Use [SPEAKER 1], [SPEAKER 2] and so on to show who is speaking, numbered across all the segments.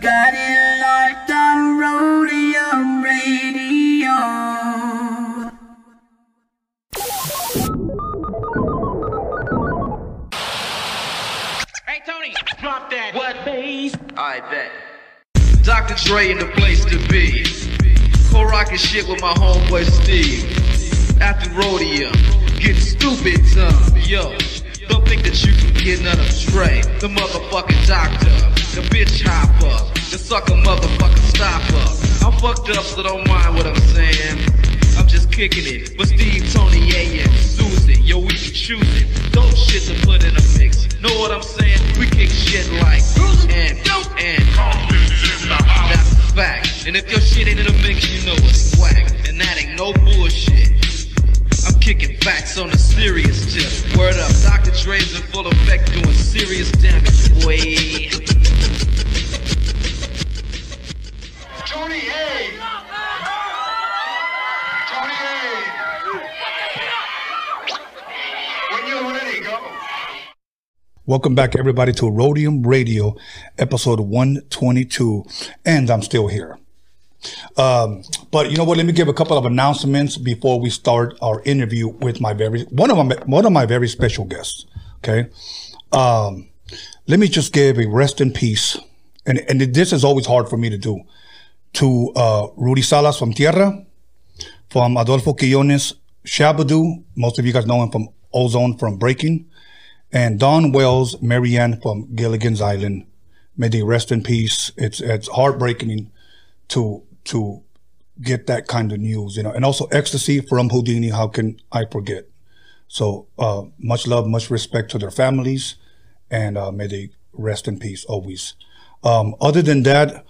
[SPEAKER 1] got it locked on Rodeo Radio.
[SPEAKER 2] Hey Tony, drop that. What bass?
[SPEAKER 3] I bet. Dr. Dre in the place to be. Co-rocking shit with my homeboy Steve. At the rodeo, getting stupid dumb. Yo, don't think that you can get none of Dre. The motherfucking doctor, the bitch hop up, the sucker motherfucker stop up. I'm fucked up, so don't mind what I'm saying. I'm just kicking it with Steve, Tony, A, and Susan. Yo, we can choose it. Dope shit to put in a mix. Know what I'm saying? We kick shit like and and. That's a fact. And if your shit ain't in the mix, you know it's whack. And that ain't no bullshit. I'm kicking facts on a serious tip. Word up, Dr. Dre's in full effect doing serious damage. Way.
[SPEAKER 4] Tony A. Tony A. When you're ready, go.
[SPEAKER 5] Welcome back, everybody, to Rhodium Radio, episode 122. And I'm still here. Um, but you know what? Let me give a couple of announcements before we start our interview with my very one of my one of my very special guests. Okay, um, let me just give a rest in peace, and and this is always hard for me to do. To uh, Rudy Salas from Tierra, from Adolfo Quillones, Shabadoo. Most of you guys know him from Ozone from Breaking, and Don Wells, Marianne from Gilligan's Island. May they rest in peace. It's it's heartbreaking to to get that kind of news, you know, and also ecstasy from Houdini. How can I forget? So uh, much love, much respect to their families, and uh, may they rest in peace always. Um, other than that,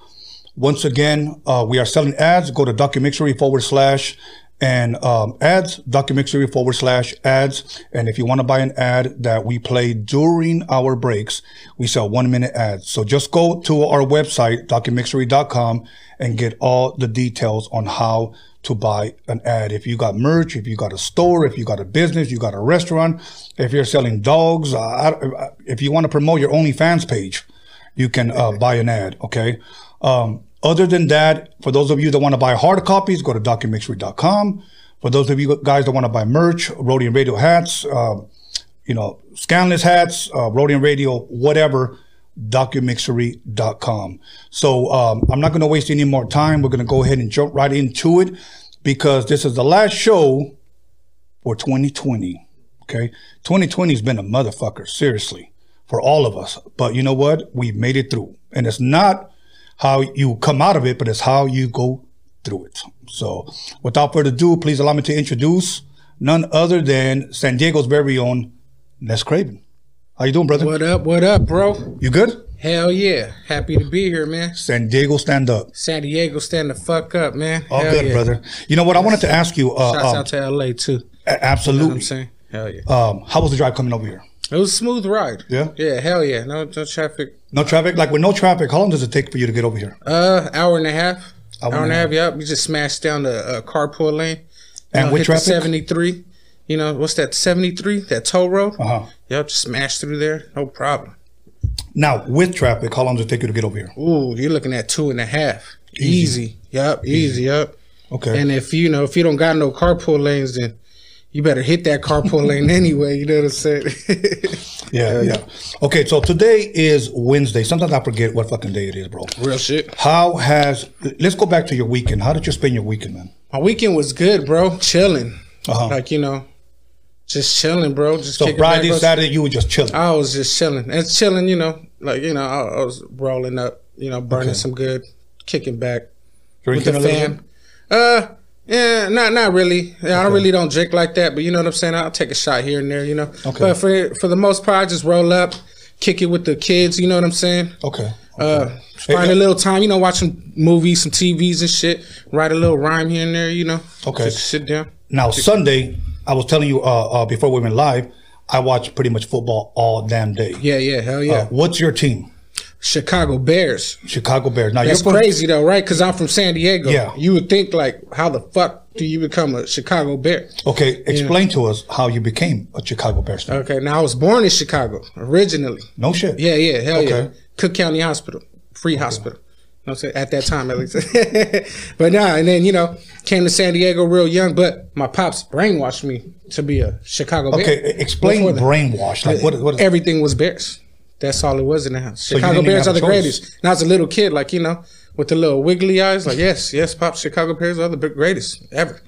[SPEAKER 5] once again, uh, we are selling ads. Go to documentary forward slash and um, ads, documentary forward slash ads. And if you want to buy an ad that we play during our breaks, we sell one minute ads. So just go to our website, documentary.com, and get all the details on how to buy an ad. If you got merch, if you got a store, if you got a business, you got a restaurant, if you're selling dogs, uh, I- if you want to promote your OnlyFans page, you can uh, buy an ad. Okay. Um, other than that, for those of you that want to buy hard copies, go to documentary.com. For those of you guys that want to buy merch, Rodian Radio hats, uh, you know, scanless hats, uh, Rodian Radio, whatever, documentary.com. So um, I'm not going to waste any more time. We're going to go ahead and jump right into it because this is the last show for 2020. Okay. 2020 has been a motherfucker, seriously, for all of us. But you know what? We've made it through. And it's not how you come out of it, but it's how you go through it. So without further ado, please allow me to introduce none other than San Diego's very own Les Craven. How you doing, brother?
[SPEAKER 6] What up? What up, bro?
[SPEAKER 5] You good?
[SPEAKER 6] Hell yeah! Happy to be here, man.
[SPEAKER 5] San Diego, stand up.
[SPEAKER 6] San Diego, stand the fuck up, man.
[SPEAKER 5] All
[SPEAKER 6] Hell
[SPEAKER 5] good,
[SPEAKER 6] yeah.
[SPEAKER 5] brother. You know what? I wanted to ask you. Uh,
[SPEAKER 6] Shouts
[SPEAKER 5] um,
[SPEAKER 6] out to LA too. You
[SPEAKER 5] a-
[SPEAKER 6] know
[SPEAKER 5] absolutely.
[SPEAKER 6] what I'm saying, hell yeah.
[SPEAKER 5] Um, how was the drive coming over here?
[SPEAKER 6] it was a smooth ride.
[SPEAKER 5] Yeah?
[SPEAKER 6] Yeah. Hell yeah. No, no traffic.
[SPEAKER 5] No traffic. Like with no traffic, how long does it take for you to get over here?
[SPEAKER 6] Uh, hour and a half.
[SPEAKER 5] Hour
[SPEAKER 6] Hour,
[SPEAKER 5] and
[SPEAKER 6] and
[SPEAKER 5] a
[SPEAKER 6] a half. Yep. We just smashed down the uh, carpool lane.
[SPEAKER 5] And
[SPEAKER 6] Uh,
[SPEAKER 5] with
[SPEAKER 6] hit
[SPEAKER 5] traffic?
[SPEAKER 6] Seventy three. You know what's that? Seventy three. That toll road.
[SPEAKER 5] Uh huh.
[SPEAKER 6] Yep. Just smashed through there. No problem.
[SPEAKER 5] Now with traffic, how long does it take you to get over here?
[SPEAKER 6] Ooh, you're looking at two and a half.
[SPEAKER 5] Easy.
[SPEAKER 6] Easy. Yep. Easy. Yep.
[SPEAKER 5] Okay.
[SPEAKER 6] And if you know if you don't got no carpool lanes, then you better hit that carpool lane anyway. You know what I'm saying?
[SPEAKER 5] yeah, yeah. Okay, so today is Wednesday. Sometimes I forget what fucking day it is, bro.
[SPEAKER 6] Real shit.
[SPEAKER 5] How has let's go back to your weekend. How did you spend your weekend, man?
[SPEAKER 6] My weekend was good, bro. Chilling,
[SPEAKER 5] Uh-huh.
[SPEAKER 6] like you know, just chilling, bro. Just
[SPEAKER 5] so
[SPEAKER 6] kicking
[SPEAKER 5] Friday,
[SPEAKER 6] back, bro.
[SPEAKER 5] Saturday, you were just chilling.
[SPEAKER 6] I was just chilling. And chilling, you know, like you know, I, I was rolling up, you know, burning
[SPEAKER 5] Okay.
[SPEAKER 6] some good, kicking back with
[SPEAKER 5] Drinking
[SPEAKER 6] the
[SPEAKER 5] a little
[SPEAKER 6] fam. Uh, yeah, not not really. Yeah, I really don't drink like that, but you know what I'm saying. I'll take a shot here and there, you know.
[SPEAKER 5] Okay.
[SPEAKER 6] But for for the most part, I just roll up, kick it with the kids. You know what I'm saying.
[SPEAKER 5] bit? Okay.
[SPEAKER 6] Uh,
[SPEAKER 5] Hey,
[SPEAKER 6] find
[SPEAKER 5] uh,
[SPEAKER 6] a little time, you know, watching movies, some TVs and shit. Write a little rhyme here and there, you know.
[SPEAKER 5] Okay.
[SPEAKER 6] Just sit down.
[SPEAKER 5] Now Sunday, I was telling you uh, uh, before we went live, I watched pretty much football all damn day.
[SPEAKER 6] Yeah, yeah, hell yeah.
[SPEAKER 5] Uh, what's your team?
[SPEAKER 6] Chicago Bears.
[SPEAKER 5] Chicago Bears. Now
[SPEAKER 6] That's
[SPEAKER 5] you're from-
[SPEAKER 6] crazy though, right? Because I'm from San Diego.
[SPEAKER 5] Yeah.
[SPEAKER 6] You would think like, how the fuck do you become a Chicago Bear?
[SPEAKER 5] Okay, explain to us how you became a Chicago Bears fan.
[SPEAKER 6] Okay. Now I was born in Chicago originally.
[SPEAKER 5] no shit.
[SPEAKER 6] Uh, Yeah, yeah, hell yeah.
[SPEAKER 5] Okay.
[SPEAKER 6] Cook County Hospital, free hospital. know what I'm saying? At that time, at least. but nah, and then, you know, came to San Diego real young, but my pops brainwashed me to be a Chicago Bear.
[SPEAKER 5] Okay, e-, explain
[SPEAKER 6] Before that.
[SPEAKER 5] brainwash. Like what? What is
[SPEAKER 6] Everything was Bears. That's all it was in the house.
[SPEAKER 5] you
[SPEAKER 6] Chicago
[SPEAKER 5] didn't even
[SPEAKER 6] Bears are
[SPEAKER 5] have
[SPEAKER 6] the
[SPEAKER 5] a choice.
[SPEAKER 6] greatest. And I was a little kid, like, you know, with the little wiggly eyes, like, yes, yes, Pop, Chicago Bears are the b- greatest ever.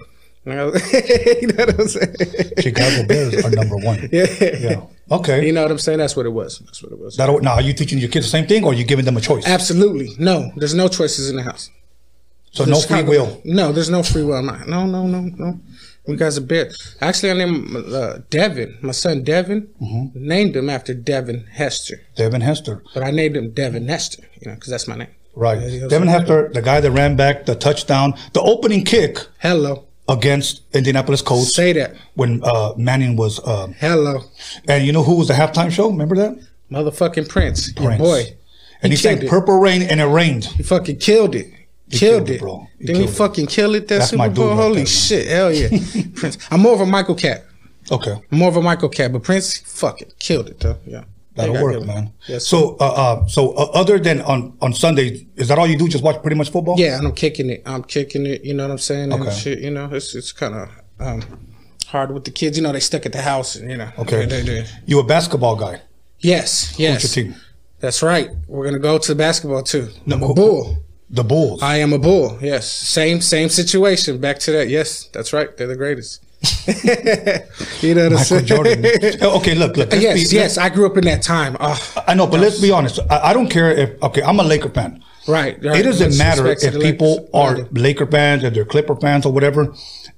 [SPEAKER 6] You know, you know what I'm saying?
[SPEAKER 5] Chicago Bears are number one.
[SPEAKER 6] Yeah.
[SPEAKER 5] Yeah. Okay.
[SPEAKER 6] You know what I'm saying? That's what it was. That's what it was.
[SPEAKER 5] That'll- now, are you teaching your kids the same thing, or are you giving them a choice?
[SPEAKER 6] Absolutely. No, there's no choices in the house.
[SPEAKER 5] so no
[SPEAKER 6] There's
[SPEAKER 5] free
[SPEAKER 6] Chicago-
[SPEAKER 5] will.
[SPEAKER 6] No, there's no free will. I'm not- No, no, no, no. We guys are bit. Actually, I named him, uh, Devin. My son Devin
[SPEAKER 5] Mm-hmm.
[SPEAKER 6] named him after Devin Hester,
[SPEAKER 5] Devin Hester,
[SPEAKER 6] but I named him Devin Nestor, you know, because that's my name.
[SPEAKER 5] right?
[SPEAKER 6] Yeah, he was-
[SPEAKER 5] Devin Hester, the guy that ran back the touchdown, the opening kick
[SPEAKER 6] Hello,
[SPEAKER 5] against Indianapolis Colts
[SPEAKER 6] say that.
[SPEAKER 5] when uh, Manning was. Uh,
[SPEAKER 6] Hello,
[SPEAKER 5] and you know who was the halftime show? Remember that?
[SPEAKER 6] motherfucking Prince, your
[SPEAKER 5] Prince.
[SPEAKER 6] boy.
[SPEAKER 5] And he,
[SPEAKER 6] killed
[SPEAKER 5] sang
[SPEAKER 6] it.
[SPEAKER 5] "Purple Rain" and it rained.
[SPEAKER 6] He fucking killed it.
[SPEAKER 5] killed
[SPEAKER 6] Killed,
[SPEAKER 5] it,
[SPEAKER 6] it,
[SPEAKER 5] bro. He
[SPEAKER 6] Then he
[SPEAKER 5] killed it.
[SPEAKER 6] fucking killed it that
[SPEAKER 5] That's my
[SPEAKER 6] Super Bowl.
[SPEAKER 5] dude right
[SPEAKER 6] Holy
[SPEAKER 5] there, man.
[SPEAKER 6] shit, hell yeah, Prince. I'm more of a Michael Cat.
[SPEAKER 5] Okay,
[SPEAKER 6] I'm more of a Michael Cat, but Prince fucking killed it though. Yeah,
[SPEAKER 5] that'll
[SPEAKER 6] Yeah, I
[SPEAKER 5] work,
[SPEAKER 6] get it.
[SPEAKER 5] man.
[SPEAKER 6] Yes.
[SPEAKER 5] so, uh, uh, so uh, other than on on Sundays, is that all you do? Just watch pretty much football?
[SPEAKER 6] Yeah, and I'm kicking it. I'm kicking it. You know what I'm saying? And
[SPEAKER 5] Okay.
[SPEAKER 6] shit, you know, it's it's kind of um, hard with the kids. You know, they stuck at the house. And, you know.
[SPEAKER 5] Okay.
[SPEAKER 6] They, they, they-
[SPEAKER 5] You a basketball guy?
[SPEAKER 6] Yes. Yes.
[SPEAKER 5] What's your team?
[SPEAKER 6] That's right. We're gonna go to basketball too.
[SPEAKER 5] No,
[SPEAKER 6] I'm
[SPEAKER 5] who-
[SPEAKER 6] a bull.
[SPEAKER 5] The Bulls.
[SPEAKER 6] I am a bull. Yes. Same same situation. Back to that. Yes. That's right. They're the greatest. you know what I'm
[SPEAKER 5] Michael
[SPEAKER 6] saying?
[SPEAKER 5] Jordan. Oh, okay, look, look. let's
[SPEAKER 6] yes.
[SPEAKER 5] be-
[SPEAKER 6] yes. I grew up in that time. Ah,
[SPEAKER 5] I know, but let's be honest. I, I don't care if okay. I'm a Laker fan.
[SPEAKER 6] right, right.
[SPEAKER 5] It doesn't
[SPEAKER 6] Let's
[SPEAKER 5] matter
[SPEAKER 6] respect to
[SPEAKER 5] if
[SPEAKER 6] the
[SPEAKER 5] people
[SPEAKER 6] Lakers.
[SPEAKER 5] are
[SPEAKER 6] Right.
[SPEAKER 5] Laker fans or they're Clipper fans or whatever.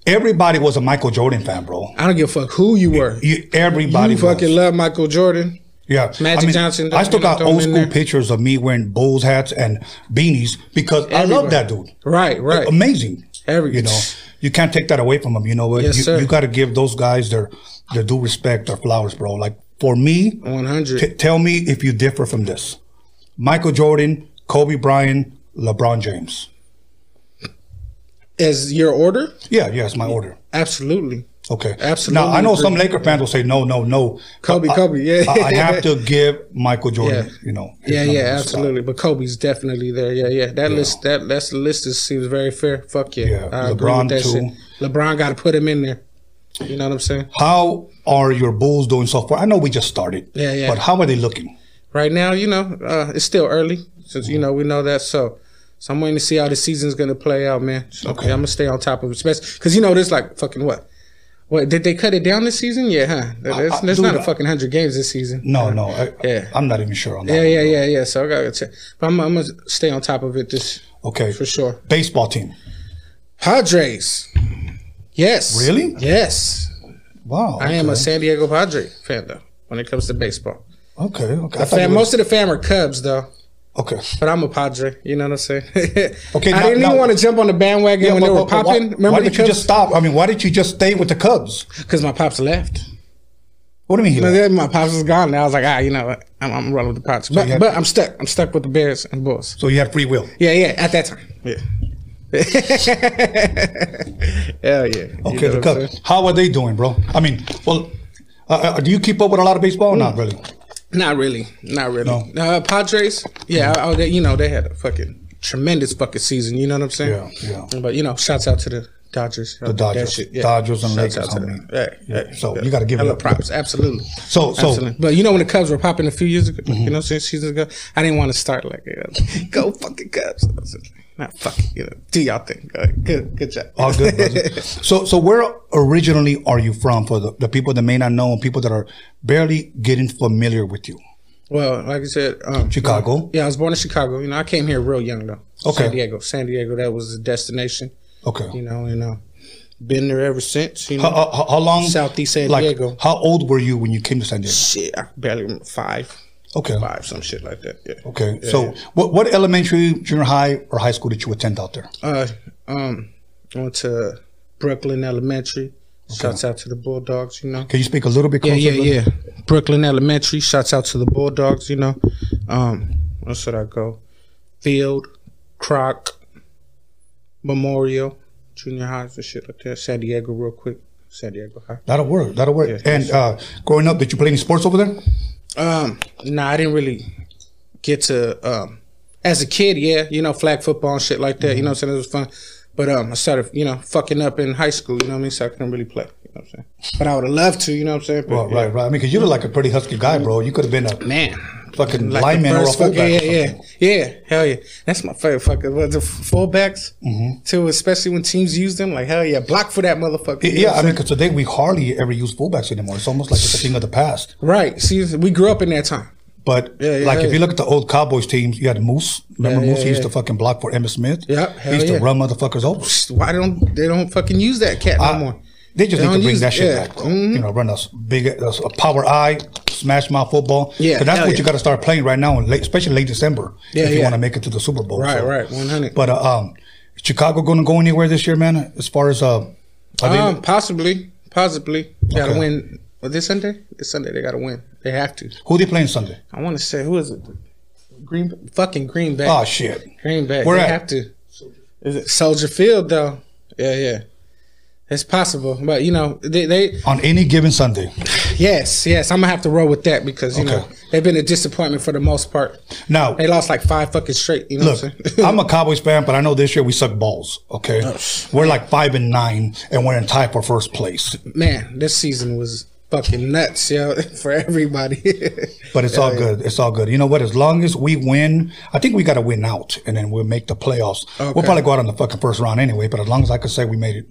[SPEAKER 5] Everybody was a Michael Jordan fan, bro.
[SPEAKER 6] I don't give a fuck who you were. You,
[SPEAKER 5] You, everybody was.
[SPEAKER 6] fucking love Michael Jordan.
[SPEAKER 5] yeah.
[SPEAKER 6] Magic Johnson,
[SPEAKER 5] I still
[SPEAKER 6] you know,
[SPEAKER 5] got
[SPEAKER 6] throw him
[SPEAKER 5] old
[SPEAKER 6] in
[SPEAKER 5] school
[SPEAKER 6] there.
[SPEAKER 5] pictures of me wearing Bulls hats and beanies because I
[SPEAKER 6] Everywhere.
[SPEAKER 5] love that dude.
[SPEAKER 6] Right. Right.
[SPEAKER 5] Amazing.
[SPEAKER 6] Every-
[SPEAKER 5] You know, you can't take that away from him. You know what?
[SPEAKER 6] Yes,
[SPEAKER 5] you
[SPEAKER 6] sir.
[SPEAKER 5] you got to give those guys their their due respect, their flowers, bro. Like for me,
[SPEAKER 6] 100.
[SPEAKER 5] T- tell me if you differ from this. Michael Jordan, Kobe Bryant, LeBron James.
[SPEAKER 6] As your order?
[SPEAKER 5] Yeah, yeah, it's my order.
[SPEAKER 6] Absolutely.
[SPEAKER 5] Okay.
[SPEAKER 6] Absolutely
[SPEAKER 5] Now I know some
[SPEAKER 6] agree.
[SPEAKER 5] Laker fans will say no, no, no.
[SPEAKER 6] Kobe,
[SPEAKER 5] But I-
[SPEAKER 6] Kobe, yeah.
[SPEAKER 5] I, I have to give Michael Jordan.
[SPEAKER 6] Yeah.
[SPEAKER 5] You know. his
[SPEAKER 6] Yeah,
[SPEAKER 5] number
[SPEAKER 6] yeah,
[SPEAKER 5] one spot.
[SPEAKER 6] absolutely. But Kobe's definitely there. Yeah, yeah. That list, that that's the list. Is, seems very fair. Fuck yeah.
[SPEAKER 5] Yeah,
[SPEAKER 6] I agree
[SPEAKER 5] LeBron
[SPEAKER 6] with that
[SPEAKER 5] too.
[SPEAKER 6] shit. LeBron got to put him in there. You know what I'm saying?
[SPEAKER 5] How are your Bulls doing so far? I know we just started.
[SPEAKER 6] Yeah, yeah.
[SPEAKER 5] But how are they looking?
[SPEAKER 6] Right now, you know, uh, it's still early since
[SPEAKER 5] Mm.
[SPEAKER 6] you know we know that. So, so I'm waiting to see how the season's gonna play out, man. okay, I'm gonna stay on top of it, because you know there's like fucking what. What did they cut it down this season? Yeah, huh? There's,
[SPEAKER 5] I-
[SPEAKER 6] there's
[SPEAKER 5] dude,
[SPEAKER 6] not a
[SPEAKER 5] I-
[SPEAKER 6] fucking hundred games this season.
[SPEAKER 5] No, no. I,
[SPEAKER 6] Yeah.
[SPEAKER 5] I'm not even sure on that.
[SPEAKER 6] Yeah,
[SPEAKER 5] one.
[SPEAKER 6] yeah, yeah, yeah. So I gotta check, but I'm, I'm gonna stay on top of it this
[SPEAKER 5] Okay.
[SPEAKER 6] for sure.
[SPEAKER 5] Baseball team.
[SPEAKER 6] Padres. Yes.
[SPEAKER 5] Really?
[SPEAKER 6] Yes.
[SPEAKER 5] Wow.
[SPEAKER 6] I am a
[SPEAKER 5] okay.
[SPEAKER 6] San Diego Padre fan though. When it comes to baseball,
[SPEAKER 5] Okay. Okay. I
[SPEAKER 6] the
[SPEAKER 5] thought you
[SPEAKER 6] fam,
[SPEAKER 5] were-
[SPEAKER 6] most of the fam are Cubs though,
[SPEAKER 5] okay.
[SPEAKER 6] but I'm a Padre. You know what I'm saying?
[SPEAKER 5] Okay,
[SPEAKER 6] okay,
[SPEAKER 5] now-
[SPEAKER 6] I didn't
[SPEAKER 5] now-
[SPEAKER 6] even want to jump on the bandwagon when they
[SPEAKER 5] but-
[SPEAKER 6] were
[SPEAKER 5] but- but why-
[SPEAKER 6] popping.
[SPEAKER 5] why,
[SPEAKER 6] Remember the
[SPEAKER 5] did you just stop?
[SPEAKER 6] Cubs?
[SPEAKER 5] I mean, why did you just stay with the Cubs?
[SPEAKER 6] Because my pops left.
[SPEAKER 5] What do you mean? He
[SPEAKER 6] And
[SPEAKER 5] left?
[SPEAKER 6] then my pops was gone. And I was like, ah, you know, what? I'm, I'm rolling with the Padres, but,
[SPEAKER 5] you had-
[SPEAKER 6] but I'm stuck. I'm stuck with the Bears and Bulls.
[SPEAKER 5] So you had free will.
[SPEAKER 6] Yeah, yeah. At that time, yeah. Hell yeah. You
[SPEAKER 5] Okay, the
[SPEAKER 6] know what I'm
[SPEAKER 5] Cubs.
[SPEAKER 6] saying?
[SPEAKER 5] How are they doing, bro? I mean, well, uh, uh, do you keep up with a lot of baseball? or
[SPEAKER 6] Mm.
[SPEAKER 5] Not really.
[SPEAKER 6] Not really. Not really.
[SPEAKER 5] No. Mm-hmm.
[SPEAKER 6] Uh, Padres, yeah, oh, they, you know, they had a fucking tremendous fucking season. You know what I'm saying?
[SPEAKER 5] Yeah, yeah.
[SPEAKER 6] But, you know, shouts out to the Dodgers.
[SPEAKER 5] The Dodgers. Dodgers and Lakers, homie.
[SPEAKER 6] that. Yeah, yeah,
[SPEAKER 5] So, you gotta give it
[SPEAKER 6] Hella
[SPEAKER 5] up.
[SPEAKER 6] props. Absolutely.
[SPEAKER 5] So- Mm-hmm. so-
[SPEAKER 6] Absolutely. But, you know, when the Cubs were popping a few years ago, you know, since seasons ago, I didn't want to start like, you know, go fucking Cubs. I was just like, Not fucking, you know, do y'all thing. Go ahead. Good, good job.
[SPEAKER 5] All good, brother. so, so where originally are you from? For the, the people that may not know, and people that are barely getting familiar with you,
[SPEAKER 6] Well, like I said, um,
[SPEAKER 5] Chicago.
[SPEAKER 6] Yeah, I was born in Chicago. You know, I came here real young though.
[SPEAKER 5] Okay.
[SPEAKER 6] San Diego, San Diego. That was the destination.
[SPEAKER 5] Okay.
[SPEAKER 6] You know, and uh, been there ever since. You know,
[SPEAKER 5] How, how, how long?
[SPEAKER 6] Southeast San
[SPEAKER 5] like,
[SPEAKER 6] Diego.
[SPEAKER 5] How old were you when you came to San Diego?
[SPEAKER 6] shit, I barely remember five,
[SPEAKER 5] Okay.
[SPEAKER 6] five, some shit like that. Yeah.
[SPEAKER 5] Okay.
[SPEAKER 6] Yeah,
[SPEAKER 5] so,
[SPEAKER 6] yeah.
[SPEAKER 5] what what elementary, junior high, or high school did you attend out there?
[SPEAKER 6] uh, um, I went to Brooklyn Elementary. Shouts out to the Bulldogs. You know.
[SPEAKER 5] Can you speak a little bit
[SPEAKER 6] Yeah,
[SPEAKER 5] closer?
[SPEAKER 6] yeah,
[SPEAKER 5] brother?
[SPEAKER 6] yeah. Brooklyn Elementary. Shouts out to the Bulldogs. You know. Um, where should I go? Field, Croc, Memorial, Junior Highs and shit like that. San Diego, real quick. San Diego High.
[SPEAKER 5] That'll work. That'll work.
[SPEAKER 6] Yeah.
[SPEAKER 5] and uh, growing up, did you play any sports over there?
[SPEAKER 6] Um, no, I didn't really get to um as a kid, yeah, you know, flag football and shit like that. You know what I'm saying? It was fun. But um, I started, you know, fucking up in high school. You know what I mean? So I couldn't really play. You know what I'm saying? But I would have loved to. You know what I'm saying? But,
[SPEAKER 5] Well,
[SPEAKER 6] yeah.
[SPEAKER 5] right, right. I mean, because you look like a pretty husky guy, bro. You could have been a
[SPEAKER 6] Man,
[SPEAKER 5] fucking
[SPEAKER 6] like
[SPEAKER 5] lineman
[SPEAKER 6] the
[SPEAKER 5] or a
[SPEAKER 6] first
[SPEAKER 5] fullback. or
[SPEAKER 6] fucking- yeah,
[SPEAKER 5] something.
[SPEAKER 6] yeah, yeah, hell yeah. That's my favorite fucking. What, the f- fullbacks
[SPEAKER 5] Mm-hmm.
[SPEAKER 6] too, especially when teams use them. Like hell yeah, block for that motherfucker.
[SPEAKER 5] Yeah,
[SPEAKER 6] You know what
[SPEAKER 5] I
[SPEAKER 6] I'm
[SPEAKER 5] mean, because today we hardly ever use fullbacks anymore. It's almost like it's a thing of the past.
[SPEAKER 6] saying? right. See, we grew up in that time.
[SPEAKER 5] But
[SPEAKER 6] Yeah, yeah,
[SPEAKER 5] like, if
[SPEAKER 6] yeah.
[SPEAKER 5] you look at the old Cowboys teams, you had Moose. Remember
[SPEAKER 6] Yeah,
[SPEAKER 5] Moose?
[SPEAKER 6] yeah,
[SPEAKER 5] he used
[SPEAKER 6] yeah.
[SPEAKER 5] to fucking block for Emmett Smith.
[SPEAKER 6] Yep,
[SPEAKER 5] he
[SPEAKER 6] hell
[SPEAKER 5] used
[SPEAKER 6] yeah.
[SPEAKER 5] to run motherfuckers over.
[SPEAKER 6] Why don't they don't fucking use that cat
[SPEAKER 5] I-
[SPEAKER 6] no more?
[SPEAKER 5] They just
[SPEAKER 6] They
[SPEAKER 5] need to
[SPEAKER 6] don't
[SPEAKER 5] bring
[SPEAKER 6] use-
[SPEAKER 5] that shit
[SPEAKER 6] yeah.
[SPEAKER 5] back, bro. You know, run us big, a power eye, smash mouth football.
[SPEAKER 6] Yeah,
[SPEAKER 5] 'Cause that's
[SPEAKER 6] hell
[SPEAKER 5] what
[SPEAKER 6] yeah.
[SPEAKER 5] you got to start playing right now, in late, especially late December,
[SPEAKER 6] Yeah,
[SPEAKER 5] if you
[SPEAKER 6] yeah.
[SPEAKER 5] want to make it to the Super Bowl.
[SPEAKER 6] Right, right, 100.
[SPEAKER 5] But uh, um, is Chicago going to go anywhere this year, man? As far as uh, are they-
[SPEAKER 6] Um, possibly, possibly. Got to
[SPEAKER 5] Okay.
[SPEAKER 6] win. Well, this Sunday, this Sunday they got to win. They have to.
[SPEAKER 5] who they playing Sunday?
[SPEAKER 6] I want to say who is it? Green, fucking Green Bay.
[SPEAKER 5] Oh shit!
[SPEAKER 6] Green Bay.
[SPEAKER 5] Where
[SPEAKER 6] they
[SPEAKER 5] at?
[SPEAKER 6] have to. Is it Soldier Field though? Yeah, yeah. It's possible, but you know they, they
[SPEAKER 5] On any given Sunday.
[SPEAKER 6] Yes, yes. I'm gonna have to roll with that because you know
[SPEAKER 5] Okay.
[SPEAKER 6] they've been a disappointment for the most part.
[SPEAKER 5] Now,
[SPEAKER 6] They lost like five fucking straight. You know
[SPEAKER 5] Look,
[SPEAKER 6] what I'm saying?
[SPEAKER 5] I'm a Cowboys fan, but I know this year we suck balls. Okay,
[SPEAKER 6] Oh,
[SPEAKER 5] we're like five and nine, and we're in tie for first place.
[SPEAKER 6] man, this season was fucking nuts, yo, for everybody.
[SPEAKER 5] But it's all good. It's all good. You know what? As long as we win, I think we got to win out, and then we'll make the playoffs. We'll
[SPEAKER 6] Okay.
[SPEAKER 5] probably go out in the fucking first round anyway. But as long as I can say we made it,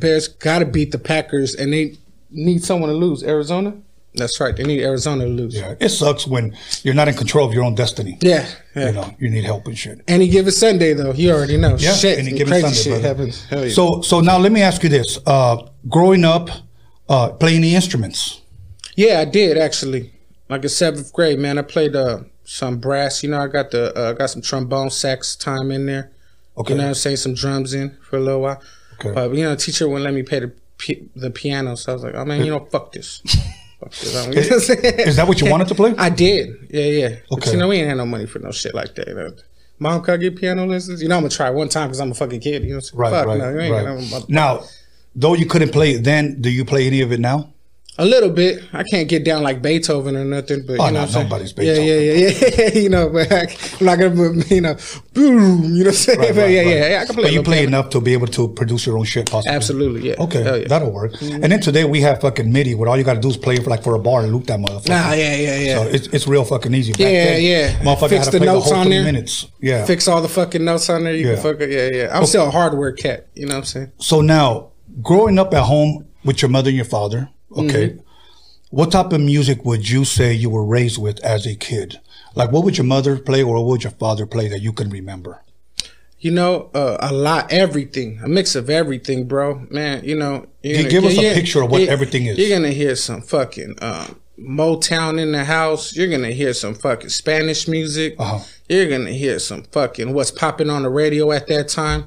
[SPEAKER 6] Bears gotta beat the Packers, and they need someone to lose. Arizona. That's right. They need Arizona to lose.
[SPEAKER 5] yeah. it sucks when you're not in control of your own destiny.
[SPEAKER 6] Yeah. yeah.
[SPEAKER 5] You know, you need help and shit.
[SPEAKER 6] Any given Sunday, though, you already know.
[SPEAKER 5] Yeah,
[SPEAKER 6] shit,
[SPEAKER 5] any given
[SPEAKER 6] crazy
[SPEAKER 5] Sunday,
[SPEAKER 6] shit
[SPEAKER 5] brother.
[SPEAKER 6] happens. Hell Oh, yeah.
[SPEAKER 5] So, so now let me ask you this: uh, growing up, uh, playing the instruments.
[SPEAKER 6] Yeah, I did actually. Like in seventh grade, man, I played uh, some brass. You know, I got the uh, got some trombone, sax time in there.
[SPEAKER 5] Okay.
[SPEAKER 6] You know, what I'm saying some drums in for a little while.
[SPEAKER 5] Okay.
[SPEAKER 6] But you know, the teacher wouldn't let me play the pi- the piano, so I was like, oh man, you know, fuck this. Fuck this. I don't- you know what I'm saying?
[SPEAKER 5] Is that what you wanted to play?
[SPEAKER 6] I did. Yeah, yeah. But,
[SPEAKER 5] Okay.
[SPEAKER 6] you know, we ain't had no money for no shit like that. you know. Mom, can I get piano lessons? You know, I'm gonna try one time because I'm a fucking kid. You know, what I'm saying?
[SPEAKER 5] Right,
[SPEAKER 6] Fuck
[SPEAKER 5] right,
[SPEAKER 6] no, you ain't
[SPEAKER 5] right.
[SPEAKER 6] got no mother-
[SPEAKER 5] now, though you couldn't play it then, do you play any of it now?
[SPEAKER 6] A little bit. I can't get down like Beethoven or nothing, but
[SPEAKER 5] Oh,
[SPEAKER 6] you
[SPEAKER 5] no,
[SPEAKER 6] know, what I'm saying?
[SPEAKER 5] nobody's
[SPEAKER 6] Yeah, yeah, yeah, yeah. you know, but I, am not gonna, you know, boom. You know, what I'm saying?
[SPEAKER 5] Right,
[SPEAKER 6] but
[SPEAKER 5] right,
[SPEAKER 6] yeah,
[SPEAKER 5] right.
[SPEAKER 6] yeah, yeah. I can play.
[SPEAKER 5] But you
[SPEAKER 6] a
[SPEAKER 5] play
[SPEAKER 6] little
[SPEAKER 5] enough to be able to produce your own shit, possibly.
[SPEAKER 6] Absolutely, yeah.
[SPEAKER 5] Okay,
[SPEAKER 6] Hell yeah.
[SPEAKER 5] that'll work. And then today we have fucking MIDI, where all you got to do is play for like for a bar and loop that motherfucker.
[SPEAKER 6] Nah, yeah, yeah, yeah.
[SPEAKER 5] So it's, it's real fucking easy. Back
[SPEAKER 6] Yeah,
[SPEAKER 5] then,
[SPEAKER 6] yeah.
[SPEAKER 5] Motherfucker had
[SPEAKER 6] Fix
[SPEAKER 5] to
[SPEAKER 6] the
[SPEAKER 5] play
[SPEAKER 6] notes
[SPEAKER 5] the whole
[SPEAKER 6] on
[SPEAKER 5] three
[SPEAKER 6] there.
[SPEAKER 5] minutes. Yeah.
[SPEAKER 6] Fix all the fucking notes on there. You
[SPEAKER 5] Yeah.
[SPEAKER 6] can fuck it. Yeah, yeah. I'm still a hardware cat. You know what I'm saying?
[SPEAKER 5] So now, growing up at home with your mother and your father, okay,
[SPEAKER 6] Mm-hmm.
[SPEAKER 5] what type of music would you say you were raised with as a kid? Like, what would your mother play or what would your father play that you can remember?
[SPEAKER 6] You know, uh, a lot, everything, a mix of everything, bro. Man, you know, you're
[SPEAKER 5] You
[SPEAKER 6] gonna-
[SPEAKER 5] give us a
[SPEAKER 6] you're-
[SPEAKER 5] picture of what
[SPEAKER 6] you're-
[SPEAKER 5] everything is.
[SPEAKER 6] You're gonna hear some fucking um, Motown in the house. You're gonna hear some fucking Spanish music.
[SPEAKER 5] Uh-huh.
[SPEAKER 6] You're gonna hear some fucking what's popping on the radio at that time,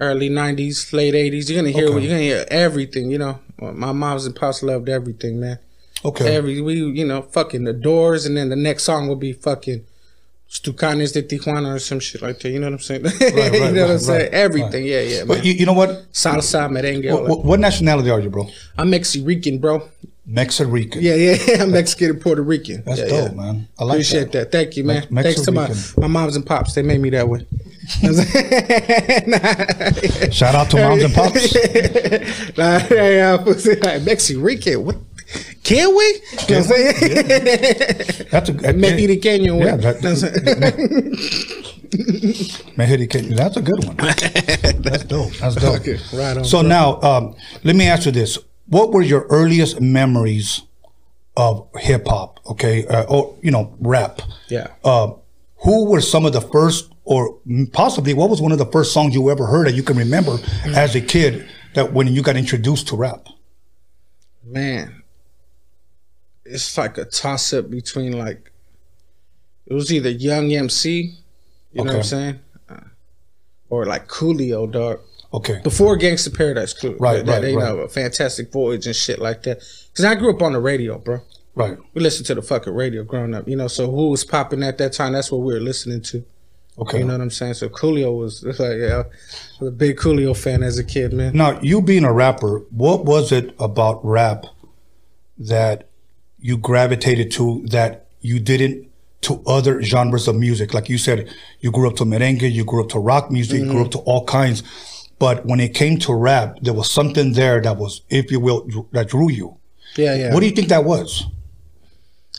[SPEAKER 6] early '90s, late '80s. You're gonna hear,
[SPEAKER 5] Mm-hmm. Okay.
[SPEAKER 6] you're gonna hear everything. You know, my mom's and pops loved everything, man.
[SPEAKER 5] Okay.
[SPEAKER 6] Every we, you know, fucking the Doors, and then the next song will be fucking Stucanes de Tijuana or some shit like that. You know what I'm saying?
[SPEAKER 5] right,
[SPEAKER 6] you know what I'm
[SPEAKER 5] right,
[SPEAKER 6] saying?
[SPEAKER 5] right,
[SPEAKER 6] Everything, yeah, yeah.
[SPEAKER 5] but
[SPEAKER 6] Man.
[SPEAKER 5] you, you know what?
[SPEAKER 6] Salsa, merengue. all
[SPEAKER 5] What,
[SPEAKER 6] that.
[SPEAKER 5] what- what nationality are you, bro?
[SPEAKER 6] I'm Mexican, bro.
[SPEAKER 5] Mexican.
[SPEAKER 6] Yeah, yeah. I'm Mexican and Puerto Rican.
[SPEAKER 5] That's
[SPEAKER 6] yeah,
[SPEAKER 5] dope,
[SPEAKER 6] yeah.
[SPEAKER 5] man. I like
[SPEAKER 6] Appreciate that. Thank you, man.
[SPEAKER 5] Mex-
[SPEAKER 6] Thanks to my,
[SPEAKER 5] Mexican.
[SPEAKER 6] my moms and pops. They made me that way. You know what I'm saying?
[SPEAKER 5] Shout out to moms and pops.
[SPEAKER 6] nah, yeah, yeah. I was like, Mexican, what? Can we? You know what I'm saying?
[SPEAKER 5] That's a that-
[SPEAKER 6] Mexican way.
[SPEAKER 5] Yeah, that- Mexican. That's a good one. That's dope. That's dope.
[SPEAKER 6] Okay, right on,
[SPEAKER 5] So
[SPEAKER 6] bro.
[SPEAKER 5] now, um, let me ask you this: What were your earliest memories of hip hop? Okay, uh, or you know, rap.
[SPEAKER 6] Yeah.
[SPEAKER 5] Uh, who were some of the first, or possibly what was one of the first songs you ever heard that you can remember as a kid that when you got introduced to rap?
[SPEAKER 6] man, it's like a toss up between like it was either Young MC, you know what I'm
[SPEAKER 5] Okay.
[SPEAKER 6] saying, uh, or like Coolio, dog.
[SPEAKER 5] Okay.
[SPEAKER 6] Before Gangsta Paradise, Coolio,
[SPEAKER 5] Right,
[SPEAKER 6] that, that,
[SPEAKER 5] right,
[SPEAKER 6] you
[SPEAKER 5] right.
[SPEAKER 6] know, Fantastic Voyage and shit like that. Cause I grew up on the radio, bro.
[SPEAKER 5] Right.
[SPEAKER 6] We listened to the fucking radio growing up, you know. So who was popping at that time? That's what we were listening to.
[SPEAKER 5] Okay.
[SPEAKER 6] You know what I'm saying? So Coolio was it's like, yeah, I was a big Coolio fan as a kid, man.
[SPEAKER 5] Now, you being a rapper, what was it about rap that you gravitated to that you didn't to other genres of music. Like you said, you grew up to merengue, you grew up to rock music, you grew up to all kinds. But when it came to rap, there was something there that was, if you will, dr- that drew you.
[SPEAKER 6] Yeah, yeah.
[SPEAKER 5] What do you think that was?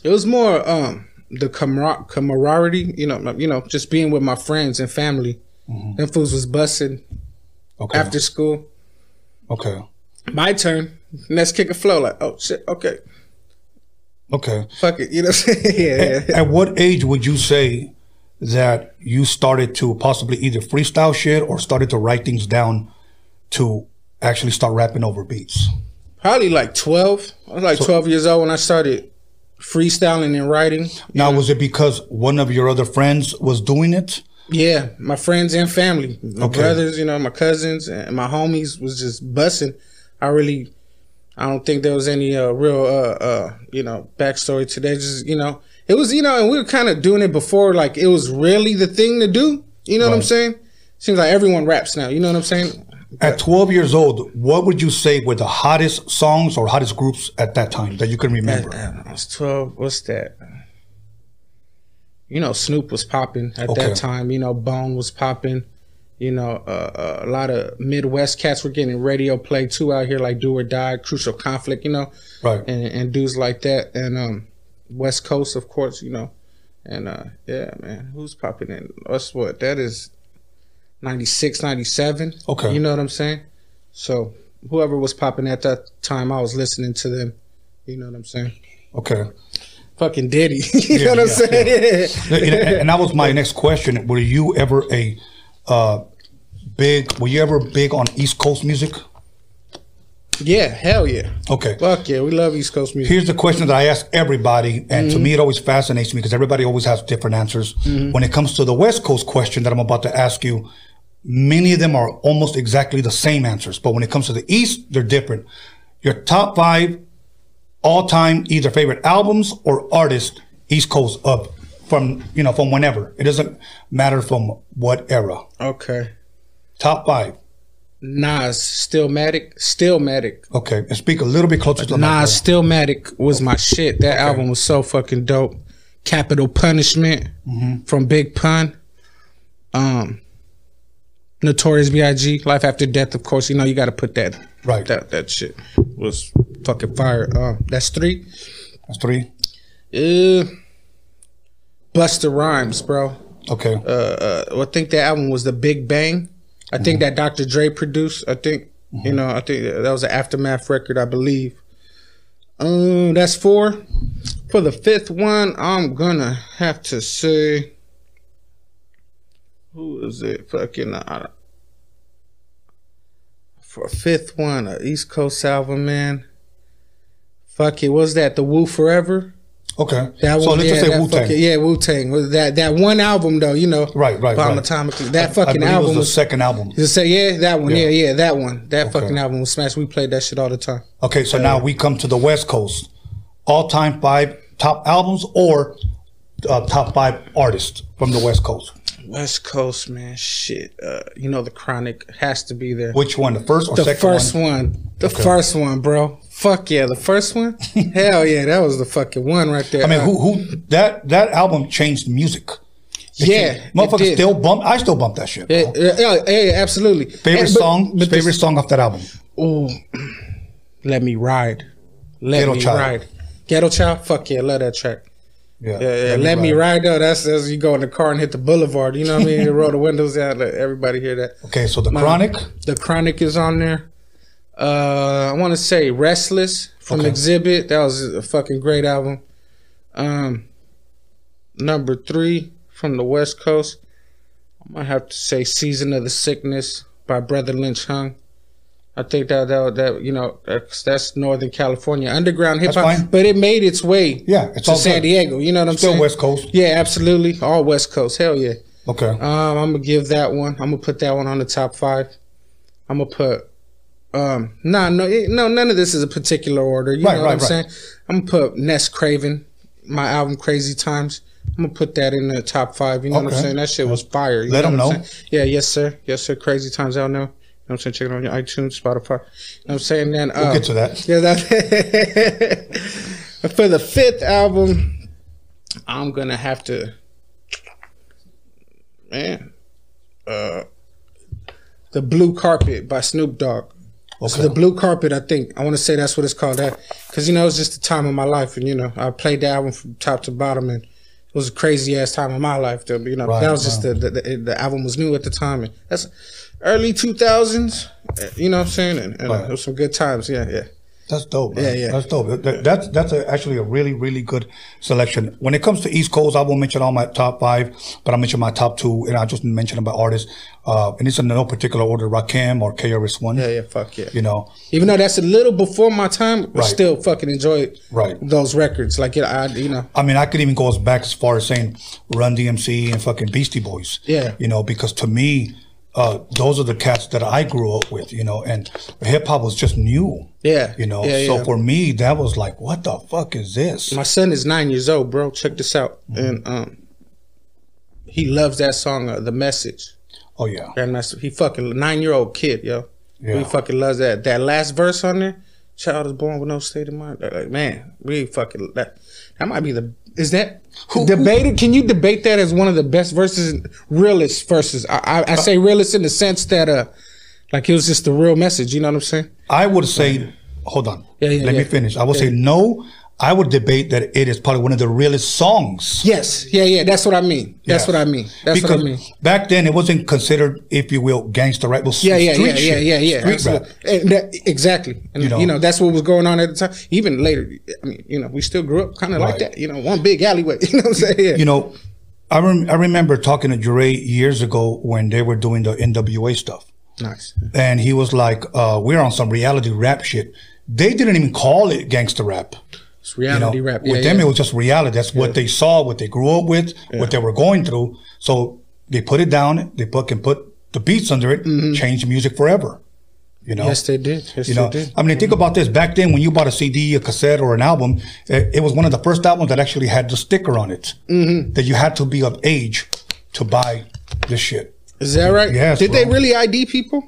[SPEAKER 6] It was more um the camar- camaraderie, you know, like, you know, just being with my friends and family. Them fools was busting
[SPEAKER 5] Okay.
[SPEAKER 6] after school.
[SPEAKER 5] okay.
[SPEAKER 6] My turn. Let's kick a flow. Like, oh shit, okay,
[SPEAKER 5] Okay.
[SPEAKER 6] fuck it. You know, what I'm saying? yeah, yeah.
[SPEAKER 5] At what age would you say that you started to possibly either freestyle shit or started to write things down to actually start rapping over beats?
[SPEAKER 6] Probably like twelve. I was like twelve years old when I started freestyling and writing.
[SPEAKER 5] Now, was it because one of your other friends was doing it?
[SPEAKER 6] Yeah, my friends and family, my
[SPEAKER 5] Okay.
[SPEAKER 6] brothers, you know, my cousins and my homies was just bussing. I really, I don't think there was any uh, real, uh, uh, you know, backstory to that. Just you know, it was you know, and we were kind of doing it before, like it was really the thing to do. You know what I'm
[SPEAKER 5] Right.
[SPEAKER 6] saying? Seems like everyone raps now. You know what I'm saying?
[SPEAKER 5] At 12 years old, what would you say were the hottest songs or hottest groups at that time that you can remember?
[SPEAKER 6] I was twelve. What's that? You know, Snoop was popping at
[SPEAKER 5] Okay.
[SPEAKER 6] that time. You know, Bone was popping. You know, uh, uh, a lot of Midwest cats were getting radio play too out here, like Do or Die, Crucial Conflict. You know,
[SPEAKER 5] Right.
[SPEAKER 6] and and dudes like that, and um, West Coast, of course. You know, and uh, yeah, man, who's popping in? That's what that is. 96, 97.
[SPEAKER 5] Okay.
[SPEAKER 6] You know what I'm saying? So whoever was popping at that time, I was listening to them. You know what I'm saying?
[SPEAKER 5] Okay.
[SPEAKER 6] fucking Diddy. you
[SPEAKER 5] Yeah,
[SPEAKER 6] know what I'm
[SPEAKER 5] yeah,
[SPEAKER 6] saying?
[SPEAKER 5] and, and- and that was my next question. Were you ever a uh, big, were you ever big on East Coast music?
[SPEAKER 6] Yeah, hell yeah.
[SPEAKER 5] Okay.
[SPEAKER 6] Fuck yeah, we love East Coast music.
[SPEAKER 5] Here's the question that I ask everybody, and to
[SPEAKER 6] Mm-hmm.
[SPEAKER 5] me it always fascinates me because everybody always has different answers. When it comes to the West Coast question that I'm about to ask you, many of them are almost exactly the same answers, but when it comes to the East, they're different. Your top five all-time either favorite albums or artists, East Coast up from you know from whenever. It doesn't matter from what era.
[SPEAKER 6] Okay.
[SPEAKER 5] Top five.
[SPEAKER 6] Nas, Stillmatic, Stillmatic.
[SPEAKER 5] Okay, and speak a little bit closer to the mic,
[SPEAKER 6] Nas, Stillmatic was my shit. That album was so fucking dope. Capital Punishment
[SPEAKER 5] Mm-hmm.
[SPEAKER 6] from Big Pun. Um, Notorious B.I.G. Life After Death, of course. You know you got to put that
[SPEAKER 5] Right.
[SPEAKER 6] That that shit was fucking fire. Um, that's three.
[SPEAKER 5] That's three.
[SPEAKER 6] Uh, Buster Rhymes, bro.
[SPEAKER 5] Okay.
[SPEAKER 6] uh, uh, I think that album was the Big Bang. I think that Dr. Dre produced. I think you know. I think that was an aftermath record, I believe. Um, that's four. For the fifth one, I'm gonna have to say, who is it? Fucking. Uh, I don't- for a fifth one, a East Coast album, man. Fuck it, was that the Woo Forever?
[SPEAKER 5] okay.
[SPEAKER 6] That
[SPEAKER 5] so
[SPEAKER 6] one,
[SPEAKER 5] let's
[SPEAKER 6] yeah,
[SPEAKER 5] just say
[SPEAKER 6] that
[SPEAKER 5] Wu Tang.
[SPEAKER 6] fucking- Yeah, Wu Tang. That that one album though, you know.
[SPEAKER 5] Right, right, right.
[SPEAKER 6] Bombatomically. That
[SPEAKER 5] I
[SPEAKER 6] fucking
[SPEAKER 5] believe it
[SPEAKER 6] album
[SPEAKER 5] was
[SPEAKER 6] was.
[SPEAKER 5] the second album.
[SPEAKER 6] you say, yeah, that one.
[SPEAKER 5] Yeah.
[SPEAKER 6] Yeah, yeah, that one. That
[SPEAKER 5] Okay.
[SPEAKER 6] fucking album was smash. We played that shit all the time.
[SPEAKER 5] Okay, so now we come to the West Coast. All time five top albums or uh, top five artists from the West Coast.
[SPEAKER 6] West Coast man, shit. Uh, you know the Chronic has to be there.
[SPEAKER 5] Which one? The first or
[SPEAKER 6] the
[SPEAKER 5] second
[SPEAKER 6] first
[SPEAKER 5] one?
[SPEAKER 6] one. The first one, bro. Fuck yeah, the first one. Hell yeah, that was the fucking one right there.
[SPEAKER 5] I mean,
[SPEAKER 6] Uh,
[SPEAKER 5] who who that that album changed music.
[SPEAKER 6] Yeah, it
[SPEAKER 5] Motherfuckers
[SPEAKER 6] did.
[SPEAKER 5] still bump. I still bump that shit.
[SPEAKER 6] Yeah,
[SPEAKER 5] bro.
[SPEAKER 6] yeah, yeah, yeah, absolutely.
[SPEAKER 5] Favorite
[SPEAKER 6] And- but-
[SPEAKER 5] song,
[SPEAKER 6] but
[SPEAKER 5] favorite
[SPEAKER 6] this-
[SPEAKER 5] song off that album.
[SPEAKER 6] Ooh, Oh, let me ride. Let
[SPEAKER 5] Ghetto
[SPEAKER 6] me
[SPEAKER 5] Child.
[SPEAKER 6] ride. Ghetto child. Fuck yeah, love that track.
[SPEAKER 5] Yeah,
[SPEAKER 6] Yeah, yeah. Let, me ride though. That's as you go in the car and hit the boulevard. You know what I mean? You roll the windows down. Let everybody hear that.
[SPEAKER 5] Okay, so the
[SPEAKER 6] My-
[SPEAKER 5] Chronic.
[SPEAKER 6] The chronic is on there. Uh, I want to say Restless from
[SPEAKER 5] Okay.
[SPEAKER 6] Exhibit. That was a fucking great album. Um, number three from the West Coast. I'm gonna have to say Season of the Sickness by Brother Lynch Hung. I think that that, that you know that's, that's Northern California underground hip
[SPEAKER 5] fine.
[SPEAKER 6] hop, but it made its way
[SPEAKER 5] Yeah, it's
[SPEAKER 6] to
[SPEAKER 5] all
[SPEAKER 6] San
[SPEAKER 5] good.
[SPEAKER 6] Diego. You know what I'm
[SPEAKER 5] Still
[SPEAKER 6] saying?
[SPEAKER 5] West Coast.
[SPEAKER 6] Yeah, absolutely. All West Coast. Hell yeah.
[SPEAKER 5] Okay,
[SPEAKER 6] Um, I'm gonna give that one. I'm gonna put that one on the top five. I'm gonna put. Um, nah, no, it- no, none of this is a particular order. You
[SPEAKER 5] Right,
[SPEAKER 6] know
[SPEAKER 5] right,
[SPEAKER 6] what I'm
[SPEAKER 5] right.
[SPEAKER 6] saying? I'm gonna put Ness Craven, my album Crazy Times. I'm gonna put that in the top five. You know what
[SPEAKER 5] Okay.
[SPEAKER 6] I'm saying? That shit was fire. You
[SPEAKER 5] Let 'em
[SPEAKER 6] what I'm
[SPEAKER 5] know.
[SPEAKER 6] saying? Yeah, yes, sir. Yes, sir. Crazy Times out now. You know what I'm saying? Check it on your iTunes, Spotify. You know what I'm saying? Then uh,
[SPEAKER 5] we'll get to that.
[SPEAKER 6] yeah, that. for the fifth album, I'm gonna have to, man. Uh, the blue carpet by Snoop Dogg. So
[SPEAKER 5] Okay.
[SPEAKER 6] the blue carpet, I think I want to say that's what it's called. That because you know it's just the time of my life, and you know I played the album from top to bottom, and it was a crazy ass time of my life. Though, but, you know
[SPEAKER 5] Right,
[SPEAKER 6] that was just the, the the the album was new at the time, and that's early two thousands. uh, You know what I'm saying? And, and
[SPEAKER 5] Right.
[SPEAKER 6] it was some good times. Yeah, yeah.
[SPEAKER 5] That's dope. Man.
[SPEAKER 6] Yeah, yeah.
[SPEAKER 5] That's dope. That- that- that's that's a, actually a really really good selection. When it comes to East Coast, I won't mention all my top five, but I mention my top two, and I just mention about artists, uh, and it's in no particular order: Rakim or KRS One.
[SPEAKER 6] Yeah, yeah, fuck yeah.
[SPEAKER 5] You know,
[SPEAKER 6] Even though that's a little before my time, I
[SPEAKER 5] Right.
[SPEAKER 6] still fucking enjoy
[SPEAKER 5] Right.
[SPEAKER 6] those records. Like you know, I, you know,
[SPEAKER 5] I mean, I could even go as back as far as saying Run DMC and fucking Beastie Boys.
[SPEAKER 6] Yeah.
[SPEAKER 5] You know, because to me, uh, those are the cats that I grew up with, you know, and hip hop was just new.
[SPEAKER 6] Yeah.
[SPEAKER 5] You know,
[SPEAKER 6] Yeah,
[SPEAKER 5] so
[SPEAKER 6] yeah.
[SPEAKER 5] for me, that was like, what the fuck is this?
[SPEAKER 6] my son is nine years old, bro. Check this out,
[SPEAKER 5] Mm-hmm.
[SPEAKER 6] and um, he loves that song, uh, "The Message."
[SPEAKER 5] Oh, yeah.
[SPEAKER 6] Grandmaster, he fucking nine year old kid, yo.
[SPEAKER 5] Yeah.
[SPEAKER 6] We fucking loves that. That last verse on there, child is born with no state of mind. Like, man, we fucking that. That might be the is that debated? Can you debate that as one of the best verses, realest verses? I I, I say realest in the sense that uh, like it was just the real message. You know what I'm saying?
[SPEAKER 5] I would say, hold on.
[SPEAKER 6] Yeah, yeah,
[SPEAKER 5] Let me
[SPEAKER 6] yeah.
[SPEAKER 5] finish. I would
[SPEAKER 6] Yeah,
[SPEAKER 5] say,
[SPEAKER 6] yeah.
[SPEAKER 5] no, I would debate that it is probably one of the realest songs.
[SPEAKER 6] Yes, yeah, yeah. That's what I mean. That's
[SPEAKER 5] Yeah.
[SPEAKER 6] what I mean. That's
[SPEAKER 5] because
[SPEAKER 6] what I mean.
[SPEAKER 5] back then it wasn't considered, if you will, gangster rap. It was
[SPEAKER 6] Yeah, yeah,
[SPEAKER 5] street
[SPEAKER 6] yeah, yeah,
[SPEAKER 5] shit,
[SPEAKER 6] yeah, yeah,
[SPEAKER 5] Street rap.
[SPEAKER 6] absolutely. And that, exactly. And
[SPEAKER 5] You
[SPEAKER 6] you
[SPEAKER 5] know.
[SPEAKER 6] know, that's what was going on at the time. Even later, I mean, you know, we still grew up kind of
[SPEAKER 5] Right.
[SPEAKER 6] like that. You know, one big alleyway. You know what I'm saying? Yeah.
[SPEAKER 5] you know, I rem- I remember talking to Dre years ago when they were doing the NWA stuff,
[SPEAKER 6] nice.
[SPEAKER 5] and he was like, uh, "We're on some reality rap shit." They didn't even call it gangster rap.
[SPEAKER 6] It's
[SPEAKER 5] You know,
[SPEAKER 6] reality rap. Yeah,
[SPEAKER 5] with them
[SPEAKER 6] yeah.
[SPEAKER 5] it was just reality. That's what they saw, what they grew up with, what they were going through. So they put it down. They put and put the beats under it, change the music forever. You know,
[SPEAKER 6] Mm-hmm. yes, they did. Yes,
[SPEAKER 5] you know,
[SPEAKER 6] they did. Mm-hmm.
[SPEAKER 5] I mean, think about this. Back then, when you bought a CD, a cassette, or an album, it, it was one of the first albums that actually had the sticker on it
[SPEAKER 6] Mm-hmm.
[SPEAKER 5] that you had to be of age to buy this shit.
[SPEAKER 6] Is that right?
[SPEAKER 5] Yes,
[SPEAKER 6] Did they
[SPEAKER 5] bro.
[SPEAKER 6] really ID people?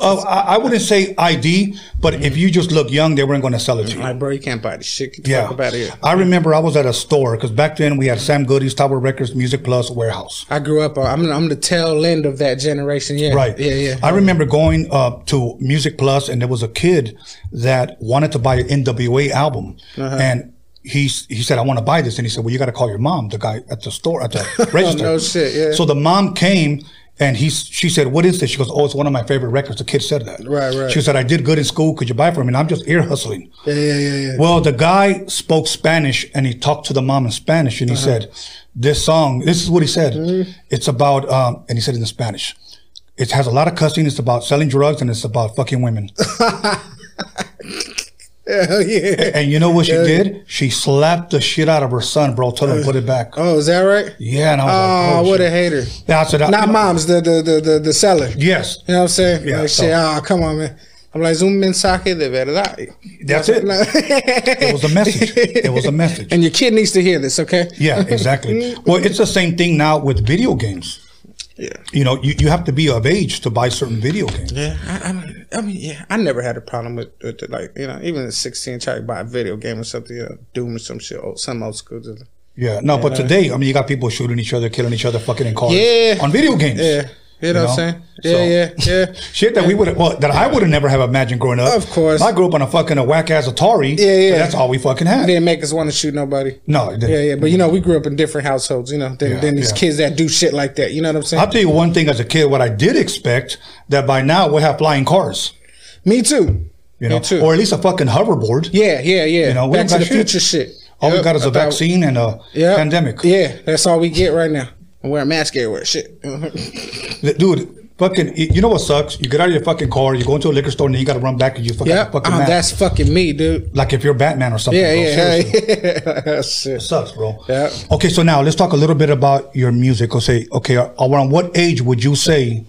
[SPEAKER 5] Uh, I, I wouldn't say ID, but if
[SPEAKER 6] Mm-hmm.
[SPEAKER 5] you just look young, they weren't going to sell it to you.
[SPEAKER 6] Like, bro, you can't buy this shit. Get the
[SPEAKER 5] Yeah,
[SPEAKER 6] fuck about here.
[SPEAKER 5] I remember I was at a store because back then we had Sam Goody's Tower Records, Music Plus, Warehouse.
[SPEAKER 6] I grew up. uh, I'm I'm the tail end of that generation. Yeah.
[SPEAKER 5] Right.
[SPEAKER 6] Yeah. Yeah.
[SPEAKER 5] I remember going uh, to Music Plus, and there was a kid that wanted to buy an NWA album,
[SPEAKER 6] Uh-huh.
[SPEAKER 5] and he s- he said, "I want to buy this," and he said, "Well, you got to call your mom." The guy at the store at the register.
[SPEAKER 6] Oh, no shit, yeah.
[SPEAKER 5] So the mom came. And he, s- she said, "What is this?" She goes, "Oh, it's one of my favorite records." The kid said that.
[SPEAKER 6] Right, right.
[SPEAKER 5] She said, "I did good in school. Could you buy it for me?" And I'm just ear hustling.
[SPEAKER 6] yeah. Yeah. Yeah. Yeah.
[SPEAKER 5] Well, the guy spoke Spanish and he talked to the mom in Spanish and he
[SPEAKER 6] Uh-huh.
[SPEAKER 5] said, This song, this is what he said.
[SPEAKER 6] Mm-hmm.
[SPEAKER 5] It's about, um, and he said it in Spanish. It has a lot of cussing. It's about selling drugs and it's about fucking women.
[SPEAKER 6] Hell yeah.
[SPEAKER 5] and you know what she
[SPEAKER 6] Yeah.
[SPEAKER 5] did? She slapped the shit out of her son, bro. Told him to put it back.
[SPEAKER 6] Oh, is that right?
[SPEAKER 5] Yeah, and I was
[SPEAKER 6] Oh,
[SPEAKER 5] like, oh,
[SPEAKER 6] what a
[SPEAKER 5] shit.
[SPEAKER 6] hater.
[SPEAKER 5] Yeah, I said, I-
[SPEAKER 6] Not moms. The the the the, the seller.
[SPEAKER 5] Yes,
[SPEAKER 6] You know what I'm saying?
[SPEAKER 5] Yeah,
[SPEAKER 6] like,
[SPEAKER 5] so-
[SPEAKER 6] shit, ah, come on, man. I'm like, zoom mensaje de verdad.
[SPEAKER 5] that's it. it was a message. It was a message.
[SPEAKER 6] And your kid needs to hear this, okay?
[SPEAKER 5] Yeah, exactly. well, it's the same thing now with video games.
[SPEAKER 6] Yeah.
[SPEAKER 5] You know, you, you have to be of age to buy certain video games.
[SPEAKER 6] Yeah, I, I, mean, I mean, yeah, I never had a problem with, with the, like, you know, even at 16, trying to buy a video game or something, you know, Doom or some shit, old, some old school. just-
[SPEAKER 5] Yeah, no, but today, I mean, you got people shooting each other, killing each other, fucking in cars.
[SPEAKER 6] Yeah.
[SPEAKER 5] On video games.
[SPEAKER 6] Yeah, you know, what I'm saying? Yeah,
[SPEAKER 5] So-
[SPEAKER 6] yeah, yeah.
[SPEAKER 5] Shit that we would, well, that I would have never have imagined growing up.
[SPEAKER 6] Of course.
[SPEAKER 5] I grew up on a fucking a whack ass Atari.
[SPEAKER 6] Yeah, yeah.
[SPEAKER 5] but That's all we fucking had.
[SPEAKER 6] didn't make us want to shoot nobody.
[SPEAKER 5] No, it didn't.
[SPEAKER 6] Yeah, yeah, but you know, we grew up in different households, you know, than,
[SPEAKER 5] Yeah,
[SPEAKER 6] than these
[SPEAKER 5] yeah.
[SPEAKER 6] kids that do shit like that. You know what I'm saying?
[SPEAKER 5] I'll tell you one thing as a kid, what I did expect that by now we'll have flying cars,
[SPEAKER 6] Me too.
[SPEAKER 5] you know,
[SPEAKER 6] Me too.
[SPEAKER 5] or at least a fucking hoverboard.
[SPEAKER 6] yeah, yeah, yeah.
[SPEAKER 5] You know, we
[SPEAKER 6] Back to
[SPEAKER 5] don't
[SPEAKER 6] the
[SPEAKER 5] got shit.
[SPEAKER 6] future shit.
[SPEAKER 5] All we
[SPEAKER 6] Yep,
[SPEAKER 5] got is a
[SPEAKER 6] I thought-
[SPEAKER 5] vaccine and a
[SPEAKER 6] Yeah.
[SPEAKER 5] pandemic.
[SPEAKER 6] Yeah, that's all we get right now. I'm wearing mask everywhere. Shit. yeah,
[SPEAKER 5] Th- Dude, fucking, y- you know what sucks? You get out of your fucking car, you go into a liquor store, and then you got to run back and you fucking, fucking
[SPEAKER 6] oh,
[SPEAKER 5] mask.
[SPEAKER 6] that's fucking me, dude.
[SPEAKER 5] like if you're Batman or something.
[SPEAKER 6] Yeah,
[SPEAKER 5] bro,
[SPEAKER 6] yeah,
[SPEAKER 5] seriously.
[SPEAKER 6] yeah. That's
[SPEAKER 5] It
[SPEAKER 6] it.
[SPEAKER 5] sucks, bro.
[SPEAKER 6] Yeah.
[SPEAKER 5] Okay, so now let's talk a little bit about your music. Okay, okay, uh, around what age would you say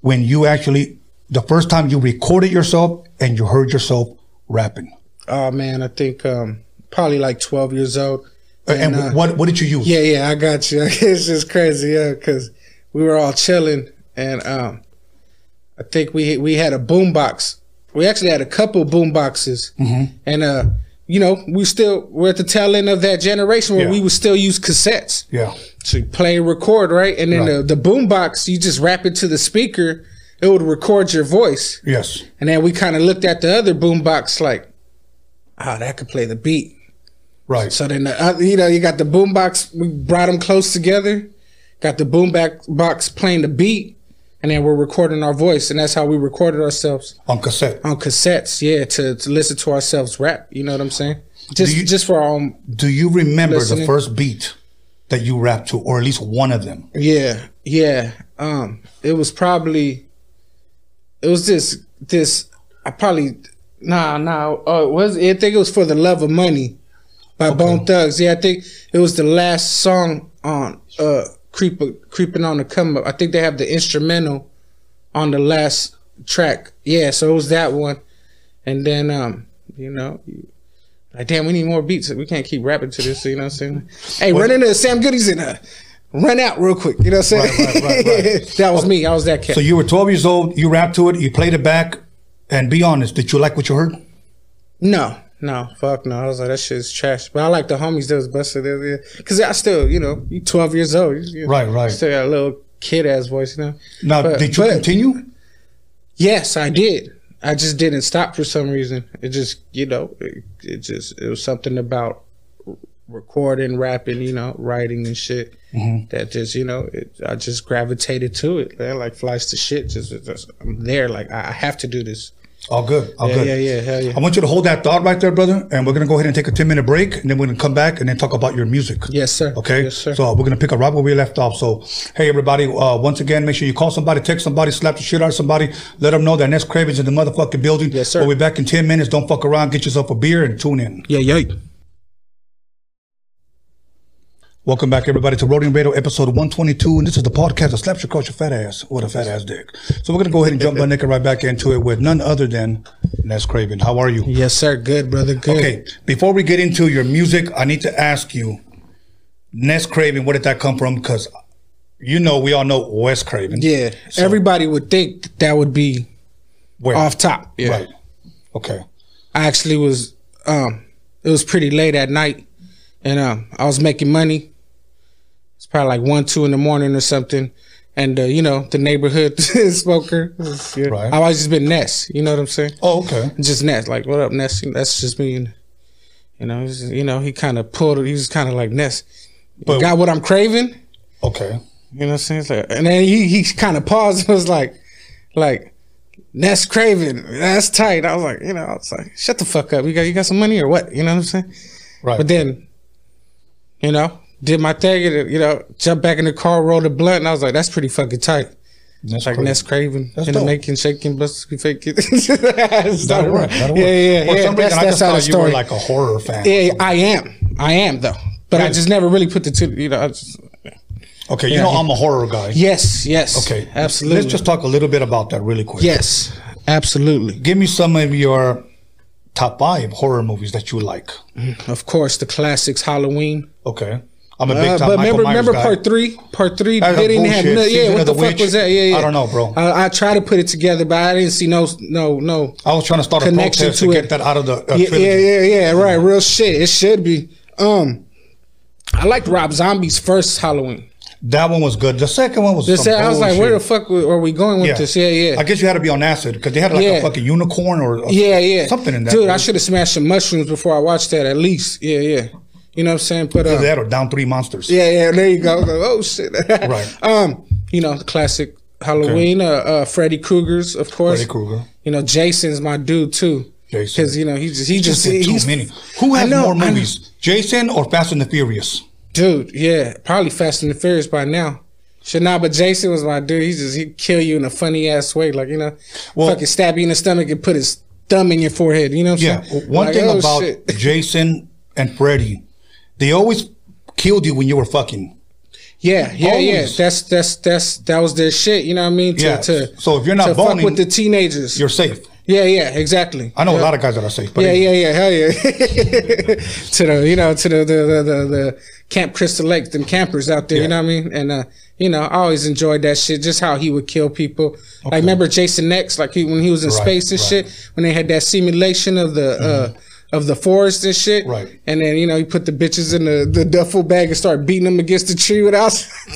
[SPEAKER 5] when you actually the first time you recorded yourself and you heard yourself rapping?
[SPEAKER 6] Oh man, I think um, probably like 12 years old.
[SPEAKER 5] And,
[SPEAKER 6] uh,
[SPEAKER 5] what what did you use?
[SPEAKER 6] Yeah, yeah, I got you. It's just crazy, yeah, because we were all chilling, and um, I
[SPEAKER 5] Mm-hmm.
[SPEAKER 6] think we we had a boom box. We actually had a couple boom boxes, and uh, you know, we still we're at the tail end of that generation where
[SPEAKER 5] Yeah.
[SPEAKER 6] we would still use cassettes.
[SPEAKER 5] Yeah.
[SPEAKER 6] So you play and record, right? And then
[SPEAKER 5] Right.
[SPEAKER 6] the, the boom box, you just rap it to the speaker, it would record your voice.
[SPEAKER 5] Yes.
[SPEAKER 6] And then we kind of looked at the other boom box like, oh, that could play the beat.
[SPEAKER 5] Right.
[SPEAKER 6] So then, the other, you know, you got the boom box, we brought them close together, got the boom back box playing the beat, and then we're recording our voice. And that's how we recorded ourselves
[SPEAKER 5] on cassette.
[SPEAKER 6] on cassettes, yeah, to, to listen to ourselves rap. You know what I'm saying? Just,
[SPEAKER 5] Do you-
[SPEAKER 6] just for our own,
[SPEAKER 5] Do you remember the
[SPEAKER 6] Listening.
[SPEAKER 5] first beat that you rapped to, or at least one of them?
[SPEAKER 6] Yeah, yeah. Um, it was probably it was this this I probably nah nah uh was I think it was for the love of money by Bone Thugs. Yeah, I think it was the last song on uh Creeper Creeping on the Come Up. I think they have the instrumental on the last track. Yeah, so it was that one. And then um, you know, like damn, we need more beats. We can't keep rapping to this, you know what I'm saying? Hey, run into Sam Goody's in her run out real quick. You know what I'm
[SPEAKER 5] Right,
[SPEAKER 6] saying?
[SPEAKER 5] right, right, right.
[SPEAKER 6] that was me. I was that cat.
[SPEAKER 5] So you were 12 years old. You rapped to it. You played it back. And be honest, did you like what you heard?
[SPEAKER 6] no, no, fuck no. I was like, that shit's trash. But I like the homies that was busted in there. Cause I still, you know, you 12 years old. You, you
[SPEAKER 5] Right, right.
[SPEAKER 6] Still got a little kid ass voice, you know?
[SPEAKER 5] Now,
[SPEAKER 6] But-
[SPEAKER 5] did you
[SPEAKER 6] but-
[SPEAKER 5] continue?
[SPEAKER 6] Yes, I did. I just didn't stop for some reason. It just, you know, it, it just, it was something about r- recording, rapping, you know, writing and shit
[SPEAKER 5] Mm-hmm.
[SPEAKER 6] that just, you know, it, I just gravitated to it. Man. Like flies to shit. Just, just, I'm there. Like I, I have to do this.
[SPEAKER 5] All good. All
[SPEAKER 6] Yeah,
[SPEAKER 5] good.
[SPEAKER 6] yeah, yeah, hell yeah.
[SPEAKER 5] I want you to hold that thought right there, brother. And we're gonna go ahead and take a 10 minute break, and then we're gonna come back and then talk about your music.
[SPEAKER 6] Yes, sir.
[SPEAKER 5] Okay.
[SPEAKER 6] Yes, sir.
[SPEAKER 5] So we're gonna pick up right where we left off. So hey, everybody. Uh, once again, make sure you call somebody, text somebody, slap the shit out of somebody. Let them know that next Craven's in the motherfucking building.
[SPEAKER 6] Yes, sir.
[SPEAKER 5] We'll be back in 10 minutes. Don't fuck around. Get yourself a beer and tune in.
[SPEAKER 6] yeah, yeah.
[SPEAKER 5] Welcome back, everybody, to Rodian Radio, episode 122. And this is the podcast that slaps your culture fat ass with a fat ass dick. So we're going to go ahead and jump my neck right back into it with none other than Ness Craven. How are you?
[SPEAKER 6] Yes, sir. Good, brother. Good.
[SPEAKER 5] Okay, before we get into your music, I need to ask you, Ness Craven, where did that come from? Because you know, we all know Wes Craven.
[SPEAKER 6] Yeah. Everybody would think that would be
[SPEAKER 5] Where?
[SPEAKER 6] off top. Yeah.
[SPEAKER 5] Right. Okay.
[SPEAKER 6] I actually was um it was pretty late at night and um I was making money. It's probably like one, two in the morning or something. And uh, you know, the neighborhood smoker. was- yeah.
[SPEAKER 5] Right.
[SPEAKER 6] I've always just been Ness, you know what I'm saying?
[SPEAKER 5] Oh, okay.
[SPEAKER 6] Just Ness, like what up, Ness? That's just me and you know, it was- you know, he kinda pulled he was kinda like Ness.
[SPEAKER 5] But-
[SPEAKER 6] you got what I'm craving?
[SPEAKER 5] Okay.
[SPEAKER 6] You know what I'm saying? It's like- and then he, he kind of paused and was like, like, that's Craven. That's tight. I was like, you know, I was like, shut the fuck up. You got you got some money or what? You know what I'm saying?
[SPEAKER 5] Right.
[SPEAKER 6] But then, you know, did my thing and you know, jumped back in the car, rolled a blunt, and I was like, that's pretty fucking tight.
[SPEAKER 5] Ness
[SPEAKER 6] Like
[SPEAKER 5] Craven.
[SPEAKER 6] Ness Craven
[SPEAKER 5] That's
[SPEAKER 6] in the
[SPEAKER 5] dope.
[SPEAKER 6] making, shaking, busting, faking. That'll
[SPEAKER 5] That'll work. That'll work.
[SPEAKER 6] Yeah, yeah,
[SPEAKER 5] For
[SPEAKER 6] yeah.
[SPEAKER 5] some reason, I just
[SPEAKER 6] how the
[SPEAKER 5] thought you were
[SPEAKER 6] story-
[SPEAKER 5] like a horror fan.
[SPEAKER 6] Yeah, I am. I am though. But I
[SPEAKER 5] Yeah.
[SPEAKER 6] just never really put the two. You know, I just,
[SPEAKER 5] Okay, you
[SPEAKER 6] Yeah.
[SPEAKER 5] know I'm a horror guy.
[SPEAKER 6] yes, yes.
[SPEAKER 5] Okay.
[SPEAKER 6] absolutely.
[SPEAKER 5] Let's just talk a little bit about that really quick.
[SPEAKER 6] Yes, absolutely.
[SPEAKER 5] Give me some of your top five horror movies that you like.
[SPEAKER 6] Of course, the classics Halloween.
[SPEAKER 5] Okay. I'm a big
[SPEAKER 6] Uh,
[SPEAKER 5] time
[SPEAKER 6] but
[SPEAKER 5] Michael
[SPEAKER 6] remember,
[SPEAKER 5] Myers
[SPEAKER 6] remember
[SPEAKER 5] guy.
[SPEAKER 6] part three. Part three,
[SPEAKER 5] That was
[SPEAKER 6] they didn't have
[SPEAKER 5] bullshit.
[SPEAKER 6] no. Yeah,
[SPEAKER 5] Season
[SPEAKER 6] what
[SPEAKER 5] of
[SPEAKER 6] the,
[SPEAKER 5] the
[SPEAKER 6] fuck
[SPEAKER 5] Witch.
[SPEAKER 6] was that? Yeah, yeah.
[SPEAKER 5] I don't know, bro.
[SPEAKER 6] I, I tried to put it together, but I didn't see no, no, no.
[SPEAKER 5] I was trying to start a
[SPEAKER 6] Connection
[SPEAKER 5] protest to,
[SPEAKER 6] to
[SPEAKER 5] get
[SPEAKER 6] it.
[SPEAKER 5] that out of the uh,
[SPEAKER 6] Yeah,
[SPEAKER 5] trilogy.
[SPEAKER 6] yeah, yeah, yeah. Right, real shit. It should be. Um, I liked Rob Zombie's first Halloween.
[SPEAKER 5] That one was good. The second one was.
[SPEAKER 6] They
[SPEAKER 5] some
[SPEAKER 6] said- I was like, where the
[SPEAKER 5] bullshit.
[SPEAKER 6] fuck are we going with this? Yeah, yeah.
[SPEAKER 5] I guess you had to be on acid because they had like a
[SPEAKER 6] Yeah.
[SPEAKER 5] fucking unicorn or a-
[SPEAKER 6] Yeah, yeah.
[SPEAKER 5] something in that.
[SPEAKER 6] Dude, I should have smashed some mushrooms before I watched that. At least, yeah, yeah. You know what I'm saying? But uh,
[SPEAKER 5] that or down three monsters.
[SPEAKER 6] Yeah, yeah, there you go. I was like, oh shit.
[SPEAKER 5] Right.
[SPEAKER 6] Um, you know, the classic Halloween, uh, uh Freddy Krueger's, of course.
[SPEAKER 5] Freddy Krueger.
[SPEAKER 6] You know, Jason's my dude too.
[SPEAKER 5] Jason.
[SPEAKER 6] Because you know, he just he,
[SPEAKER 5] Just
[SPEAKER 6] just,
[SPEAKER 5] did
[SPEAKER 6] he's-
[SPEAKER 5] too many. Who has
[SPEAKER 6] I know,
[SPEAKER 5] more
[SPEAKER 6] I know.
[SPEAKER 5] movies, Jason or Fast and the Furious?
[SPEAKER 6] Dude, yeah. Probably Fast and the Furious by now. Shit, nah, but Jason was my dude. He just he'd kill you in a funny ass way, like, you know,
[SPEAKER 5] Well-
[SPEAKER 6] fucking stab you in the stomach and put his thumb in your forehead. You know what I'm
[SPEAKER 5] Yeah.
[SPEAKER 6] saying?
[SPEAKER 5] One
[SPEAKER 6] Like,
[SPEAKER 5] thing
[SPEAKER 6] oh,
[SPEAKER 5] about
[SPEAKER 6] shit.
[SPEAKER 5] Jason and Freddy, they always killed you when you were fucking.
[SPEAKER 6] Yeah, yeah, yeah.
[SPEAKER 5] Bones.
[SPEAKER 6] That's that's that's that was their shit. You know what I mean? To,
[SPEAKER 5] Yeah.
[SPEAKER 6] to
[SPEAKER 5] So if you're not
[SPEAKER 6] to
[SPEAKER 5] boning,
[SPEAKER 6] fuck with the teenagers,
[SPEAKER 5] You're safe.
[SPEAKER 6] Yeah, yeah, exactly.
[SPEAKER 5] I know
[SPEAKER 6] yeah.
[SPEAKER 5] a lot of guys that are safe. But
[SPEAKER 6] Yeah,
[SPEAKER 5] anyway.
[SPEAKER 6] yeah, yeah, hell yeah. to the you know to the the, the the the Camp Crystal Lake, them campers out there.
[SPEAKER 5] Yeah.
[SPEAKER 6] You know what I mean? And uh, you know, I always enjoyed that shit. Just how he would kill people. Like remember Jason X, like he, when he was in
[SPEAKER 5] Right,
[SPEAKER 6] space and
[SPEAKER 5] right.
[SPEAKER 6] shit. When they had that simulation of the uh of the forest and shit.
[SPEAKER 5] Right.
[SPEAKER 6] And then you know he put the bitches in the, the duffel bag and start beating them against the tree without.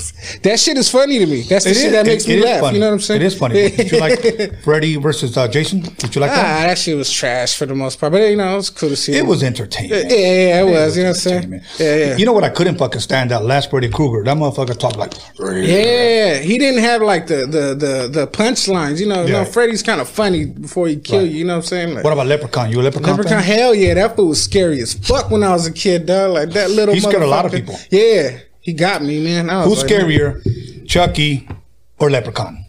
[SPEAKER 6] that shit is funny to me. That's the
[SPEAKER 5] It
[SPEAKER 6] shit
[SPEAKER 5] is-
[SPEAKER 6] that
[SPEAKER 5] it-
[SPEAKER 6] makes
[SPEAKER 5] it
[SPEAKER 6] me
[SPEAKER 5] is
[SPEAKER 6] laugh.
[SPEAKER 5] funny.
[SPEAKER 6] You know what I'm saying?
[SPEAKER 5] It is funny. Did you like Freddy versus uh, Jason? Did you like
[SPEAKER 6] Ah,
[SPEAKER 5] that?
[SPEAKER 6] that shit was trash for the most part. But you know, it was cool to see.
[SPEAKER 5] It
[SPEAKER 6] them.
[SPEAKER 5] was entertaining.
[SPEAKER 6] Yeah, yeah, yeah, it was. You know what I'm saying?
[SPEAKER 5] entertainment.
[SPEAKER 6] Yeah, yeah.
[SPEAKER 5] You know what I couldn't fucking stand? That last Freddy Krueger. That motherfucker talked like.
[SPEAKER 6] Yeah, he didn't have like the the the, the punchlines. You know,
[SPEAKER 5] Yeah.
[SPEAKER 6] no, Freddy's kind of funny before he kill you. You know what I'm saying? Like,
[SPEAKER 5] What about Leprechaun? You a Leprechaun?
[SPEAKER 6] Leprechaun,
[SPEAKER 5] fan?
[SPEAKER 6] hell yeah, that fool was scary as fuck when I was a kid, dog. Like that little.
[SPEAKER 5] He scared a lot of
[SPEAKER 6] motherfucker.
[SPEAKER 5] people.
[SPEAKER 6] Yeah, he got me, man. I was
[SPEAKER 5] Who's
[SPEAKER 6] like,
[SPEAKER 5] scarier, Chucky or Leprechaun?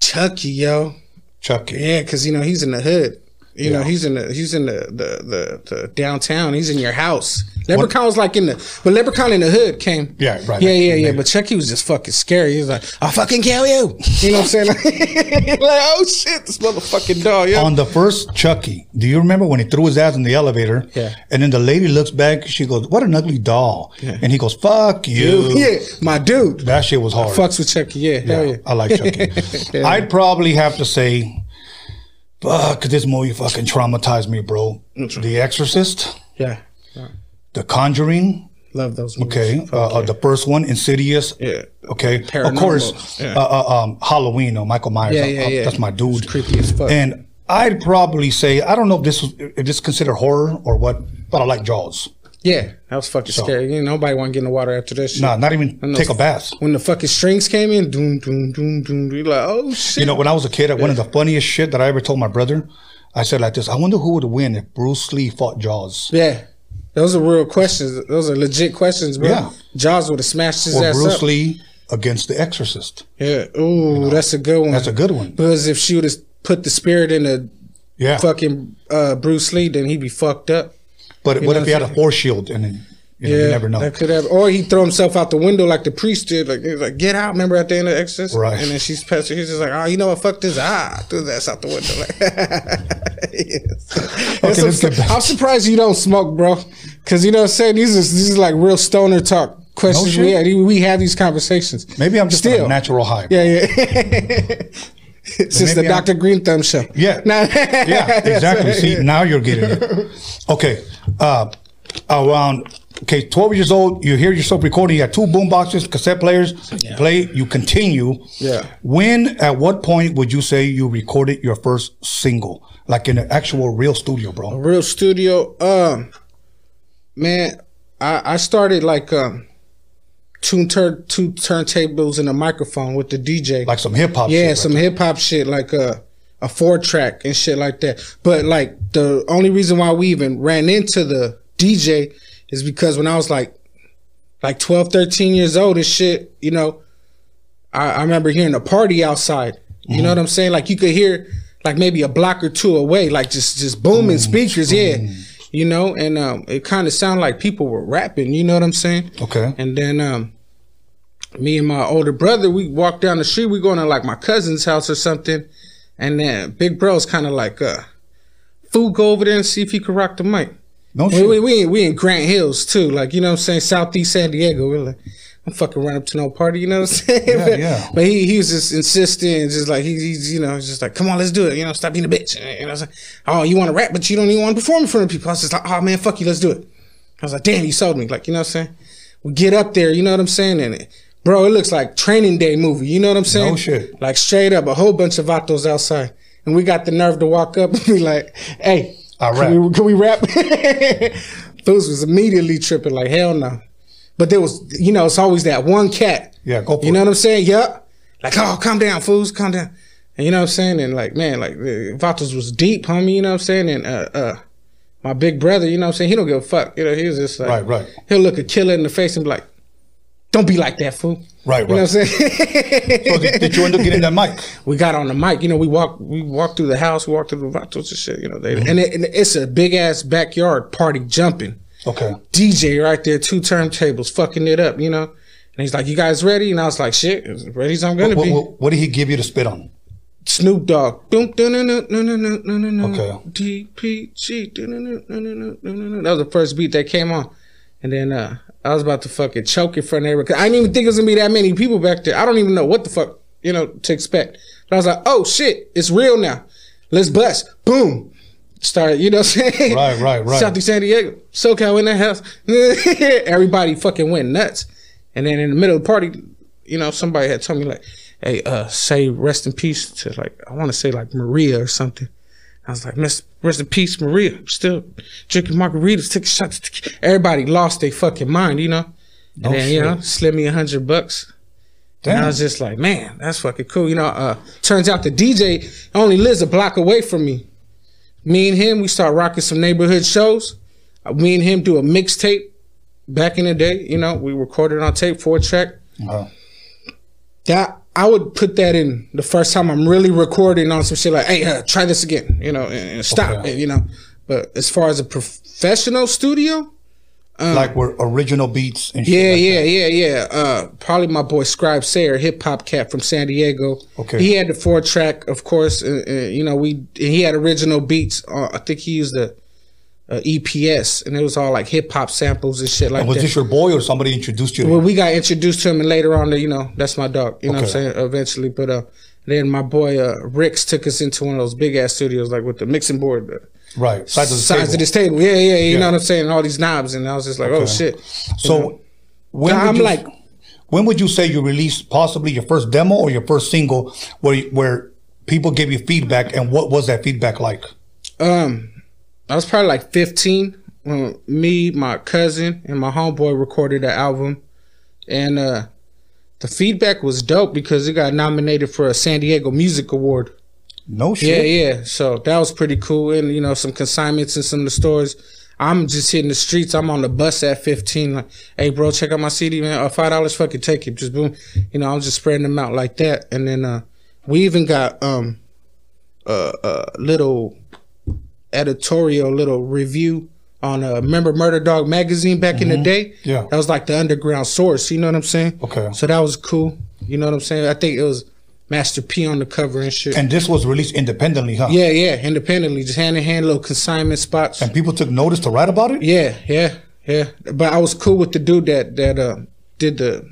[SPEAKER 6] Chucky, yo.
[SPEAKER 5] Chucky.
[SPEAKER 6] Yeah, because you know he's in the hood. You know
[SPEAKER 5] Yeah.
[SPEAKER 6] he's in the he's in the the, the the downtown. He's in your house. Leprechaun was like in the but Leprechaun in the hood came.
[SPEAKER 5] Yeah, right.
[SPEAKER 6] Yeah,
[SPEAKER 5] Yeah.
[SPEAKER 6] yeah, yeah. But Chucky was just fucking scary. He was like, "I'll fucking kill you." You know what I'm saying? like, oh shit, this motherfucking dog. Yeah.
[SPEAKER 5] On the first Chucky, do you remember when he threw his ass in the elevator?
[SPEAKER 6] Yeah.
[SPEAKER 5] And then the lady looks back. She goes, "What an ugly doll." And he goes, "Fuck you."
[SPEAKER 6] yeah, my dude.
[SPEAKER 5] That shit was hard.
[SPEAKER 6] Fucks with Chucky. Yeah, hell yeah.
[SPEAKER 5] I like Chucky.
[SPEAKER 6] Yeah.
[SPEAKER 5] I'd probably have to say, fuck, this movie fucking traumatized me, bro. The Exorcist,
[SPEAKER 6] yeah.
[SPEAKER 5] The Conjuring,
[SPEAKER 6] Love those. Movies.
[SPEAKER 5] okay, uh, uh, the first one, Insidious,
[SPEAKER 6] Yeah.
[SPEAKER 5] okay, of
[SPEAKER 6] Paranormal.
[SPEAKER 5] course,
[SPEAKER 6] Yeah.
[SPEAKER 5] uh, uh, um, Halloween or Michael Myers,
[SPEAKER 6] Yeah,
[SPEAKER 5] I-
[SPEAKER 6] yeah,
[SPEAKER 5] I-
[SPEAKER 6] yeah.
[SPEAKER 5] that's my dude.
[SPEAKER 6] It's creepy as fuck.
[SPEAKER 5] And I'd probably say, I don't know if this was if this is considered horror or what, but I like Jaws.
[SPEAKER 6] Yeah, that was fucking scary. You know, nobody want to get in the water after that shit.
[SPEAKER 5] Nah, not even
[SPEAKER 6] And
[SPEAKER 5] take a
[SPEAKER 6] those-
[SPEAKER 5] bath.
[SPEAKER 6] When the fucking strings came in, doom, doom, doom, doom, doom. You're like, oh shit.
[SPEAKER 5] You know, when I was a kid, one of the funniest shit that I ever told my brother, I said like this: I wonder who would win if Bruce Lee fought Jaws.
[SPEAKER 6] Yeah. Those are real questions. Those are legit questions, bro.
[SPEAKER 5] Yeah.
[SPEAKER 6] Jaws would have smashed his
[SPEAKER 5] or
[SPEAKER 6] ass
[SPEAKER 5] Bruce
[SPEAKER 6] up.
[SPEAKER 5] Lee against The Exorcist.
[SPEAKER 6] Yeah. Ooh, that's a good one.
[SPEAKER 5] That's a good one.
[SPEAKER 6] Because if she would have put the spirit in the
[SPEAKER 5] Yeah,
[SPEAKER 6] fucking uh, Bruce Lee, then he'd be fucked up.
[SPEAKER 5] but
[SPEAKER 6] you
[SPEAKER 5] what
[SPEAKER 6] know
[SPEAKER 5] if he had a
[SPEAKER 6] what I'm
[SPEAKER 5] force shield and then, you, know, you never know.
[SPEAKER 6] That could have, or he throw himself out the window like the priest did. Like he was like, "Get out!" Remember at the end of Exorcist,
[SPEAKER 5] Right.
[SPEAKER 6] And then she's pastor. He's just like, "Oh, you know what? Fuck this! Ah, threw his ass out the window." Like, yes.
[SPEAKER 5] Okay,
[SPEAKER 6] That's
[SPEAKER 5] let's
[SPEAKER 6] some-
[SPEAKER 5] get back.
[SPEAKER 6] I'm surprised you don't smoke, bro. Because you know what I'm saying. These is these is like real stoner talk questions.
[SPEAKER 5] shit.
[SPEAKER 6] we had. We have these conversations.
[SPEAKER 5] Maybe I'm just on a
[SPEAKER 6] still
[SPEAKER 5] natural high.
[SPEAKER 6] Yeah, yeah. Since the
[SPEAKER 5] maybe I'm-
[SPEAKER 6] Dr. Green Thumb show.
[SPEAKER 5] Yeah.
[SPEAKER 6] Nah.
[SPEAKER 5] yeah, exactly. See, now you're getting it. Okay, uh, around okay, 12 years old, you hear yourself recording. You got two boom boxes, cassette players. You play, you continue.
[SPEAKER 6] Yeah.
[SPEAKER 5] When, at what point would you say you recorded your first single, like in an actual real studio, bro?
[SPEAKER 6] real studio um man i i started like um two turn two turntables and a microphone with the dj
[SPEAKER 5] Like some hip hop.
[SPEAKER 6] yeah
[SPEAKER 5] shit,
[SPEAKER 6] some
[SPEAKER 5] Right?
[SPEAKER 6] hip-hop shit like uh a four track and shit like that but like the only reason why we even ran into the dj is because when i was like like 12 13 years old and shit you know i, I remember hearing a party outside you
[SPEAKER 5] Mm-hmm.
[SPEAKER 6] know what i'm saying like you could hear like maybe a block or two away like just just booming
[SPEAKER 5] Mm-hmm.
[SPEAKER 6] speakers yeah you know and um it kind of sounded like people were rapping you know what i'm saying
[SPEAKER 5] Okay.
[SPEAKER 6] and then um me and my older brother, we walked down the street, we going to like my cousin's house or something. And then big bro's kinda like uh fool go over there and see if he can rock the mic.
[SPEAKER 5] No
[SPEAKER 6] We
[SPEAKER 5] shit.
[SPEAKER 6] we we in, we in Grant Hills too, like you know what I'm saying, Southeast San Diego. We're like, I'm fucking run up to no party, you know what I'm saying?
[SPEAKER 5] Yeah,
[SPEAKER 6] but,
[SPEAKER 5] yeah.
[SPEAKER 6] but he he was just insisting, just like he, he's you know just like, come on, let's do it, you know, stop being a bitch. You know, what I'm saying? oh, you want to rap, but you don't even want to perform in front of people. I was just like, oh man, fuck you, let's do it. I was like, damn, you sold me, like you know what I'm saying. We get up there, you know what I'm saying, and it, bro, it looks like Training Day movie, you know what I'm saying?
[SPEAKER 5] shit.
[SPEAKER 6] Like straight up, a whole bunch of vatos outside, and we got the nerve to walk up and be like, hey.
[SPEAKER 5] I
[SPEAKER 6] can
[SPEAKER 5] rap.
[SPEAKER 6] we- can we rap? Those was immediately tripping, like hell no. But there was, you know, it's always that one cat.
[SPEAKER 5] Yeah, go for
[SPEAKER 6] You
[SPEAKER 5] it.
[SPEAKER 6] know what I'm saying? Yup. Like, oh, calm down, fools, calm down. And you know what I'm saying? And like, man, like the Vatos was deep, homie. You know what I'm saying? And uh, uh, my big brother, you know what I'm saying? He don't give a fuck. You know, he was just like,
[SPEAKER 5] Right, right.
[SPEAKER 6] He'll look a killer in the face and be like, "Don't be like that, fool."
[SPEAKER 5] Right,
[SPEAKER 6] You know
[SPEAKER 5] right.
[SPEAKER 6] what I'm saying?
[SPEAKER 5] So did, did you end up getting that mic?
[SPEAKER 6] we got on the mic. You know, we walked we walked through the house, walked through the vatos and shit. You know, they,
[SPEAKER 5] Mm-hmm.
[SPEAKER 6] and, it, and it's a big ass backyard party jumping.
[SPEAKER 5] Okay.
[SPEAKER 6] DJ right there, two turntables, fucking it up. You know, and he's like, "You guys ready?" And I was like, "Shit, as ready as I'm gonna
[SPEAKER 5] What,
[SPEAKER 6] be."
[SPEAKER 5] what, what did he give you to spit on?
[SPEAKER 6] Snoop Dogg. Dun, dun, dun, dun, dun, dun, dun, dun, dun, dun.
[SPEAKER 5] Okay.
[SPEAKER 6] DPG. Dun, dun, dun, dun, dun, dun, dun, dun. That was the first beat that came on. And then uh, I was about to fucking choke in front of everybody. 'Cause I didn't even think it was going to be that many people back there. I don't even know what the fuck, you know, to expect. But I was like, oh shit, it's real now. Let's bust. Boom. Started, you know what I'm saying?
[SPEAKER 5] Right, right, right.
[SPEAKER 6] Shot through San Diego. SoCal in the house. Everybody fucking went nuts. And then in the middle of the party, you know, somebody had told me like, hey, uh, say rest in peace to like, I want to say like Maria or something. I was like, "Miss- rest in peace, Maria. I'm still drinking margaritas, taking shots. of tequila." Everybody lost their fucking mind, you know? And
[SPEAKER 5] Oh,
[SPEAKER 6] then, you
[SPEAKER 5] shit.
[SPEAKER 6] know, slid me a hundred bucks. And I
[SPEAKER 5] Damn.
[SPEAKER 6] was just like, man, that's fucking cool. You know, uh, turns out the DJ only lives a block away from me. Me and him, we start rocking some neighborhood shows. Uh, Me and him do a mixtape back in the day. You know, we recorded on tape, four track.
[SPEAKER 5] Wow.
[SPEAKER 6] That I would put that in the first time I'm really recording on some shit like, hey, uh, try this again, you know, and, and stop
[SPEAKER 5] Okay.
[SPEAKER 6] it, you know. But as far as a professional studio,
[SPEAKER 5] like were original beats and shit.
[SPEAKER 6] Um, Yeah,
[SPEAKER 5] like
[SPEAKER 6] yeah, yeah, yeah. Uh, probably my boy Scribe Sayer, hip hop cat from San Diego.
[SPEAKER 5] Okay.
[SPEAKER 6] He had the four track, of course. Uh, uh, you know, we he had original beats. Uh, I think he used the uh, EPS, and it was all like hip hop samples and shit like
[SPEAKER 5] And Oh, was
[SPEAKER 6] that.
[SPEAKER 5] this your boy or somebody introduced you? to
[SPEAKER 6] Well,
[SPEAKER 5] him?
[SPEAKER 6] we got introduced to him, and later on, you know, that's my dog. You know what I'm
[SPEAKER 5] Okay.
[SPEAKER 6] saying? Eventually, but uh, then my boy uh, Ricks took us into one of those big ass studios, like with the mixing board. The,
[SPEAKER 5] right. Size of the
[SPEAKER 6] size
[SPEAKER 5] table.
[SPEAKER 6] of this table, yeah, yeah, you
[SPEAKER 5] Yeah.
[SPEAKER 6] know what I'm saying. All these knobs, and I was just like, oh
[SPEAKER 5] Okay.
[SPEAKER 6] shit.
[SPEAKER 5] So when
[SPEAKER 6] Nah,
[SPEAKER 5] would
[SPEAKER 6] I'm
[SPEAKER 5] you-
[SPEAKER 6] like-
[SPEAKER 5] when would you say you released possibly your first demo or your first single where where people gave you feedback and what was that feedback like?
[SPEAKER 6] Um, I was probably like 15 when me, my cousin, and my homeboy recorded the album, and uh, the feedback was dope because it got nominated for a San Diego Music Award.
[SPEAKER 5] No
[SPEAKER 6] Yeah,
[SPEAKER 5] shit.
[SPEAKER 6] yeah. So that was pretty cool, and you know, some consignments in some of the stores. I'm just hitting the streets. I'm on the bus at 15. Like, hey, bro, check out my CD, man. Uh, Five dollars, fucking take it. Just boom. You know, I'm just spreading them out like that. And then uh, we even got um, a, a little editorial, little review on uh, remember Murder Dog magazine back in the day.
[SPEAKER 5] Mm-hmm. Yeah.
[SPEAKER 6] that was like the underground source. You know what I'm saying?
[SPEAKER 5] Okay.
[SPEAKER 6] So that was cool. You know what I'm saying? I think it was Master P on the cover and shit.
[SPEAKER 5] And this was released independently, huh?
[SPEAKER 6] Yeah, yeah, independently, just hand in hand, little consignment spots.
[SPEAKER 5] And people took notice to write about it?
[SPEAKER 6] Yeah, yeah, yeah. But I was cool with the dude that that uh, did the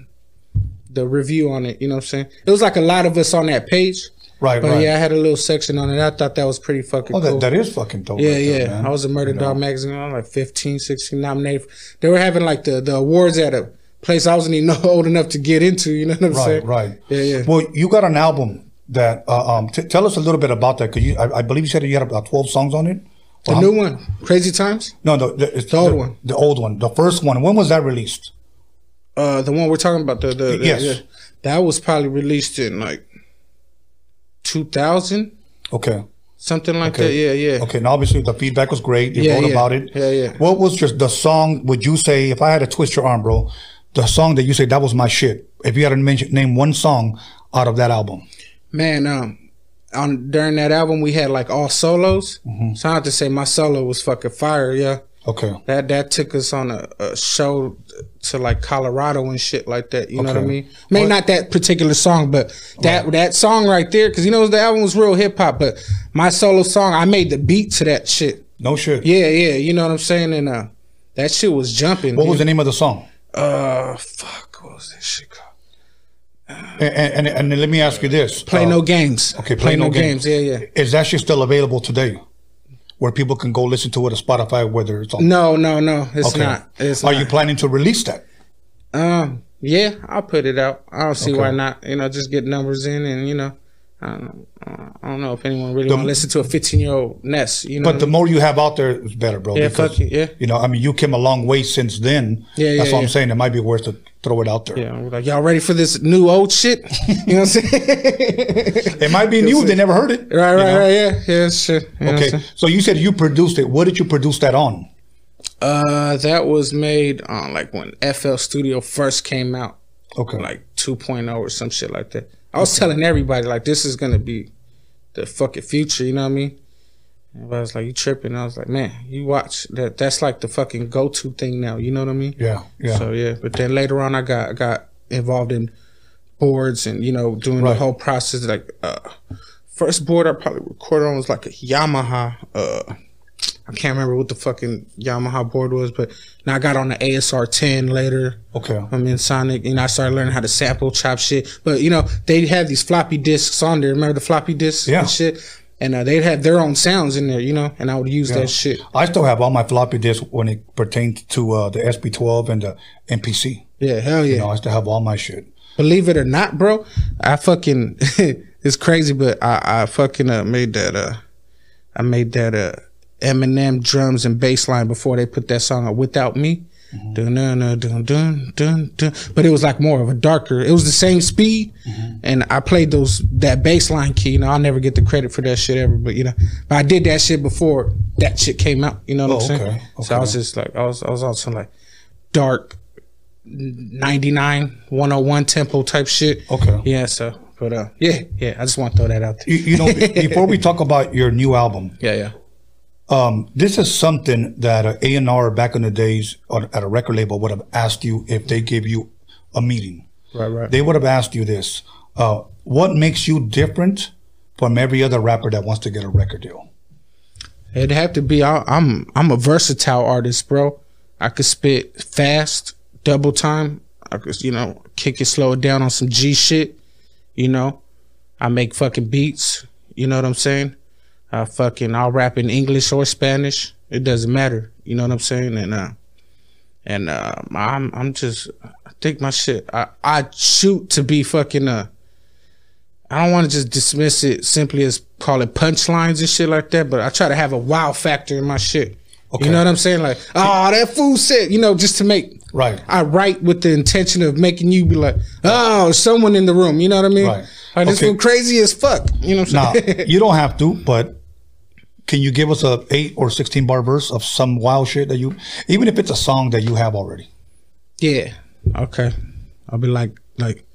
[SPEAKER 6] the review on it. You know what I'm saying? It was like a lot of us on that page.
[SPEAKER 5] Right,
[SPEAKER 6] But
[SPEAKER 5] right.
[SPEAKER 6] Oh, yeah, I had a little section on it. I thought that was pretty fucking
[SPEAKER 5] Oh,
[SPEAKER 6] cool.
[SPEAKER 5] that, that is fucking dope.
[SPEAKER 6] yeah,
[SPEAKER 5] right
[SPEAKER 6] yeah.
[SPEAKER 5] there, man.
[SPEAKER 6] I was a Murder
[SPEAKER 5] You know?
[SPEAKER 6] Dog magazine. I'm like 15, 16 nominated. They were having like the the awards at a place I wasn't even old enough to get into. You know what I'm
[SPEAKER 5] Right,
[SPEAKER 6] saying?
[SPEAKER 5] right.
[SPEAKER 6] Yeah, yeah.
[SPEAKER 5] Well, you got an album that, uh, um, t- tell us a little bit about that. Cause you, I, I believe you said you had about 12 songs on it.
[SPEAKER 6] the new one, Crazy Times.
[SPEAKER 5] No, no, the, it's
[SPEAKER 6] The old one.
[SPEAKER 5] The old one. The first one. When was that released?
[SPEAKER 6] Uh, the one we're talking about, the the, the-
[SPEAKER 5] Yes.
[SPEAKER 6] yeah. that was probably released in like two thousand,
[SPEAKER 5] Okay.
[SPEAKER 6] something like
[SPEAKER 5] Okay.
[SPEAKER 6] that. Yeah, yeah.
[SPEAKER 5] Okay, and obviously the feedback was great. You
[SPEAKER 6] Yeah,
[SPEAKER 5] wrote
[SPEAKER 6] yeah.
[SPEAKER 5] about it.
[SPEAKER 6] Yeah, yeah.
[SPEAKER 5] What was just the song? Would you say if I had to twist your arm, bro? The song that you say that was my shit. If you had to mention, name one song out of that album,
[SPEAKER 6] Man, um, on during that album we had like all solos.
[SPEAKER 5] Mm-hmm.
[SPEAKER 6] So I have to say my solo was fucking fire. Yeah,
[SPEAKER 5] okay.
[SPEAKER 6] that that took us on a, a show to like Colorado and shit like that. You know what I
[SPEAKER 5] Okay.
[SPEAKER 6] mean? Maybe not that particular song, but that that song right there, because you know the album was real hip hop. But my solo song, I made the beat to that shit.
[SPEAKER 5] No shit.
[SPEAKER 6] Yeah, yeah, you know what I'm saying, and uh, that shit was jumping.
[SPEAKER 5] What was the name of the song?
[SPEAKER 6] Uh, fuck, what was that shit called?
[SPEAKER 5] Oh. And and, and, and let me ask you this:
[SPEAKER 6] Play
[SPEAKER 5] Uh,
[SPEAKER 6] no games.
[SPEAKER 5] Okay, play, no, games.
[SPEAKER 6] Yeah, yeah.
[SPEAKER 5] Is that shit still available today, where people can go listen to it on Spotify, whether it's on?
[SPEAKER 6] No, no, no, it's
[SPEAKER 5] Okay.
[SPEAKER 6] not. It's
[SPEAKER 5] Are
[SPEAKER 6] not.
[SPEAKER 5] you planning to release that?
[SPEAKER 6] Um, yeah, I'll put it out. I don't see
[SPEAKER 5] Okay.
[SPEAKER 6] why not. You know, just get numbers in, and you know, I don't, uh, I don't know if anyone really
[SPEAKER 5] The-
[SPEAKER 6] want to listen to a 15 year old Ness. You know,
[SPEAKER 5] But the more you have out there, it's better, bro.
[SPEAKER 6] Yeah, fuck you, yeah.
[SPEAKER 5] You know, I mean, you came a long way since then. That's
[SPEAKER 6] Yeah, yeah,
[SPEAKER 5] what
[SPEAKER 6] yeah.
[SPEAKER 5] I'm saying. It might be worth to throw it out there.
[SPEAKER 6] yeah, we're like y'all ready for this new old shit? You know what I'm saying?
[SPEAKER 5] It might be new. They never heard it.
[SPEAKER 6] right, right,
[SPEAKER 5] you know?
[SPEAKER 6] right. Yeah, yeah, sure. You know what I'm
[SPEAKER 5] Okay.
[SPEAKER 6] saying?
[SPEAKER 5] So you said you produced it. What did you produce that on?
[SPEAKER 6] Uh, that was made on like when FL Studio first came out.
[SPEAKER 5] Okay.
[SPEAKER 6] like 2.0 or some shit like that. I was telling everybody like this is gonna be the fucking future. You know what I mean? Everybody was like, "You tripping?" I was like, "Man, you watch that. That's like the fucking go-to thing now. You know what I mean?"
[SPEAKER 5] yeah, yeah.
[SPEAKER 6] So yeah, but then later on, I got I got involved in boards and you know doing
[SPEAKER 5] Right.
[SPEAKER 6] the whole process. Like uh, first board I probably recorded on was like a Yamaha. Uh, I can't remember what the fucking Yamaha board was, but now I got on the ASR ten later.
[SPEAKER 5] okay.
[SPEAKER 6] I'm in Sonic, and I started learning how to sample, chop shit. But you know, they have these floppy disks on there. Remember the floppy disks
[SPEAKER 5] Yeah.
[SPEAKER 6] and shit. and uh, they'd have their own sounds in there, you know, and I would use that shit.
[SPEAKER 5] I still have all my floppy disks when it pertains to uh, the SB12 and the NPC.
[SPEAKER 6] Yeah, hell Oh, yeah.
[SPEAKER 5] You know, I still have all my shit.
[SPEAKER 6] Believe it or not, bro, I fucking it's crazy, but I I fucking uh, made that uh I made that uh Eminem drums and bass line before they put that song out without me.
[SPEAKER 5] Mm-hmm.
[SPEAKER 6] Dun, dun, dun, dun, dun, dun, dun. But it was like more of a darker. It was the same speed,
[SPEAKER 5] Mm-hmm.
[SPEAKER 6] and I played those that bass line key. You know, I'll never get the credit for that shit ever. But you know, but I did that shit before that shit came out. You know what
[SPEAKER 5] Oh,
[SPEAKER 6] I'm saying?
[SPEAKER 5] okay.
[SPEAKER 6] So I
[SPEAKER 5] Okay.
[SPEAKER 6] was just like, I was I was on some like dark 99 101 tempo type shit
[SPEAKER 5] Okay.
[SPEAKER 6] yeah so but uh yeah yeah i just want to throw that out there
[SPEAKER 5] You, you know, be- before we talk about your new album,
[SPEAKER 6] yeah yeah
[SPEAKER 5] um, this is something that uh, A and R back in the days on, at a record label would have asked you if they give you a meeting.
[SPEAKER 6] right right
[SPEAKER 5] They would have asked you this: uh, What makes you different from every other rapper that wants to get a record deal?
[SPEAKER 6] it'd have to be I, i'm i'm a versatile artist bro i could spit fast double time i could you know kick it slow it down on some g shit you know i make fucking beats you know what i'm saying i fucking i'll rap in english or spanish it doesn't matter you know what i'm saying and uh and uh, I'm I'm just I think my shit I I shoot to be fucking uh I don't want to just dismiss it simply as call it punchlines and shit like that, but I try to have a wow factor in my shit.
[SPEAKER 5] Okay.
[SPEAKER 6] You know what I'm saying? Like, ah, that fool said, you know, just to make
[SPEAKER 5] Right.
[SPEAKER 6] I write with the intention of making you be like, oh, someone in the room. You know what I mean?
[SPEAKER 5] Right.
[SPEAKER 6] Like, this
[SPEAKER 5] Okay.
[SPEAKER 6] fool crazy as fuck. You know what
[SPEAKER 5] Now
[SPEAKER 6] I'm saying?
[SPEAKER 5] you don't have to, but can you give us a eight or sixteen bar verse of some wild shit that you, even if it's a song that you have already?
[SPEAKER 6] Yeah. Okay. I'll be like, like,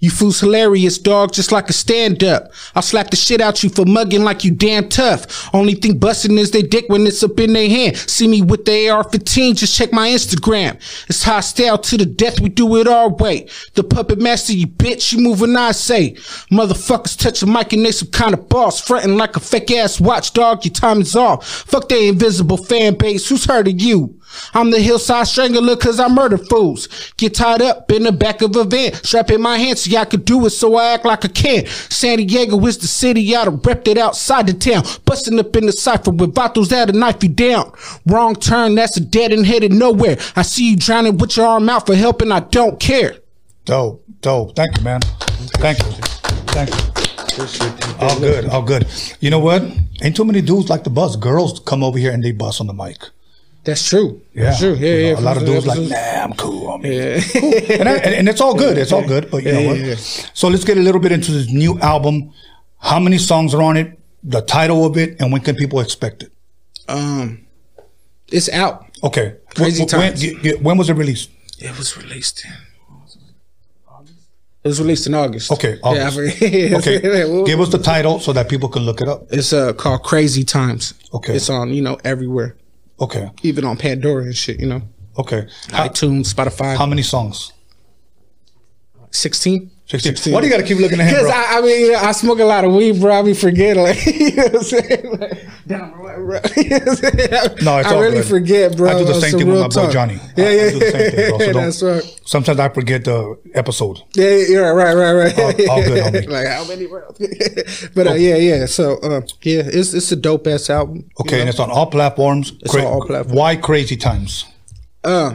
[SPEAKER 6] you fool's hilarious, dog, just like a stand up. I'll slap the shit out you for mugging like you damn tough. Only thing busting is they dick when it's up in their hand. See me with the AR 15, just check my Instagram. It's hostile to the death, we do it our way. The puppet master, you bitch, you moving, I say. Motherfuckers touch the mic and they some kind of boss. Frontin' like a fake ass watchdog, your time is off. Fuck they invisible fan base, who's heard of you? I'm the hillside strangler cause I murder fools. Get tied up in the back of a van, strap in my hand so y'all could do it so I act like I can. San Diego is the city, I done repped it outside the town. Busting up in the cypher with bottles that'll knife you down. Wrong turn, that's a dead and headed nowhere. I see you drowning with your arm out for help and I don't care.
[SPEAKER 5] Dope, dope. Thank you, man. Thank you, thank you. All good, all good. You know what? Ain't too many dudes like the buzz. Girls come over here and they buzz on the mic.
[SPEAKER 6] That's true.
[SPEAKER 5] Yeah,
[SPEAKER 6] That's true. Yeah,
[SPEAKER 5] You know,
[SPEAKER 6] yeah.
[SPEAKER 5] A lot of dudes like, nah, I'm cool. I mean, cool. And, I, and, and it's all good. It's all good. But you know
[SPEAKER 6] Yeah,
[SPEAKER 5] what?
[SPEAKER 6] yeah, yeah.
[SPEAKER 5] So let's get a little bit into this new album. How many songs are on it? The title of it, and when can people expect it?
[SPEAKER 6] um, it's out.
[SPEAKER 5] Okay.
[SPEAKER 6] Crazy
[SPEAKER 5] when, when-
[SPEAKER 6] times.
[SPEAKER 5] y- y- when was it released?
[SPEAKER 6] It was released in. It was released in August.
[SPEAKER 5] Okay. August.
[SPEAKER 6] Yeah, I forget. uh,
[SPEAKER 5] okay. Give us the title so that people can look it up.
[SPEAKER 6] It's uh called Crazy Times.
[SPEAKER 5] Okay.
[SPEAKER 6] It's on, you know, everywhere.
[SPEAKER 5] Okay.
[SPEAKER 6] Even on Pandora and shit, you know.
[SPEAKER 5] Okay. How,
[SPEAKER 6] iTunes, Spotify.
[SPEAKER 5] how many songs?
[SPEAKER 6] 16?
[SPEAKER 5] 16. Why do you got to keep looking at him,
[SPEAKER 6] Because
[SPEAKER 5] bro?
[SPEAKER 6] I, I mean, you know, I smoke a lot of weed, bro. I be forgetting, like, you know what I'm saying? Like, damn, bro, bro. You know what I'm saying?
[SPEAKER 5] No, it's
[SPEAKER 6] I
[SPEAKER 5] all
[SPEAKER 6] really
[SPEAKER 5] good.
[SPEAKER 6] forget, bro.
[SPEAKER 5] I do the
[SPEAKER 6] on
[SPEAKER 5] same
[SPEAKER 6] some
[SPEAKER 5] thing with
[SPEAKER 6] real
[SPEAKER 5] my boy
[SPEAKER 6] talk.
[SPEAKER 5] Johnny.
[SPEAKER 6] Yeah,
[SPEAKER 5] I- I
[SPEAKER 6] yeah,
[SPEAKER 5] do the same thing, bro. So don't-
[SPEAKER 6] That's right.
[SPEAKER 5] Sometimes I forget the episode.
[SPEAKER 6] Yeah, yeah, right, right, right.
[SPEAKER 5] All- all good, homie.
[SPEAKER 6] like how many rounds? but uh, yeah, yeah. So uh, yeah, it's it's a dope ass album. you
[SPEAKER 5] Okay,
[SPEAKER 6] know?
[SPEAKER 5] and it's on all platforms.
[SPEAKER 6] It's on all platforms.
[SPEAKER 5] Why crazy times?
[SPEAKER 6] uh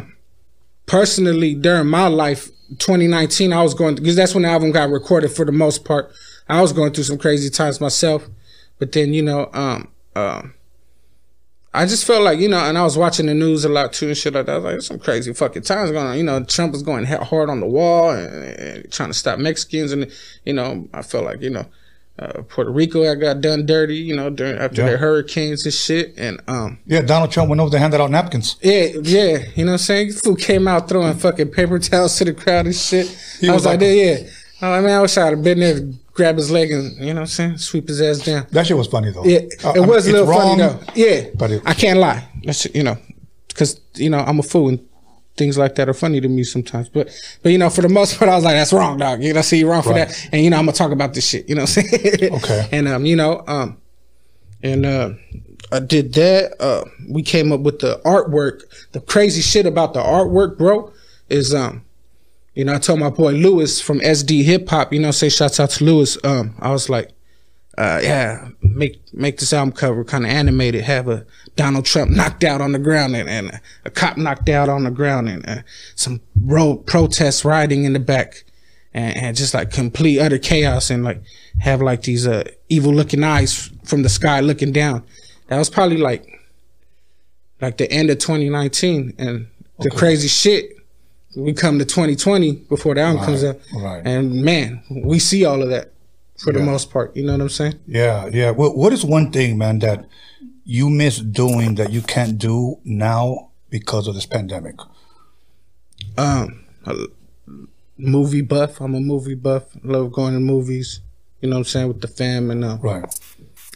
[SPEAKER 6] personally during my life 2019 i was going because that's when the album got recorded for the most part i was going through some crazy times myself but then you know um um I just felt like you know, and I was watching the news a lot too and shit like that. I was like, "There's some crazy fucking times going on." You know, Trump was going he- hard on the wall and, and trying to stop Mexicans, and you know, I felt like you know, uh, Puerto Rico I got done dirty, you know, during after
[SPEAKER 5] Yeah.
[SPEAKER 6] the hurricanes and shit, and um,
[SPEAKER 5] Yeah, Donald Trump went over there and handed out napkins.
[SPEAKER 6] yeah, yeah, you know what I'm saying? This fool came out throwing fucking paper towels to the crowd and shit. I
[SPEAKER 5] was
[SPEAKER 6] was like,
[SPEAKER 5] like-
[SPEAKER 6] yeah, yeah. I was like, man, I wish I'd have been there to grab his leg and, you know what I'm saying, sweep his ass down.
[SPEAKER 5] That shit was funny though.
[SPEAKER 6] Yeah,
[SPEAKER 5] Uh, I
[SPEAKER 6] it
[SPEAKER 5] mean,
[SPEAKER 6] was
[SPEAKER 5] it's
[SPEAKER 6] a little funny
[SPEAKER 5] wrong.
[SPEAKER 6] though. Yeah,
[SPEAKER 5] but it-
[SPEAKER 6] I can't lie. That's, you know, because you know I'm a fool and things like that are funny to me sometimes. But but you know, for the most part, I was like, that's wrong, dog. You know, see, you're wrong for
[SPEAKER 5] Right.
[SPEAKER 6] that. And you know, I'm gonna talk about this shit. You know what I'm saying?
[SPEAKER 5] Okay.
[SPEAKER 6] And um, you know, um, and uh, I did that. Uh, we came up with the artwork. The crazy shit about the artwork, bro, is um. You know, I told my boy Lewis from SD Hip Hop, you know, say shouts out to Lewis. Um, I was like, uh, yeah, make make this album cover kind of animated. Have a Donald Trump knocked out on the ground and, and a cop knocked out on the ground and uh, some road protests riding in the back and, and just like complete utter chaos and like have like these uh, evil looking eyes from the sky looking down. That was probably like like the end of 2019 and the crazy shit. We come to 2020 before the album comes out,
[SPEAKER 5] right.
[SPEAKER 6] and man, we see all of that for the
[SPEAKER 5] Yeah.
[SPEAKER 6] most part. You know what I'm saying?
[SPEAKER 5] Yeah, yeah. Well, what is one thing, man, that you miss doing that you can't do now because of this pandemic?
[SPEAKER 6] um a movie buff. I'm a movie buff. Love going to movies. You know what I'm saying with the fam and uh,
[SPEAKER 5] Right.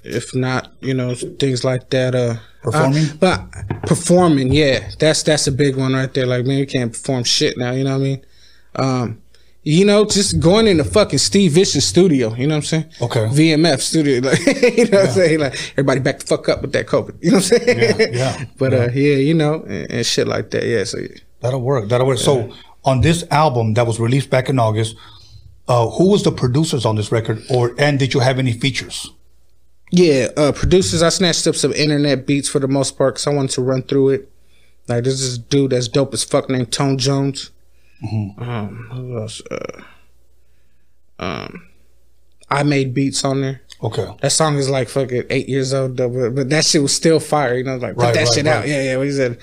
[SPEAKER 6] if not, you know things like that. Uh,
[SPEAKER 5] Performing?
[SPEAKER 6] uh, but performing, yeah, that's that's a big one right there. Like man, you can't perform shit now. You know what I mean? Um, you know, just going in the fucking Steve Vicious studio. You know what I'm saying?
[SPEAKER 5] Okay.
[SPEAKER 6] VMF studio. Like, you know what I'm saying? Like everybody back the fuck up with that COVID. You know what I'm saying?
[SPEAKER 5] Yeah, yeah,
[SPEAKER 6] but uh, yeah, you know, and, and shit like that. Yeah. So yeah.
[SPEAKER 5] That'll work. That'll work. So, on this album that was released back in August, uh, who was the producers on this record, or and did you have any features?
[SPEAKER 6] Yeah, uh, producers, I snatched up some internet beats for the most part because I wanted to run through it. Like, there's this dude that's dope as fuck named Tone Jones.
[SPEAKER 5] Mm-hmm.
[SPEAKER 6] Um, who else? Uh, um, I made beats on there.
[SPEAKER 5] Okay.
[SPEAKER 6] That song is like fucking eight years old, though, but, but that shit was still fire. You know, like put
[SPEAKER 5] Right,
[SPEAKER 6] that
[SPEAKER 5] right,
[SPEAKER 6] shit out.
[SPEAKER 5] right.
[SPEAKER 6] Yeah, yeah. We said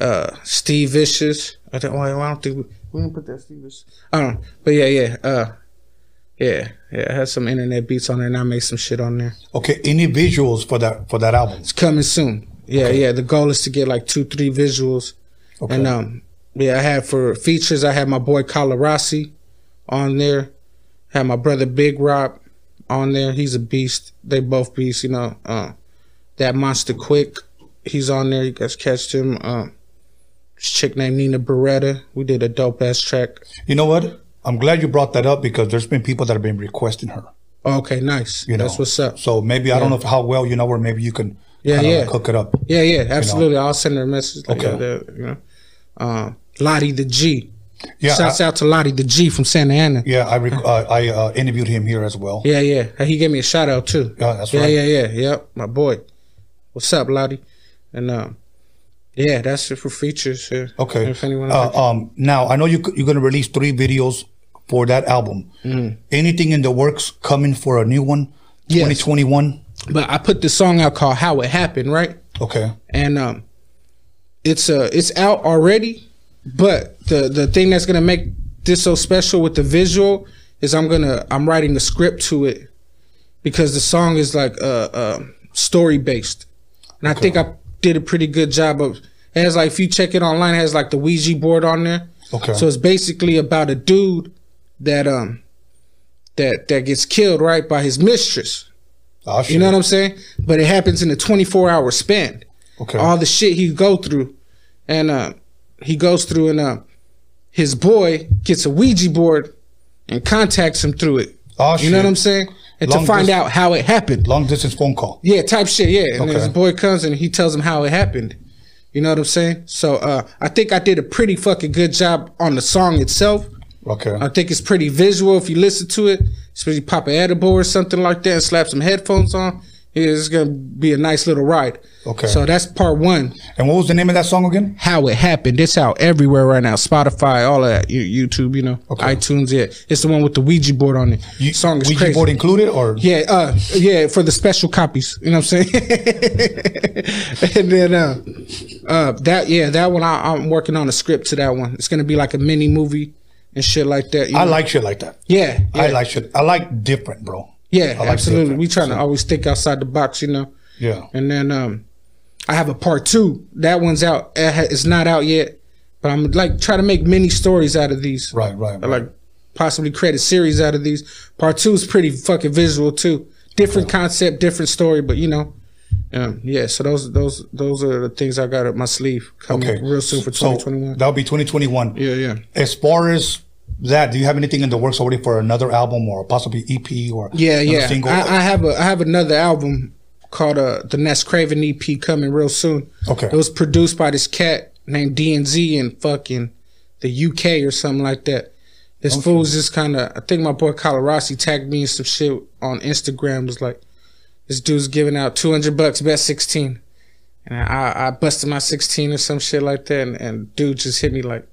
[SPEAKER 6] uh, Steve Vicious. I don't. Well, I don't think we, we didn't put that Steve Vicious. I don't. know. But yeah, yeah, uh, yeah, yeah. I had some internet beats on there, and I made some shit on there.
[SPEAKER 5] Okay. Any visuals for that for that album?
[SPEAKER 6] It's coming soon. Yeah, yeah. The goal is to get like two, three visuals.
[SPEAKER 5] Okay.
[SPEAKER 6] And um, yeah, I had for features. I had my boy Kyle Rossi on there. Had my brother Big Rob on there. He's a beast. They both beasts, you know. Uh, that monster quick, he's on there. You guys catch him. Um, this chick named Nina Beretta. We did a dope ass track.
[SPEAKER 5] You know what? I'm glad you brought that up because there's been people that have been requesting her.
[SPEAKER 6] Okay, nice.
[SPEAKER 5] You know,
[SPEAKER 6] That's what's up.
[SPEAKER 5] So maybe I don't know if how well you know her. Maybe you can
[SPEAKER 6] Yeah,
[SPEAKER 5] kinda
[SPEAKER 6] yeah.
[SPEAKER 5] hook it up.
[SPEAKER 6] Yeah, yeah, absolutely. I'll send her a message. Like,
[SPEAKER 5] Okay.
[SPEAKER 6] okay. you know, um, Lottie the G.
[SPEAKER 5] Yeah,
[SPEAKER 6] Shouts
[SPEAKER 5] I,
[SPEAKER 6] out to Lottie the G from Santa Ana. Yeah,
[SPEAKER 5] yeah. I rec- uh, I uh, interviewed him here as well.
[SPEAKER 6] yeah. Hey, He gave me a shout out too.
[SPEAKER 5] Yeah, that's
[SPEAKER 6] yeah,
[SPEAKER 5] right.
[SPEAKER 6] yeah, yeah. Yep, my boy. What's up, Lottie? And um, yeah, that's it for features. Yeah.
[SPEAKER 5] Okay.
[SPEAKER 6] If anyone,
[SPEAKER 5] Uh, um, now I know you c- you're going to release three videos for that album. Anything in the works coming for a new one?
[SPEAKER 6] Mm. Yes.
[SPEAKER 5] 2021.
[SPEAKER 6] but I put this song out called "How It Happened," right?
[SPEAKER 5] Okay.
[SPEAKER 6] and um, it's uh it's out already. But the the thing that's gonna make this so special with the visual is I'm gonna I'm writing the script to it because the song is like uh, uh story based, and I think I did a pretty good job of. It has like if you check it online, it has like the Ouija board on there.
[SPEAKER 5] Okay.
[SPEAKER 6] So it's basically about a dude that um that that gets killed right by his mistress.
[SPEAKER 5] Ah, shit.
[SPEAKER 6] You know what I'm saying? But it happens in a 24 hour span
[SPEAKER 5] okay.
[SPEAKER 6] all the shit he go through, and uh, he goes through, and uh, his boy gets a Ouija board and contacts him through it.
[SPEAKER 5] Oh,
[SPEAKER 6] you know
[SPEAKER 5] shit.
[SPEAKER 6] what I'm saying? And
[SPEAKER 5] Long
[SPEAKER 6] to find
[SPEAKER 5] dis-
[SPEAKER 6] out how it happened.
[SPEAKER 5] Long distance phone call.
[SPEAKER 6] Yeah, type shit. Yeah, and
[SPEAKER 5] Okay.
[SPEAKER 6] his boy comes and he tells him how it happened. You know what I'm saying? So uh, I think I did a pretty fucking good job on the song itself.
[SPEAKER 5] Okay.
[SPEAKER 6] I think it's pretty visual if you listen to it, especially pop an edible or something like that and slap some headphones on. Yeah, It's gonna be a nice little ride.
[SPEAKER 5] Okay.
[SPEAKER 6] So that's part one
[SPEAKER 5] and what was the name of that song again?
[SPEAKER 6] how it happened. It's out everywhere right now. Spotify, all of that, You- YouTube, you know,
[SPEAKER 5] Okay.
[SPEAKER 6] iTunes. Yeah, it's the one with the Ouija board on it.
[SPEAKER 5] You,
[SPEAKER 6] Song is
[SPEAKER 5] Ouija
[SPEAKER 6] crazy.
[SPEAKER 5] board included or?
[SPEAKER 6] yeah, uh, yeah, for the special copies. You know what I'm saying? and then uh, uh, that yeah, that one I, I'm working on a script to that one. It's gonna be like a mini movie and shit like that. you
[SPEAKER 5] I
[SPEAKER 6] know?
[SPEAKER 5] like shit like that.
[SPEAKER 6] Yeah,
[SPEAKER 5] I
[SPEAKER 6] yeah.
[SPEAKER 5] like shit. I like different, bro.
[SPEAKER 6] Yeah,
[SPEAKER 5] I like
[SPEAKER 6] absolutely.
[SPEAKER 5] different.
[SPEAKER 6] We trying to
[SPEAKER 5] So-
[SPEAKER 6] always think outside the box, you know.
[SPEAKER 5] Yeah.
[SPEAKER 6] And then um, I have a part two. That one's out. It ha- It's not out yet, but I'm like try to make mini stories out of these.
[SPEAKER 5] Right, right,
[SPEAKER 6] Or,
[SPEAKER 5] right.
[SPEAKER 6] Like possibly create a series out of these. Part two is pretty fucking visual too. Different concept, different story, but you know. Um, yeah, so those those those are the things I got up my sleeve coming
[SPEAKER 5] Okay.
[SPEAKER 6] up real soon for
[SPEAKER 5] So
[SPEAKER 6] 2021.
[SPEAKER 5] that'll be 2021.
[SPEAKER 6] yeah, yeah.
[SPEAKER 5] As far as that, do you have anything in the works already for another album or possibly EP or
[SPEAKER 6] Yeah,
[SPEAKER 5] another
[SPEAKER 6] yeah.
[SPEAKER 5] single?
[SPEAKER 6] I, I have a I have another album called uh, the Nest Craven EP coming real soon.
[SPEAKER 5] Okay.
[SPEAKER 6] It was produced by this cat named DNZ in fucking the UK or something like that. This fool's just kind of I think my boy Colorasi tagged me in some shit on Instagram was like,
[SPEAKER 7] This dude's giving out 200 bucks, bet 16. And I, I busted my 16 or some shit like that. And, and dude just hit me like,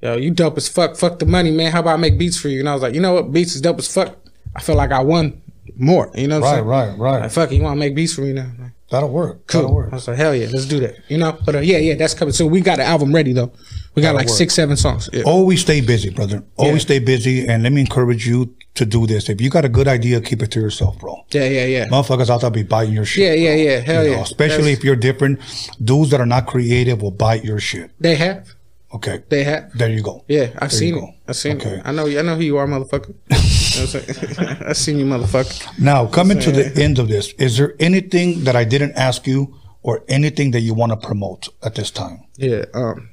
[SPEAKER 7] yo, you dope as fuck. Fuck the money, man. How about I make beats for you? And I was like, you know what? Beats is dope as fuck. I feel like I won more. You know what I'm
[SPEAKER 5] Right,
[SPEAKER 7] saying?
[SPEAKER 5] right,
[SPEAKER 7] Like,
[SPEAKER 5] right.
[SPEAKER 7] fuck it. You want to make beats for me now? Like,
[SPEAKER 5] That'll work. That'll
[SPEAKER 7] cool.
[SPEAKER 5] work.
[SPEAKER 7] I was like, hell yeah, let's do that. You know? But uh, yeah, yeah, that's coming. So we got an album ready, though. We got
[SPEAKER 5] That'll
[SPEAKER 7] like
[SPEAKER 5] work. Oh.
[SPEAKER 7] six, seven songs. Yeah.
[SPEAKER 5] Always stay busy, brother. Always
[SPEAKER 7] Yeah.
[SPEAKER 5] stay busy. And let me encourage you to do this. If you got a good idea, keep it to yourself, bro.
[SPEAKER 7] yeah, yeah, yeah.
[SPEAKER 5] Motherfuckers out there be biting your shit.
[SPEAKER 7] Yeah, yeah,
[SPEAKER 5] bro.
[SPEAKER 7] yeah. Hell
[SPEAKER 5] You know,
[SPEAKER 7] yeah.
[SPEAKER 5] Especially
[SPEAKER 7] That's-
[SPEAKER 5] if you're different. Dudes that are not creative will bite your shit.
[SPEAKER 7] They have.
[SPEAKER 5] Okay.
[SPEAKER 7] They have.
[SPEAKER 5] There you go.
[SPEAKER 7] Yeah, I've
[SPEAKER 5] There
[SPEAKER 7] seen
[SPEAKER 5] you
[SPEAKER 7] it.
[SPEAKER 5] go.
[SPEAKER 7] I've seen
[SPEAKER 5] Okay.
[SPEAKER 7] it. I know. I know who you are, motherfucker. You know what I'm saying? I've seen you, motherfucker.
[SPEAKER 5] Now, coming to the end of this, is there anything that I didn't ask you or anything that you want to promote at this time?
[SPEAKER 7] Yeah. Um.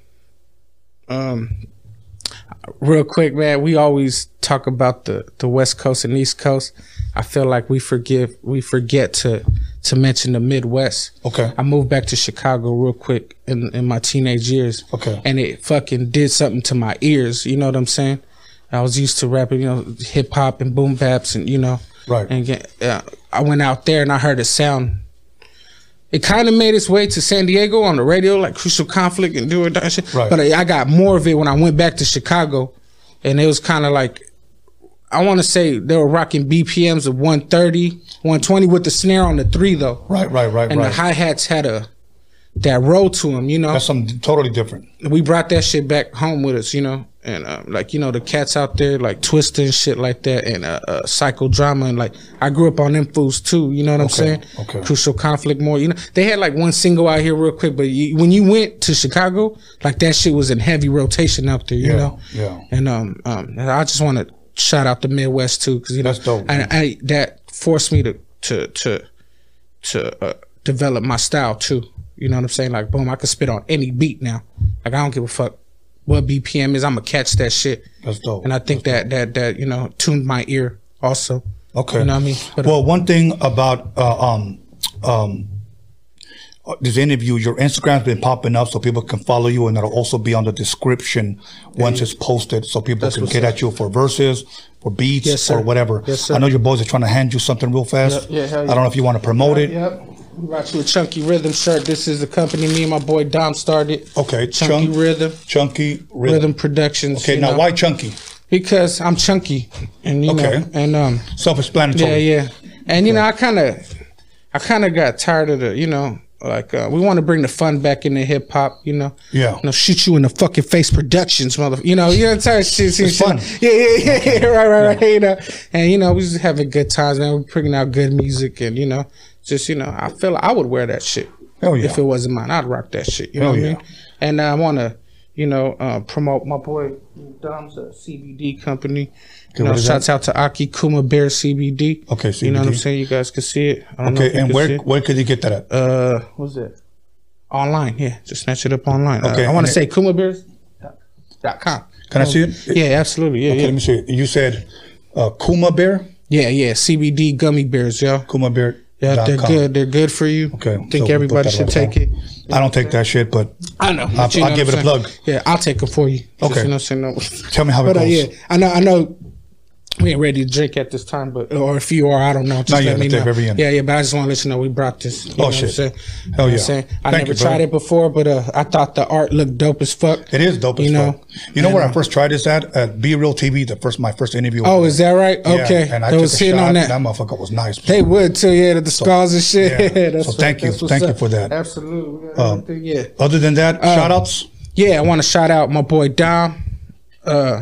[SPEAKER 7] Um. Real quick, man. We always talk about the the West Coast and East Coast. I feel like we forgive we forget to to mention the Midwest.
[SPEAKER 5] Okay.
[SPEAKER 7] I moved back to Chicago real quick in in my teenage years.
[SPEAKER 5] Okay.
[SPEAKER 7] And it fucking did something to my ears. You know what I'm saying? I was used to rapping, you know, hip hop and boom baps, and you know.
[SPEAKER 5] Right.
[SPEAKER 7] And get, uh, I went out there and I heard a sound it kind of made its way to San Diego on the radio, like Crucial Conflict and do it shit.
[SPEAKER 5] Right.
[SPEAKER 7] But I got more of it when I went back to Chicago, and it was kind of like I want to say they were rocking BPMs of 130, 120 with the snare on the three though,
[SPEAKER 5] Right, right, right,
[SPEAKER 7] and
[SPEAKER 5] right.
[SPEAKER 7] the hi hats had a that roll to them, you know
[SPEAKER 5] That's something totally different.
[SPEAKER 7] we brought that shit back home with us, you know, and uh, like you know the cats out there like twisting shit like that and uh, uh, psychodrama and like I grew up on them fools too, you know what I'm saying?
[SPEAKER 5] okay.
[SPEAKER 7] Crucial conflict more, you know. They had like one single out here real quick, but you, when you went to Chicago, like that shit was in heavy rotation out there, you
[SPEAKER 5] Yeah,
[SPEAKER 7] know.
[SPEAKER 5] yeah.
[SPEAKER 7] And um, um, and I just want to shout out the Midwest too, because you know
[SPEAKER 5] That's dope,
[SPEAKER 7] I,
[SPEAKER 5] man.
[SPEAKER 7] I that forced me to to to to uh, develop my style too. You know what I'm saying? Like, boom, I can spit on any beat now. Like, I don't give a fuck what BPM is. I'm gonna catch that shit.
[SPEAKER 5] That's dope.
[SPEAKER 7] And I think that that that you know tuned my ear also.
[SPEAKER 5] Okay.
[SPEAKER 7] You know what I mean? But, uh,
[SPEAKER 5] well, one thing about uh, um um uh, this interview, your Instagram's been popping up so people can follow you, and it'll also be on the description once it's posted, so people
[SPEAKER 7] That's
[SPEAKER 5] can
[SPEAKER 7] what's
[SPEAKER 5] get
[SPEAKER 7] up.
[SPEAKER 5] at you for verses, for beats,
[SPEAKER 7] Yes, sir.
[SPEAKER 5] or whatever.
[SPEAKER 7] Yes, sir.
[SPEAKER 5] I know your boys are trying to hand you something real fast.
[SPEAKER 7] Yeah, yeah, hell
[SPEAKER 5] I don't know if you want to promote it.
[SPEAKER 7] Yep. We rock you a chunky rhythm shirt. This is the company me and my boy Dom started.
[SPEAKER 5] Okay,
[SPEAKER 7] Chunky
[SPEAKER 5] Chunk-
[SPEAKER 7] rhythm.
[SPEAKER 5] Chunky rhythm.
[SPEAKER 7] Rhythm Productions.
[SPEAKER 5] Okay,
[SPEAKER 7] you
[SPEAKER 5] now
[SPEAKER 7] know,
[SPEAKER 5] why chunky?
[SPEAKER 7] Because I'm chunky, and you
[SPEAKER 5] Okay.
[SPEAKER 7] know, and um,
[SPEAKER 5] Self-explanatory.
[SPEAKER 7] Yeah, yeah. And you know, I kind of, I kind of got tired of the, you know, like uh, we want to bring the fun back into hip hop, you know.
[SPEAKER 5] Yeah.
[SPEAKER 7] You know, shoot you in the fucking face productions, mother. You know, you know, type of shit. shit, shit.
[SPEAKER 5] fun.
[SPEAKER 7] Yeah, yeah, yeah, yeah. Right, right, right. You know, and you know, we just having good times, man. We're bringing out good music, and you know, just you know, I feel I would wear that shit.
[SPEAKER 5] Hell Oh, yeah.
[SPEAKER 7] If it wasn't mine, I'd rock that shit. You know
[SPEAKER 5] Hell
[SPEAKER 7] what
[SPEAKER 5] yeah.
[SPEAKER 7] I mean? And I want to, you know, uh, promote my boy Dom's uh, CBD company. You know,
[SPEAKER 5] what is that?
[SPEAKER 7] shouts out to Aki Kuma Bear CBD.
[SPEAKER 5] Okay,
[SPEAKER 7] You know what I'm
[SPEAKER 5] CBD.
[SPEAKER 7] saying? You guys can see it. I don't know if
[SPEAKER 5] Okay, and
[SPEAKER 7] you can see
[SPEAKER 5] where
[SPEAKER 7] it.
[SPEAKER 5] where could you get that at?
[SPEAKER 7] Uh, what's it? Online, yeah. Just snatch it up online.
[SPEAKER 5] Okay,
[SPEAKER 7] Okay. I
[SPEAKER 5] and
[SPEAKER 7] want to say kumabears.com.
[SPEAKER 5] Can I see it?
[SPEAKER 7] Oh, Yeah, absolutely. Yeah,
[SPEAKER 5] Okay, let me see. it. You said uh, Kuma Bear,
[SPEAKER 7] yeah. Yeah, yeah. CBD gummy bears, y'all.
[SPEAKER 5] Kuma Bear.
[SPEAKER 7] Yeah, they're good. They're good for you.
[SPEAKER 5] Okay,
[SPEAKER 7] I
[SPEAKER 5] so
[SPEAKER 7] think
[SPEAKER 5] we put
[SPEAKER 7] everybody
[SPEAKER 5] that
[SPEAKER 7] should
[SPEAKER 5] right
[SPEAKER 7] take
[SPEAKER 5] there.
[SPEAKER 7] it.
[SPEAKER 5] I don't take that shit, but
[SPEAKER 7] I know.
[SPEAKER 5] I'll-
[SPEAKER 7] but you know
[SPEAKER 5] I'll
[SPEAKER 7] what
[SPEAKER 5] give
[SPEAKER 7] I'm
[SPEAKER 5] it a
[SPEAKER 7] saying?
[SPEAKER 5] plug.
[SPEAKER 7] Yeah, I'll take it for you. Just,
[SPEAKER 5] Okay.
[SPEAKER 7] you know what I'm saying?
[SPEAKER 5] Tell me how it
[SPEAKER 7] But, uh,
[SPEAKER 5] goes.
[SPEAKER 7] yeah, I know. I know. We ain't ready to drink at this time, but or if you are, I don't know. Just
[SPEAKER 5] Not
[SPEAKER 7] let
[SPEAKER 5] yet,
[SPEAKER 7] me
[SPEAKER 5] at the
[SPEAKER 7] know.
[SPEAKER 5] very end.
[SPEAKER 7] Yeah, yeah. But I just want to let you know we brought this. You know what I'm
[SPEAKER 5] Oh, shit.
[SPEAKER 7] saying? You know
[SPEAKER 5] Hell
[SPEAKER 7] what I'm
[SPEAKER 5] yeah.
[SPEAKER 7] saying? I
[SPEAKER 5] Thank
[SPEAKER 7] never
[SPEAKER 5] you,
[SPEAKER 7] tried
[SPEAKER 5] brother.
[SPEAKER 7] it before, but uh, I thought the art looked dope as fuck.
[SPEAKER 5] It is dope as
[SPEAKER 7] You know.
[SPEAKER 5] fuck. You know where I first tried this at? At Be Real TV, the first my first interview.
[SPEAKER 7] Oh, is that right?
[SPEAKER 5] Yeah,
[SPEAKER 7] Okay,
[SPEAKER 5] And I
[SPEAKER 7] they
[SPEAKER 5] took
[SPEAKER 7] was
[SPEAKER 5] a
[SPEAKER 7] hitting
[SPEAKER 5] shot, and
[SPEAKER 7] on that.
[SPEAKER 5] that motherfucker was nice.
[SPEAKER 7] They would too, yeah, the scars and shit.
[SPEAKER 5] yeah.
[SPEAKER 7] that's
[SPEAKER 5] So
[SPEAKER 7] what-
[SPEAKER 5] thank you.
[SPEAKER 7] that's what's
[SPEAKER 5] Thank you
[SPEAKER 7] up.
[SPEAKER 5] for that.
[SPEAKER 7] Absolutely, we got
[SPEAKER 5] Um,
[SPEAKER 7] everything, yeah.
[SPEAKER 5] Other than that,
[SPEAKER 7] Uh,
[SPEAKER 5] shout outs.
[SPEAKER 7] Yeah, I want to shout out my boy Dom, uh,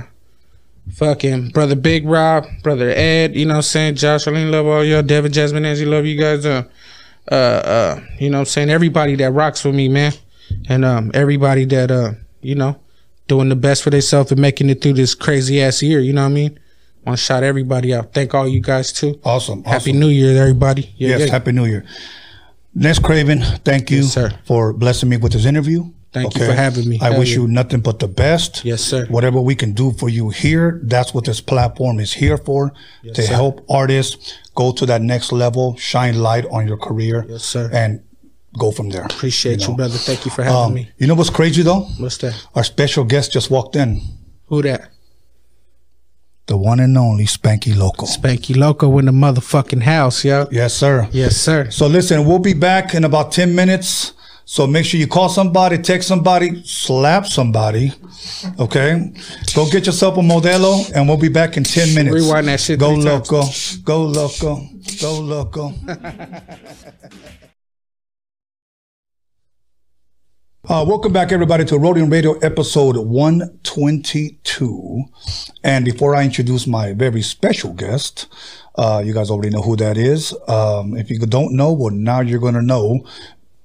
[SPEAKER 7] fucking brother Big Rob, brother Ed. You know, what I'm saying Josh, Aline, love all y'all. Devin, Jasmine, Angie, love you guys. Uh, uh, uh, you know, what I'm saying everybody that rocks with me, man, and um, everybody that uh, you know, doing the best for themselves and making it through this crazy ass year. You know what I mean? Want to shout everybody out. Thank all you guys too.
[SPEAKER 5] Awesome.
[SPEAKER 7] Happy
[SPEAKER 5] awesome.
[SPEAKER 7] New Year, everybody. Yeah,
[SPEAKER 5] Yes,
[SPEAKER 7] yeah.
[SPEAKER 5] Happy New Year. Les Craven, thank you
[SPEAKER 7] Yes, sir.
[SPEAKER 5] for blessing me with this interview.
[SPEAKER 7] Thank you for having me.
[SPEAKER 5] I
[SPEAKER 7] Hell
[SPEAKER 5] wish
[SPEAKER 7] yeah.
[SPEAKER 5] you nothing but the best.
[SPEAKER 7] Yes, sir.
[SPEAKER 5] Whatever we can do for you here, that's what this platform is here for to
[SPEAKER 7] sir.
[SPEAKER 5] help artists go to that next level, shine light on your career,
[SPEAKER 7] Yes, sir.
[SPEAKER 5] and go from there.
[SPEAKER 7] Appreciate you,
[SPEAKER 5] know.
[SPEAKER 7] brother. Thank you for having
[SPEAKER 5] Um,
[SPEAKER 7] me.
[SPEAKER 5] you know what's crazy though?
[SPEAKER 7] What's that?
[SPEAKER 5] Our special guest just walked in.
[SPEAKER 7] Who that?
[SPEAKER 5] the one and only Spanky Local.
[SPEAKER 7] Spanky Loco in the motherfucking house, yo.
[SPEAKER 5] Yes, sir.
[SPEAKER 7] Yes, sir.
[SPEAKER 5] So listen, we'll be back in about 10 minutes. So make sure you call somebody, text somebody, slap somebody. Okay? Go get yourself a Modelo and we'll be back in 10 minutes.
[SPEAKER 7] Rewind that shit
[SPEAKER 5] Go
[SPEAKER 7] three times.
[SPEAKER 5] loco. Go loco. Go loco. Uh, welcome back, everybody, to Rodian Radio episode 122. And before I introduce my very special guest, uh, you guys already know who that is. Um, if you don't know, well, now you're going to know.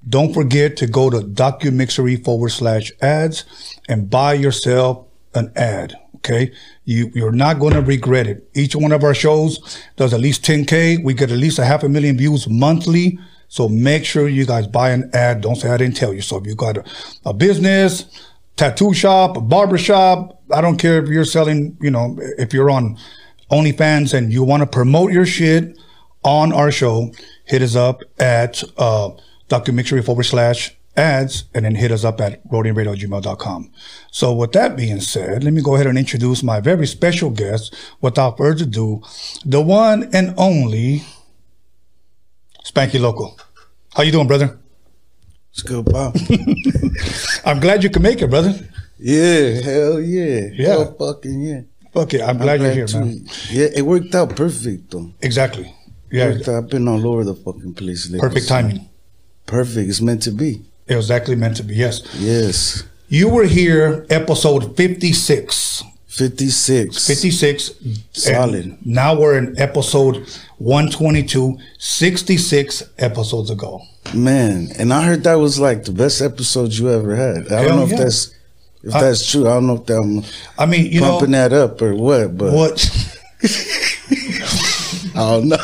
[SPEAKER 5] Don't forget to go to DocuMixery forward slash ads and buy yourself an ad. Okay. You, you're not going to regret it. Each one of our shows does at least 10K. We get at least a half a million views monthly. So make sure you guys buy an ad. Don't say I didn't tell you. So if you got a, a business, tattoo shop, a barber shop, I don't care if you're selling, you know, if you're on OnlyFans and you want to promote your shit on our show, hit us up at uh, documentary forward slash ads and then hit us up at roadianradio@gmail.com. So with that being said, let me go ahead and introduce my very special guest without further ado, the one and only Spanky Local. How you doing, brother?
[SPEAKER 6] It's good, Bob.
[SPEAKER 5] I'm glad you can make it, brother.
[SPEAKER 6] yeah, hell yeah.
[SPEAKER 5] Yeah.
[SPEAKER 6] Hell fucking yeah.
[SPEAKER 5] Fuck it. I'm glad you're here,
[SPEAKER 6] Glad
[SPEAKER 5] man.
[SPEAKER 6] to- Yeah, it worked out perfect, though.
[SPEAKER 5] Exactly. Yeah.
[SPEAKER 6] Worked out. I've been all over the fucking place lately.
[SPEAKER 5] Perfect timing.
[SPEAKER 6] Perfect. It's meant to be.
[SPEAKER 5] It was actually meant to be. Yes.
[SPEAKER 6] Yes.
[SPEAKER 5] You were here, episode 56.
[SPEAKER 6] 56.
[SPEAKER 5] 56.
[SPEAKER 6] Solid.
[SPEAKER 5] And now we're in episode 122, 66 episodes ago.
[SPEAKER 6] Man, and I heard that was like the best episode you ever had. I
[SPEAKER 5] Hell
[SPEAKER 6] don't know if
[SPEAKER 5] yeah.
[SPEAKER 6] that's if
[SPEAKER 5] I-
[SPEAKER 6] that's true. I don't know if that I'm
[SPEAKER 5] I mean, you
[SPEAKER 6] pumping
[SPEAKER 5] know
[SPEAKER 6] that up or what, but
[SPEAKER 5] what?
[SPEAKER 6] I don't know.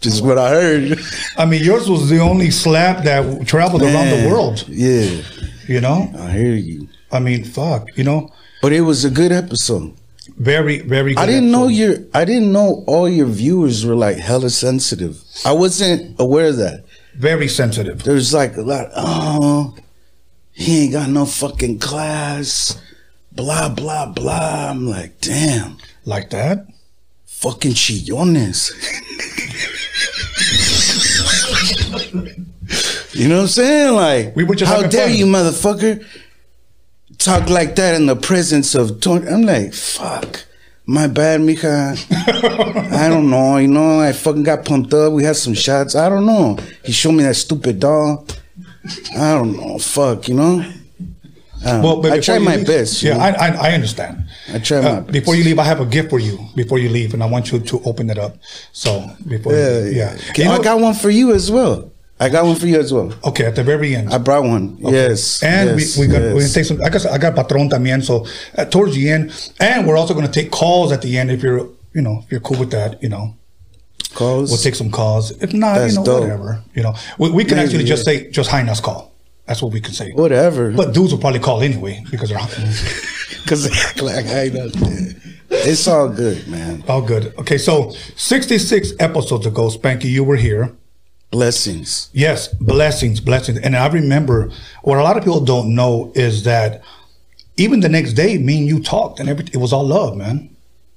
[SPEAKER 6] Just what I heard.
[SPEAKER 5] I mean, yours was the only slap that traveled around the
[SPEAKER 6] Man,
[SPEAKER 5] world,
[SPEAKER 6] Yeah,
[SPEAKER 5] you know?
[SPEAKER 6] I hear you.
[SPEAKER 5] I mean, fuck, you know?
[SPEAKER 6] But it was a good episode.
[SPEAKER 5] Very, very good.
[SPEAKER 6] I didn't know
[SPEAKER 5] episode.
[SPEAKER 6] your I didn't know all your viewers were like hella sensitive. I wasn't aware of that.
[SPEAKER 5] Very sensitive.
[SPEAKER 6] There's like a lot, oh he ain't got no fucking class. Blah blah blah. I'm like, damn,
[SPEAKER 5] Like that?
[SPEAKER 6] fucking chillones. you know what I'm saying? Like
[SPEAKER 5] We were just
[SPEAKER 6] How
[SPEAKER 5] having
[SPEAKER 6] dare
[SPEAKER 5] fun.
[SPEAKER 6] you motherfucker talk like that in the presence of Tony I'm like, fuck. My bad, Mika. I don't know. You know, I fucking got pumped up. We had some shots. I don't know. He showed me that stupid doll. I don't know. Fuck, you know. I,
[SPEAKER 5] Well,
[SPEAKER 6] well,
[SPEAKER 5] but
[SPEAKER 6] Um, I
[SPEAKER 5] before
[SPEAKER 6] tried
[SPEAKER 5] you
[SPEAKER 6] my
[SPEAKER 5] leave-
[SPEAKER 6] best.
[SPEAKER 5] Yeah,
[SPEAKER 6] Yeah,
[SPEAKER 5] I, I, I understand. Uh,
[SPEAKER 6] I tried my best.
[SPEAKER 5] Before you leave, I have a gift for you. Before you leave, and I want you to open it up. So before,
[SPEAKER 6] yeah,
[SPEAKER 5] you,
[SPEAKER 6] yeah.
[SPEAKER 5] yeah. You
[SPEAKER 6] I
[SPEAKER 5] know-
[SPEAKER 6] got one for you as well. I got one for you as well.
[SPEAKER 5] okay at the very end.
[SPEAKER 6] I brought one. Uh, Yes,
[SPEAKER 5] and
[SPEAKER 6] yes,
[SPEAKER 5] we, we got
[SPEAKER 6] yes.
[SPEAKER 5] we're gonna take some. I guess I got patron también. So uh, towards the end, and we're also gonna take calls at the end if you're you know if you're cool with that. You know,
[SPEAKER 6] calls.
[SPEAKER 5] we'll take some calls. If not,
[SPEAKER 6] That's
[SPEAKER 5] you know
[SPEAKER 6] dope.
[SPEAKER 5] whatever. You know, we, we can
[SPEAKER 6] Yeah,
[SPEAKER 5] actually just
[SPEAKER 6] yeah.
[SPEAKER 5] say just Heinas call. That's what we can say.
[SPEAKER 6] whatever.
[SPEAKER 5] But dudes will probably call anyway because they're.
[SPEAKER 6] Cause they act like I ain't up there. It's all good, man.
[SPEAKER 5] All good. Okay, so 66 episodes ago, Spanky, you were here.
[SPEAKER 6] Blessings.
[SPEAKER 5] Yes, blessings, blessings. And I remember what a lot of people don't know is that even the next day, me and you talked and everything. It was all love, man.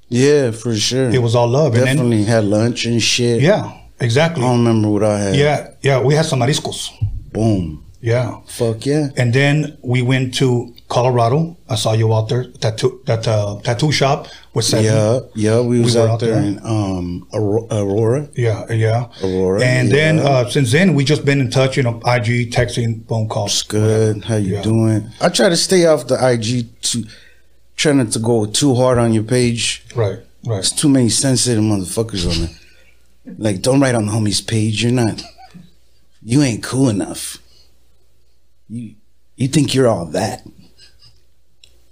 [SPEAKER 6] Yeah, for sure.
[SPEAKER 5] It was all love. And then,
[SPEAKER 6] Definitely had lunch and shit.
[SPEAKER 5] yeah, exactly.
[SPEAKER 6] I don't remember what I had.
[SPEAKER 5] yeah, yeah. We had some mariscos.
[SPEAKER 6] Boom.
[SPEAKER 5] Yeah.
[SPEAKER 6] Fuck yeah.
[SPEAKER 5] And then we went to Colorado. I saw you out there, tattoo, that uh, tattoo shop with Seven.
[SPEAKER 6] Yeah, yeah, we was
[SPEAKER 5] were
[SPEAKER 6] out,
[SPEAKER 5] out
[SPEAKER 6] there,
[SPEAKER 5] there.
[SPEAKER 6] in um Aurora, Aurora.
[SPEAKER 5] Yeah, yeah.
[SPEAKER 6] Aurora,
[SPEAKER 5] and then
[SPEAKER 6] yeah.
[SPEAKER 5] uh, since then, we just been in touch, you know, IG, texting, phone calls.
[SPEAKER 6] It's good. How you
[SPEAKER 5] Yeah.
[SPEAKER 6] doing? I try to stay off the IG to trying not to go too hard on your page.
[SPEAKER 5] Right, right.
[SPEAKER 6] It's too many sensitive motherfuckers on there. Like, don't write on the homie's page. You're not. You ain't cool enough. You you think you're all that?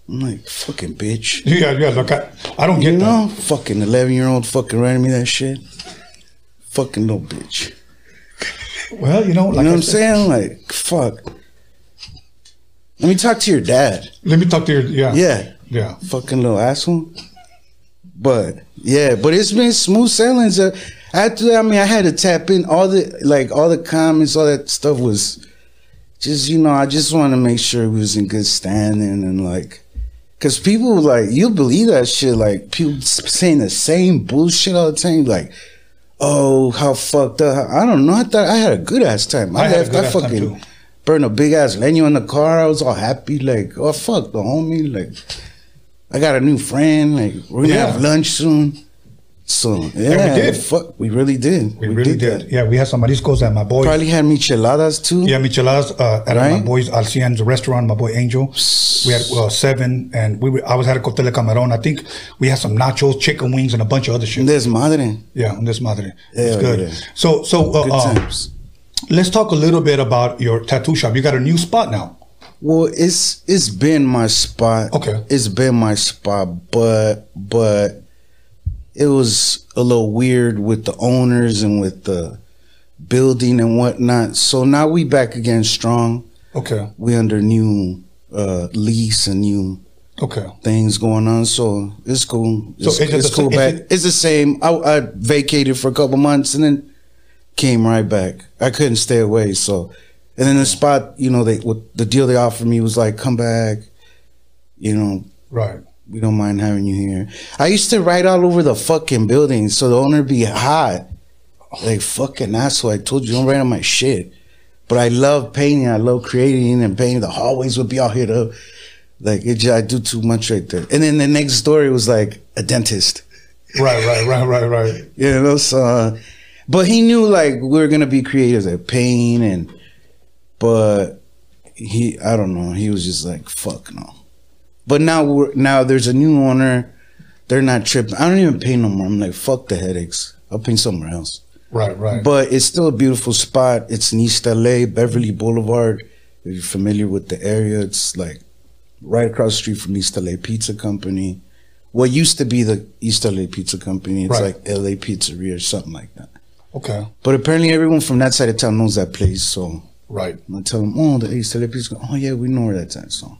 [SPEAKER 6] I'm like fucking bitch.
[SPEAKER 5] Yeah, yeah. Look, I, I don't get
[SPEAKER 6] You
[SPEAKER 5] that.
[SPEAKER 6] know, fucking eleven year old fucking writing me that shit. Fucking little bitch.
[SPEAKER 5] Well, you know, like
[SPEAKER 6] you know
[SPEAKER 5] I
[SPEAKER 6] what I'm
[SPEAKER 5] said,
[SPEAKER 6] saying? Like, fuck. Let me talk to your dad.
[SPEAKER 5] Let me talk to your yeah,
[SPEAKER 6] Yeah.
[SPEAKER 5] yeah.
[SPEAKER 6] Fucking little asshole. But yeah, but it's been smooth sailings. Uh, After that, I mean, I had to tap in all the like all the comments, all that stuff was just you know I just want to make sure we was in good standing and like,
[SPEAKER 8] Cause people like you believe that shit. Like people s- saying the same bullshit all the time. Like, oh, how fucked up. I don't know. I thought I had a good ass time. I,
[SPEAKER 5] I had a
[SPEAKER 8] left.
[SPEAKER 5] good
[SPEAKER 8] I
[SPEAKER 5] ass time,
[SPEAKER 8] fucking
[SPEAKER 5] too.
[SPEAKER 8] burned a big ass leño in the car. I was all happy. Like, oh fuck, the homie. Like, I got a new friend. Like, we're gonna
[SPEAKER 5] Yeah.
[SPEAKER 8] have lunch soon. So yeah,
[SPEAKER 5] did.
[SPEAKER 8] Fuck, we really did.
[SPEAKER 5] We, really did.
[SPEAKER 8] that.
[SPEAKER 5] Yeah, we had some mariscos at my boy.
[SPEAKER 8] Probably had micheladas too.
[SPEAKER 5] Yeah, micheladas uh, at my
[SPEAKER 8] Right?
[SPEAKER 5] boy's Alcien's restaurant. My boy Angel. We had uh, seven, and we were, I was had a cotele camarón. I think we had some nachos, chicken wings, and a bunch of other shit.
[SPEAKER 8] Desmadre.
[SPEAKER 5] yeah, on this madre.
[SPEAKER 8] Yeah,
[SPEAKER 5] it's good.
[SPEAKER 8] yeah.
[SPEAKER 5] So, so uh,
[SPEAKER 8] Good
[SPEAKER 5] uh,
[SPEAKER 8] times.
[SPEAKER 5] let's talk a little bit about your tattoo shop. You got a new spot now.
[SPEAKER 8] Well, it's it's been my spot.
[SPEAKER 5] Okay.
[SPEAKER 8] It's been my spot, but but it was a little weird with the owners and with the building and whatnot. So now we back again strong.
[SPEAKER 5] Okay.
[SPEAKER 8] We under new uh lease and new
[SPEAKER 5] Okay.
[SPEAKER 8] things going on. So it's cool.
[SPEAKER 5] is
[SPEAKER 8] It's,
[SPEAKER 5] it
[SPEAKER 8] it's
[SPEAKER 5] the
[SPEAKER 8] cool
[SPEAKER 5] sa-
[SPEAKER 8] back.
[SPEAKER 5] is it-
[SPEAKER 8] it's the same. I, I vacated for a couple months and then came right back. I couldn't stay away. So, and then the spot, you know, they what the deal they offered me was like, come back. You know,
[SPEAKER 5] Right.
[SPEAKER 8] we don't mind having you here. I used to write all over the fucking building, so the owner be hot. Like fucking asshole. I told you don't write on my shit. But I love painting. I love creating and painting. The hallways would be all hit up. Like it, ju- I do too much right there. And then the next story was like a dentist.
[SPEAKER 5] Right. Right. Right. Right. Right.
[SPEAKER 8] You know, so uh, but he knew like we were gonna be creators at pain and but he I don't know, he was just like, fuck no. But now we're now there's a new owner, they're not tripping. I don't even paint no more. I'm like, fuck the headaches. I'll paint somewhere else.
[SPEAKER 5] Right. Right.
[SPEAKER 8] But it's still a beautiful spot. It's in East LA, Beverly Boulevard. If you're familiar with the area, it's like right across the street from East LA Pizza Company. What used to be the East LA Pizza Company, it's
[SPEAKER 5] Right.
[SPEAKER 8] like LA Pizzeria or something like that.
[SPEAKER 5] okay.
[SPEAKER 8] But apparently, everyone from that side of town knows that place. So
[SPEAKER 5] Right.
[SPEAKER 8] I tell them, oh, the East LA Pizza. Oh, yeah, we know where that's at. So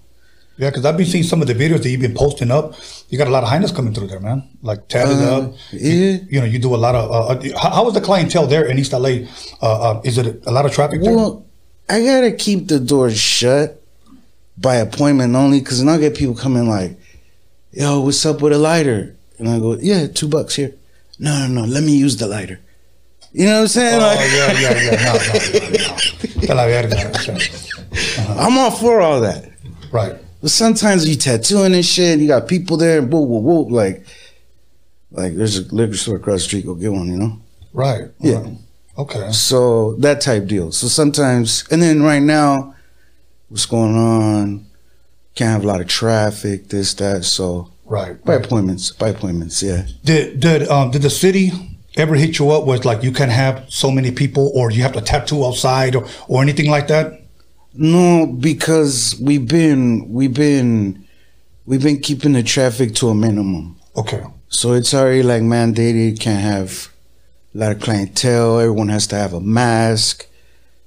[SPEAKER 5] Yeah, because I've been seeing some of the videos that you've been posting up. You got a lot of highness coming through there, man. Like tatted
[SPEAKER 8] Uh,
[SPEAKER 5] up. You,
[SPEAKER 8] yeah.
[SPEAKER 5] you know, you do a lot of. Uh, uh, how, how is the clientele there in East LA? Uh, uh, is it a lot of traffic there?
[SPEAKER 8] Well, I gotta keep the doors shut by appointment only, cause then I'll get people coming like, "Yo, what's up with a lighter?" And I go, "Yeah, two bucks here." No, no, no. Let me use the lighter. You know what I'm saying?
[SPEAKER 5] oh
[SPEAKER 8] Like,
[SPEAKER 5] yeah, yeah, yeah. No, no, no, no. Te la verga.
[SPEAKER 8] I'm all for all that.
[SPEAKER 5] Right.
[SPEAKER 8] But sometimes you tattooing and shit, you got people there, whoop, whoop, whoop. Like, like there's a liquor store across the street. Go get one, you know.
[SPEAKER 5] Right.
[SPEAKER 8] Yeah.
[SPEAKER 5] Right. Okay.
[SPEAKER 8] So that type deal. So sometimes, and then right now, what's going on? Can't have a lot of traffic, this, that. So
[SPEAKER 5] Right.
[SPEAKER 8] by appointments, by appointments, yeah.
[SPEAKER 5] Did did um did the city ever hit you up with like you can have so many people or you have to tattoo outside or, or anything like that?
[SPEAKER 8] No, because we've been, we've been, we've been keeping the traffic to a minimum.
[SPEAKER 5] Okay.
[SPEAKER 8] So it's already like mandated. Can't have a lot of clientele. Everyone has to have a mask.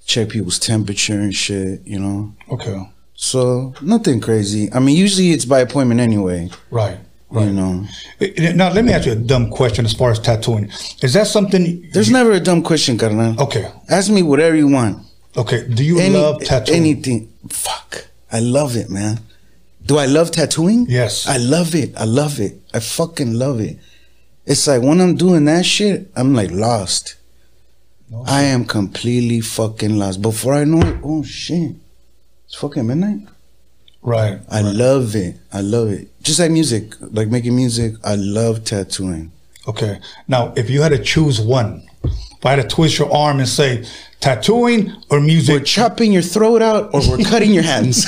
[SPEAKER 8] Check people's temperature and shit. You know.
[SPEAKER 5] Okay.
[SPEAKER 8] So nothing crazy. I mean, usually it's by appointment anyway.
[SPEAKER 5] Right.
[SPEAKER 8] You know.
[SPEAKER 5] Eh, Now let me ask you a dumb question as far as tattooing. Is that something
[SPEAKER 8] There's never a dumb question, carnal.
[SPEAKER 5] Okay.
[SPEAKER 8] Ask me whatever you want.
[SPEAKER 5] Okay. Do you
[SPEAKER 8] Any-
[SPEAKER 5] love tattooing?
[SPEAKER 8] Anything. Fuck. I love it, man. Do I love tattooing?
[SPEAKER 5] Yes.
[SPEAKER 8] I love it. I love it. I fucking love it. It's like when I'm doing that shit, I'm like lost. I am completely fucking lost. Before I know it, oh shit. It's fucking midnight.
[SPEAKER 5] Right.
[SPEAKER 8] I love it. I love it. Just like music, like making music. I love tattooing.
[SPEAKER 5] Okay. Now, if you had to choose one, if I had to twist your arm and say tattooing or
[SPEAKER 8] We're
[SPEAKER 5] music,
[SPEAKER 8] chopping your throat out or we're cutting your hands.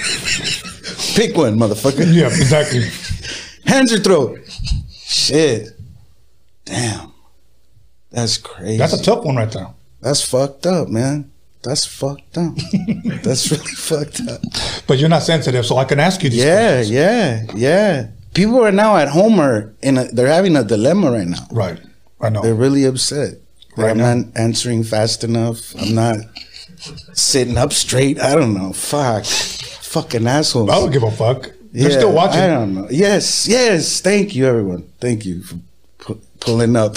[SPEAKER 8] Pick one, motherfucker.
[SPEAKER 5] yeah, exactly.
[SPEAKER 8] Hands or throat. Shit. Damn. That's crazy.
[SPEAKER 5] That's a tough one right there.
[SPEAKER 8] That's fucked up, man. That's fucked up. That's really fucked up.
[SPEAKER 5] But you're not sensitive, so I can ask you these
[SPEAKER 8] Yeah,
[SPEAKER 5] questions.
[SPEAKER 8] yeah, yeah. People are now at home are in a, they're having a dilemma right now.
[SPEAKER 5] Right. I know.
[SPEAKER 8] They're really upset. that
[SPEAKER 5] Oh. Right
[SPEAKER 8] I'm
[SPEAKER 5] now.
[SPEAKER 8] not answering fast enough. I'm not sitting up straight. I don't know. Fuck. Fucking assholes.
[SPEAKER 5] I don't give a fuck. Oh, They're
[SPEAKER 8] Yeah,
[SPEAKER 5] still watching.
[SPEAKER 8] I don't know. Yes, yes. Thank you, everyone. Thank you for pu- pulling up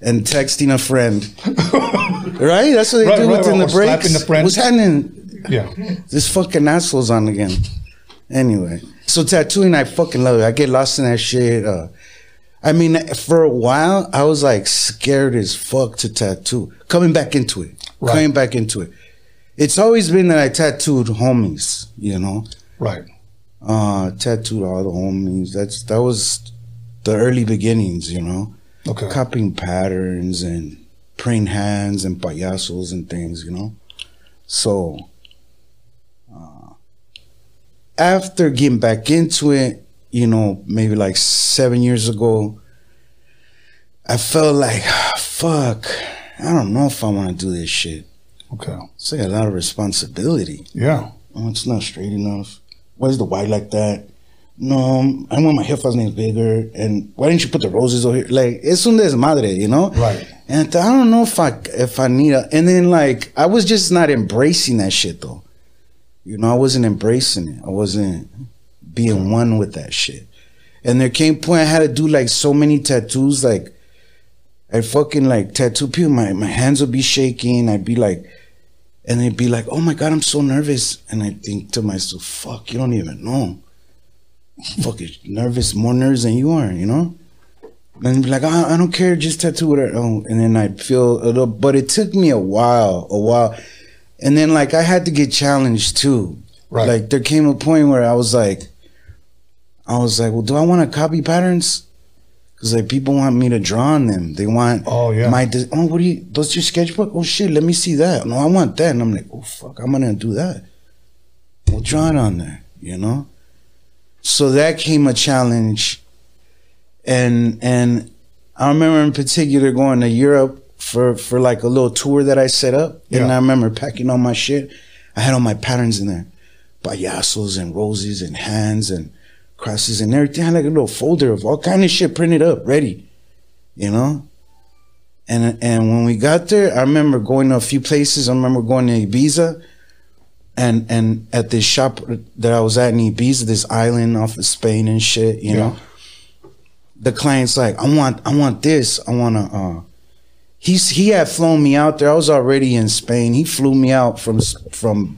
[SPEAKER 8] and texting a friend. right? That's what they
[SPEAKER 5] Right,
[SPEAKER 8] do
[SPEAKER 5] right, right.
[SPEAKER 8] within the
[SPEAKER 5] Or slapping
[SPEAKER 8] breaks.
[SPEAKER 5] the friend.
[SPEAKER 8] What's happening?
[SPEAKER 5] Yeah.
[SPEAKER 8] This fucking asshole's on again. Anyway, So tattooing, I fucking love it. I get lost in that shit. Uh, I mean, for a while, I was like scared as fuck to tattoo. Coming back into it,
[SPEAKER 5] Right.
[SPEAKER 8] coming back into it. It's always been that I tattooed homies, you know,
[SPEAKER 5] Right.
[SPEAKER 8] uh, tattooed all the homies. That's that was the early beginnings, you know,
[SPEAKER 5] Okay.
[SPEAKER 8] copying patterns and praying hands and payasos and things, you know. So uh, after getting back into it, you know, maybe like seven years ago, I felt like, fuck, I don't know if I want to do this shit.
[SPEAKER 5] Okay.
[SPEAKER 8] It's like a lot of responsibility.
[SPEAKER 5] Yeah.
[SPEAKER 8] Oh, it's not straight enough. Why is the white like that? No, um, I want my hair fuzzing bigger. And why didn't you put the roses over here? Like, it's un desmadre, you know?
[SPEAKER 5] Right.
[SPEAKER 8] And I thought, I don't know if I if I need a. And then like, I was just not embracing that shit though. You know, I wasn't embracing it. I wasn't being one with that shit. And there came a point I had to do like so many tattoos. Like, I fucking like tattoo people. My my hands would be shaking. I'd be like and they'd be like, "Oh my god, I'm so nervous," and I think to myself, "Fuck, you don't even know. Fucking nervous, more nervous than you are, you know." And be like, I, "I don't care, just tattoo whatever." Oh, and then I'd feel a little, but it took me a while, a while, and then like I had to get challenged too.
[SPEAKER 5] Right.
[SPEAKER 8] Like there came a point where I was like, I was like, "Well, do I want to copy patterns?" Because like people want me to draw on them. They want
[SPEAKER 5] Oh, yeah.
[SPEAKER 8] my de- oh what do you that's your sketchbook? Oh shit, let me see that. No, I want that. And I'm like, oh fuck, I'm gonna do that. Well, draw it on there, you know. So that came a challenge, and and I remember in particular going to Europe for for like a little tour that I set up, and
[SPEAKER 5] Yeah.
[SPEAKER 8] I remember packing all my shit. I had all my patterns in there, payasos and roses and hands and crosses and everything. I had like a little folder of all kind of shit printed up, ready, you know. And and when we got there, I remember going to a few places. I remember going to Ibiza, and and at this shop that I was at in Ibiza, this island off of Spain and shit, you know. The client's like, I want, I want this, I want to. Uh, he's he had flown me out there. I was already in Spain. He flew me out from S- from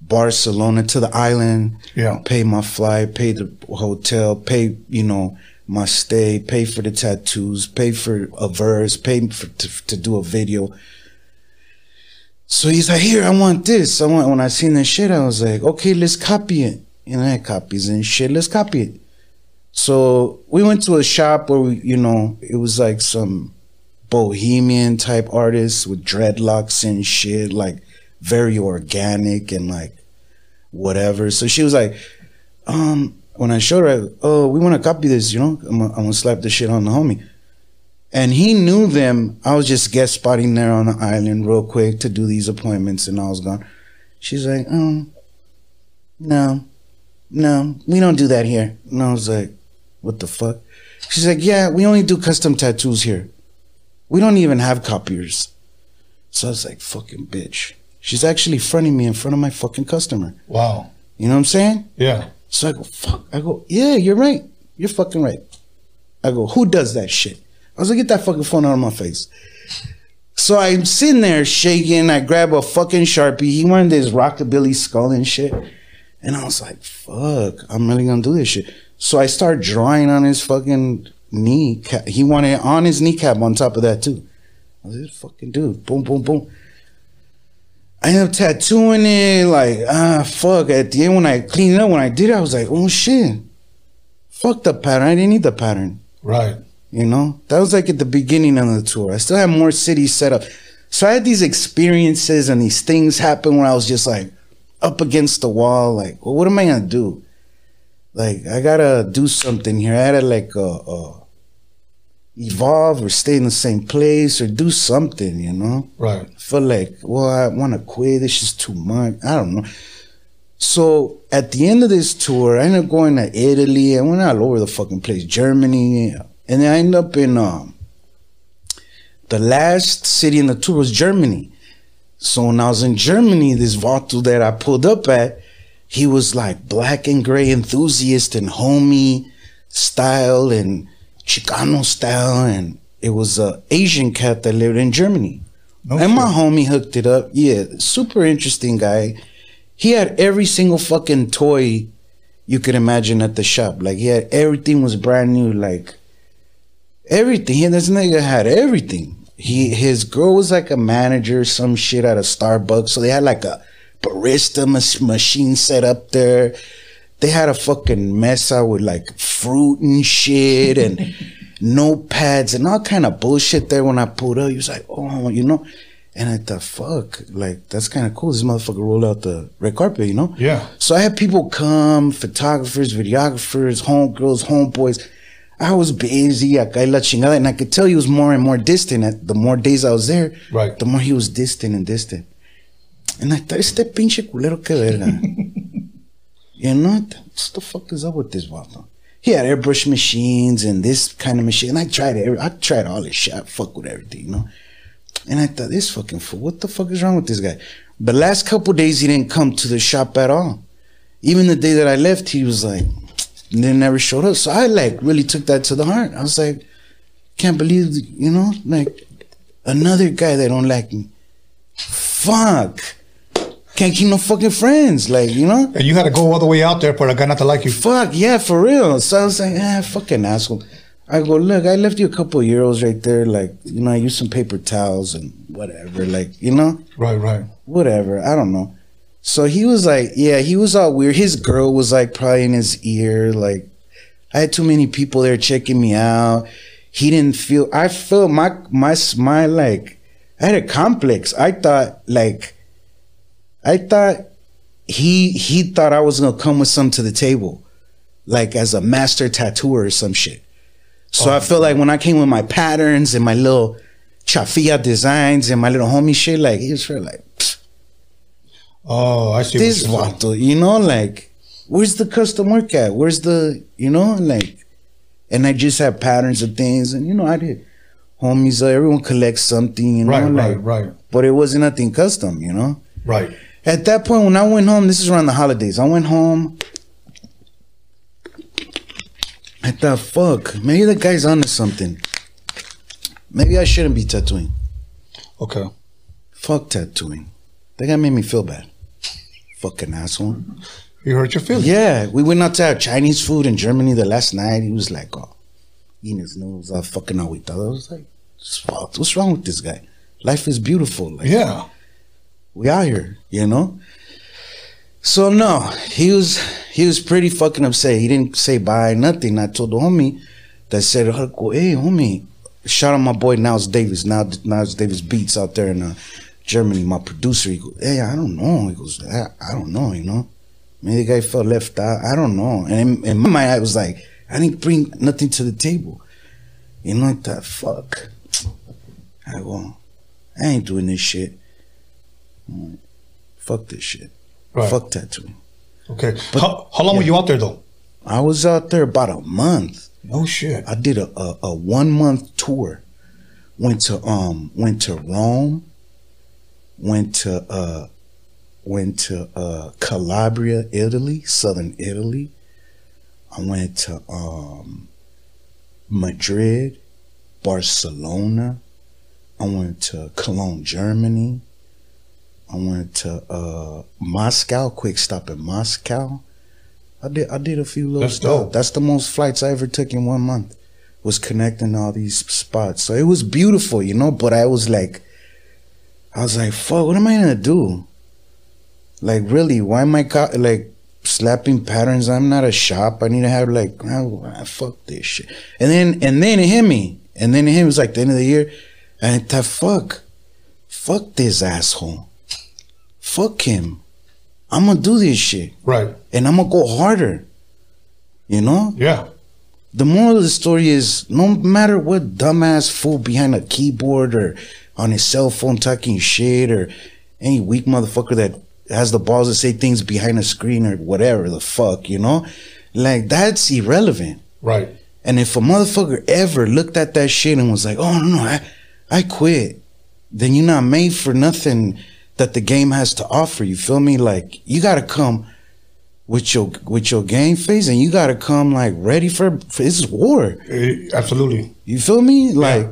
[SPEAKER 8] Barcelona to the island.
[SPEAKER 5] Yeah.
[SPEAKER 8] Pay my flight, pay the hotel, pay you know my stay, pay for the tattoos, pay for a verse, pay for, to, to do a video. So he's like, here, I want this. I want. When I seen this shit, I was like, okay, let's copy it. And I had copies and shit. Let's copy it. So we went to a shop where we, you know, it was like some bohemian type artists with dreadlocks and shit, like very organic and like whatever. So she was like, um, when I showed her, oh, we want to copy this, you know, I'm gonna, I'm gonna slap the shit on the homie. And he knew them. I was just guest spotting there on the island real quick to do these appointments, and I was gone. She's like, um, no, no, we don't do that here. And I was like, what the fuck? She's like, yeah, we only do custom tattoos here. We don't even have copiers. So I was like, fucking bitch. She's actually fronting me in front of my fucking customer.
[SPEAKER 5] Wow.
[SPEAKER 8] You know what I'm saying?
[SPEAKER 5] Yeah.
[SPEAKER 8] So I go, fuck. I go, yeah, you're right. You're fucking right. I go, who does that shit? I was like, get that fucking phone out of my face. So I'm sitting there shaking. I grab a fucking Sharpie. He wanted this rockabilly skull and shit. And I was like, fuck, I'm really gonna do this shit. So I start drawing on his fucking kneecap. He wanted it on his kneecap on top of that too. I was like, this fucking dude. Boom, boom, boom. I ended up tattooing it, like, ah, fuck. At the end, when I cleaned it up, when I did it, I was like, oh shit. Fuck the pattern. I didn't need the pattern.
[SPEAKER 5] Right.
[SPEAKER 8] You know, that was like at the beginning of the tour. I still had more cities set up. So I had these experiences and these things happen where I was just like up against the wall, like, well, what am I going to do? Like, I got to do something here. I had to like uh, uh, evolve or stay in the same place or do something, you know?
[SPEAKER 5] Right.
[SPEAKER 8] feel like, well, I want to quit. This is too much. I don't know. So at the end of this tour, I ended up going to Italy. I went all over the fucking place, Germany, and then I ended up in um, the last city in the tour was Germany. So when I was in Germany, this Vato that I pulled up at, he was like black and gray enthusiast and homie style and Chicano style, and it was a Asian cat that lived in Germany
[SPEAKER 5] No
[SPEAKER 8] and my
[SPEAKER 5] shit.
[SPEAKER 8] homie hooked it up. Yeah, super interesting guy. He had every single fucking toy you could imagine at the shop. Like he had everything was brand new, like everything. He this nigga had everything. He his girl was like a manager, some shit at a Starbucks. So they had like a barista mas- machine set up there. They had a fucking mess out with like fruit and shit and notepads and all kind of bullshit there. When I pulled up, he was like, "Oh, you know," and I thought, "Fuck, like that's kind of cool." This motherfucker rolled out the red carpet, you know?
[SPEAKER 5] Yeah.
[SPEAKER 8] So I had people come, photographers, videographers, homegirls, homeboys. I was busy, acá y la chingada, and I could tell he was more and more distant. At the more days I was there,
[SPEAKER 5] Right.
[SPEAKER 8] the more he was distant and distant. And I thought, este pinche culero que verga. you know, what the- what the fuck is up with this vato? He had airbrush machines and this kind of machine. And I tried every, I tried all this shit. I fuck with everything, you know. And I thought, this fucking fool, what the fuck is wrong with this guy? The last couple days he didn't come to the shop at all. Even the day that I left, he was like, and they never showed up. So I like really took that to the heart. I was like, can't believe, you know, like another guy that don't like me. Fuck. Can't keep no fucking friends. Like, you know?
[SPEAKER 5] And you had to go all the way out there for a guy not to like you.
[SPEAKER 8] fuck, yeah, for real. So I was like, ah, fucking asshole. I go, look, I left you a couple of euros right there. Like, you know, I used some paper towels and whatever. Like, you know,
[SPEAKER 5] Right, right.
[SPEAKER 8] whatever. I don't know. So he was like, yeah, he was all weird. His girl was like probably in his ear. Like, I had too many people there checking me out. He didn't feel. I felt my my my like. I had a complex. I thought like. I thought he he thought I was gonna come with some to the table, like as a master tattooer or some shit. So I felt like when I came with my patterns and my little chafia designs and my little homie shit, like he was really like, "Pfft,
[SPEAKER 5] Oh, I see. what
[SPEAKER 8] this
[SPEAKER 5] you're saying.
[SPEAKER 8] vato, you know, like, where's the custom work at? Where's the, you know, like, and I just have patterns of things, and you know, I did homies. Uh, everyone collects something, you know,
[SPEAKER 5] Right,
[SPEAKER 8] like,
[SPEAKER 5] right, right,
[SPEAKER 8] but it wasn't nothing custom, you know.
[SPEAKER 5] right.
[SPEAKER 8] At that point, when I went home, this is around the holidays. I went home. I thought, fuck, maybe the guy's onto something. Maybe I shouldn't be tattooing.
[SPEAKER 5] Okay.
[SPEAKER 8] Fuck tattooing. That guy made me feel bad. Fucking asshole.
[SPEAKER 5] You hurt your feelings.
[SPEAKER 8] Yeah, we went out to have Chinese food in Germany the last night. He was like, oh, eating his nose all fucking all I was like, fuck, what's wrong with this guy? Life is beautiful. Like,
[SPEAKER 5] Yeah.
[SPEAKER 8] we out here, you know. So no, he was he was pretty fucking upset. He didn't say bye, nothing. I told the homie that said, "Hardcore, hey homie, shout out my boy Niles Davis. Now Niles Davis beats out there in uh, Germany. My producer, he goes, hey, I don't know. He goes, I, I don't know, you know. Maybe the guy felt left out. I don't know. And in, in my mind, I was like, I didn't bring nothing to the table. You know, I thought, fuck. I go, I ain't doing this shit. Mm, Fuck this shit.
[SPEAKER 5] Right.
[SPEAKER 8] Fuck tattooing.
[SPEAKER 5] Okay. how, how long were you out there though?
[SPEAKER 8] I was out there about a month.
[SPEAKER 5] No shit.
[SPEAKER 8] I did a, a, a one month tour. Went to um went to Rome. Went to uh went to uh Calabria, Italy, southern Italy. I went to um Madrid, Barcelona. I went to Cologne, Germany. I went to uh Moscow, quick stop in Moscow. I did I did a few little
[SPEAKER 5] That's
[SPEAKER 8] stuff.
[SPEAKER 5] dope.
[SPEAKER 8] That's the most flights I ever took in one month. Was connecting all these spots. So it was beautiful, you know, but I was like I was like, fuck, what am I gonna do? Like really, why am I co- like slapping patterns? I'm not a shop. I need to have like oh, ah, fuck this shit. And then and then it hit me. And then it hit me. It was like the end of the year. And I thought, fuck. Fuck this asshole. Fuck him. I'm gonna do this shit.
[SPEAKER 5] Right.
[SPEAKER 8] And I'm gonna go harder. You know?
[SPEAKER 5] Yeah.
[SPEAKER 8] the moral of the story is no matter what dumbass fool behind a keyboard or on his cell phone talking shit or any weak motherfucker that has the balls to say things behind a screen or whatever the fuck, you know? Like that's irrelevant.
[SPEAKER 5] Right.
[SPEAKER 8] And if a motherfucker ever looked at that shit and was like, "Oh no, no, I, I quit," then you're not made for nothing that the game has to offer. You feel me? Like you gotta come with your with your game face, and you gotta come like ready for, for this is war.
[SPEAKER 5] Eh, absolutely.
[SPEAKER 8] You feel me? Like,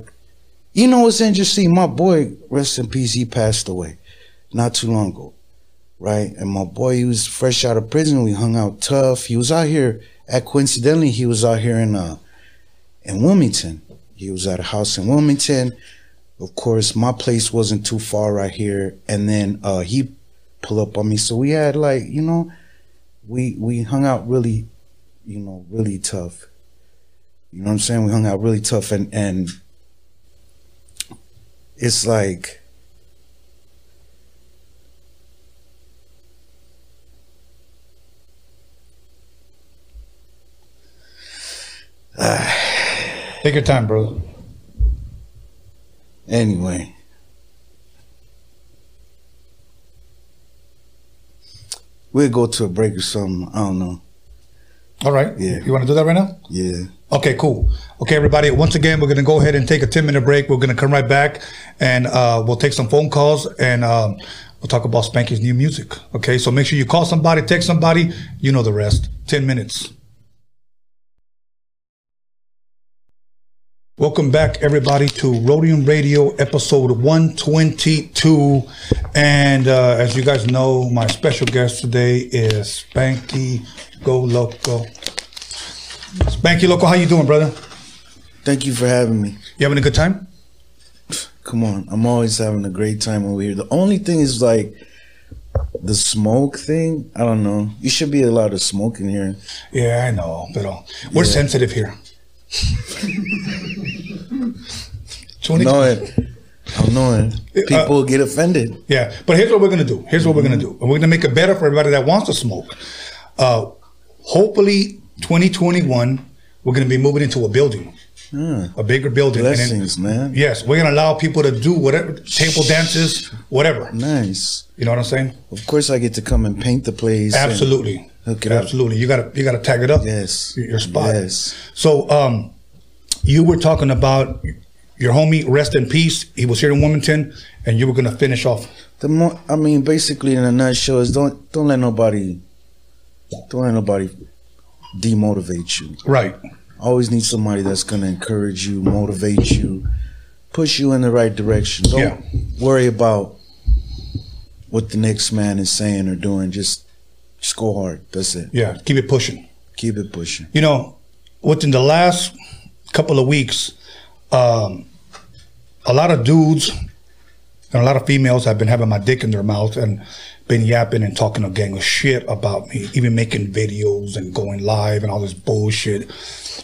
[SPEAKER 8] you know, it's interesting. My boy, rest in peace, he passed away not too long ago. right? And my boy, he was fresh out of prison. We hung out tough. He was out here. At coincidentally, he was out here in uh, in Wilmington. He was at a house in Wilmington. Of course, my place wasn't too far right here. And then uh, he pulled up on me, so we had like you know, we we hung out really, you know, really tough. You know what I'm saying? We hung out really tough, and and it's like.
[SPEAKER 5] Take your time, brother.
[SPEAKER 8] Anyway. We'll go to a break or something. I don't know.
[SPEAKER 5] All right.
[SPEAKER 8] Yeah.
[SPEAKER 5] You want to do that right now?
[SPEAKER 8] Yeah.
[SPEAKER 5] Okay, cool. Okay, everybody. Once again, we're gonna go ahead and take a ten minute break. We're gonna come right back, and uh, we'll take some phone calls, and um, we'll talk about Spanky's new music. Okay, so make sure you call somebody, text somebody. You know the rest. Ten minutes. Welcome back, everybody, to Rhodium Radio, episode 122. And uh, as you guys know, my special guest today is Spanky Go Loco. Spanky Loco, how you doing, brother?
[SPEAKER 8] Thank you for having me.
[SPEAKER 5] You having a good time?
[SPEAKER 8] Come on. I'm always having a great time over here. The only thing is like the smoke thing. I don't know. You should be allowed to smoke in here.
[SPEAKER 5] Yeah, I know, but uh, we're
[SPEAKER 8] Yeah.
[SPEAKER 5] sensitive here. 20,
[SPEAKER 8] Know it. I'm knowing.
[SPEAKER 5] Uh,
[SPEAKER 8] People get offended.
[SPEAKER 5] Yeah, but here's what we're gonna do. Here's what we're gonna do. And we're gonna make it better for everybody that wants to smoke. Uh, hopefully, 2021, we're gonna be moving into a building, a bigger building. And then-
[SPEAKER 8] Blessings, man.
[SPEAKER 5] yes, we're gonna allow people to do whatever table dances, whatever.
[SPEAKER 8] Nice.
[SPEAKER 5] You know what I'm saying?
[SPEAKER 8] Of course, I get to come and paint the place. and-
[SPEAKER 5] Absolutely.
[SPEAKER 8] Hook it up.
[SPEAKER 5] Absolutely. You gotta you gotta tag it up.
[SPEAKER 8] Yes.
[SPEAKER 5] Your spot.
[SPEAKER 8] Yes.
[SPEAKER 5] So um you were talking about your homie, rest in peace. He was here in Wilmington, and you were gonna finish off.
[SPEAKER 8] The more, I mean, basically, in a nutshell, is don't don't let nobody, don't let nobody demotivate you.
[SPEAKER 5] Right.
[SPEAKER 8] Always need somebody that's gonna encourage you, motivate you, push you in the right direction. Don't
[SPEAKER 5] Yeah.
[SPEAKER 8] worry about what the next man is saying or doing. Just just go hard. That's it.
[SPEAKER 5] Yeah. Keep it pushing.
[SPEAKER 8] Keep it pushing.
[SPEAKER 5] you know, within the last couple of weeks, um, a lot of dudes and a lot of females have been having my dick in their mouth and been yapping and talking a gang of shit about me, even making videos and going live and all this bullshit.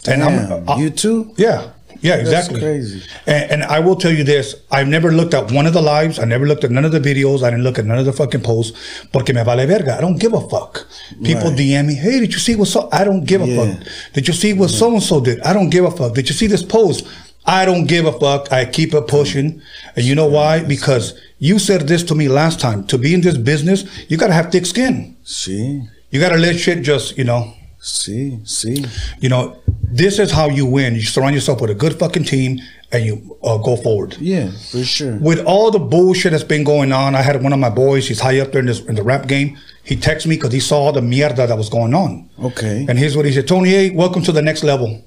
[SPEAKER 5] and
[SPEAKER 8] Damn, you too?
[SPEAKER 5] Yeah. Yeah, exactly.
[SPEAKER 8] crazy.
[SPEAKER 5] And, and I will tell you this: I've never looked at one of the lives. I never looked at none of the videos. I didn't look at none of the fucking posts. Porque me vale verga. I don't give a fuck. People
[SPEAKER 8] Right.
[SPEAKER 5] DM me, "Hey, did you see what so?" I don't give a
[SPEAKER 8] Yeah.
[SPEAKER 5] fuck. Did you see what so and so did? I don't give a fuck. Did you see this post? I don't give a fuck. I keep it pushing. And you know why? Because you said this to me last time. To be in this business, you gotta have thick skin.
[SPEAKER 8] See,
[SPEAKER 5] You gotta let shit just, you know.
[SPEAKER 8] see, see.
[SPEAKER 5] You know, this is how you win. You surround yourself with a good fucking team and you uh, go forward.
[SPEAKER 8] Yeah, for sure.
[SPEAKER 5] With all the bullshit that's been going on, I had one of my boys, he's high up there in, this, in the rap game. He texted me because he saw all the mierda that was going on.
[SPEAKER 8] Okay.
[SPEAKER 5] And here's what he said Tony A, welcome to the next level.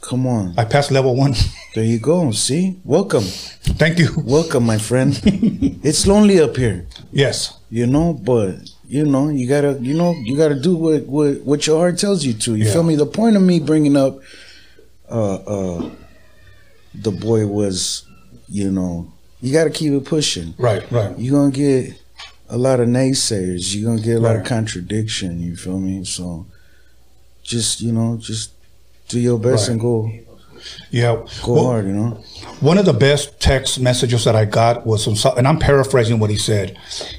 [SPEAKER 8] Come on.
[SPEAKER 5] I passed level one.
[SPEAKER 8] There you go. See, welcome,
[SPEAKER 5] Thank you.
[SPEAKER 8] welcome, my friend. it's lonely up here.
[SPEAKER 5] Yes.
[SPEAKER 8] you know but you know you gotta you know you gotta do what what, what your heart tells you to you
[SPEAKER 5] Yeah.
[SPEAKER 8] feel me the point of me bringing up uh uh the boy was you know you gotta keep it pushing
[SPEAKER 5] Right, right.
[SPEAKER 8] you're gonna get a lot of naysayers you're gonna get a lot of
[SPEAKER 5] Right.
[SPEAKER 8] contradiction you feel me so just you know just do your best
[SPEAKER 5] Right.
[SPEAKER 8] and go
[SPEAKER 5] Yeah.
[SPEAKER 8] go
[SPEAKER 5] Well,
[SPEAKER 8] hard you know
[SPEAKER 5] One of the best text messages that I got was from, some- and I'm paraphrasing what he said.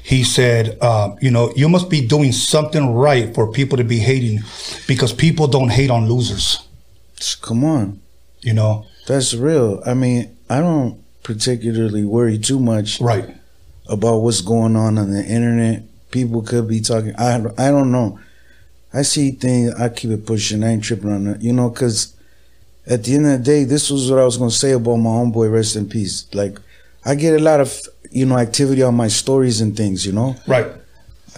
[SPEAKER 5] He said, um, "You know, you must be doing something right for people to be hating, because people don't hate on losers.
[SPEAKER 8] Just come on
[SPEAKER 5] You know,
[SPEAKER 8] that's real i mean i don't particularly worry too much
[SPEAKER 5] right?
[SPEAKER 8] about what's going on on the internet. People could be talking. I I don't know. I see things. I keep it pushing. I ain't tripping on it. You know, because at the end of the day, this was what I was gonna say about my homeboy. Rest in peace. Like I get a lot of you know activity on my stories and things. You know,
[SPEAKER 5] Right?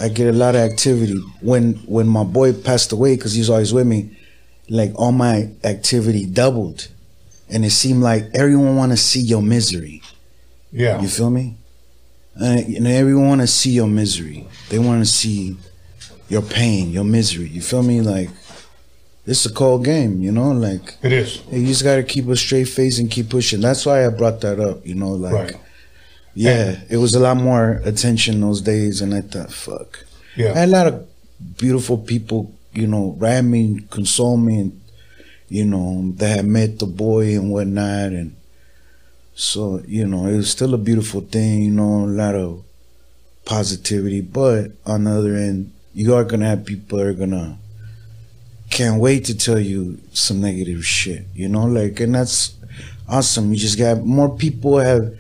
[SPEAKER 8] I get a lot of activity when when my boy passed away because he's always with me. Like all my activity doubled, and it seemed like everyone want to see your misery.
[SPEAKER 5] Yeah.
[SPEAKER 8] You feel me? Uh, and everyone want to see your misery. They want to see your pain, your misery. You feel me? Like this is a cold game, you know. Like
[SPEAKER 5] It is.
[SPEAKER 8] you just gotta keep a straight face and keep pushing. That's why I brought that up. You know, like
[SPEAKER 5] Right.
[SPEAKER 8] yeah, it was a lot more attention those days, and I thought, fuck.
[SPEAKER 5] Yeah.
[SPEAKER 8] I had a lot of beautiful people, you know, rap me, and console me, and you know, that had met the boy and whatnot, and so you know, it was still a beautiful thing. You know, a lot of positivity, but on the other end, you are gonna have people that are gonna can't wait to tell you some negative shit. You know, like, and that's awesome. You just got more people have,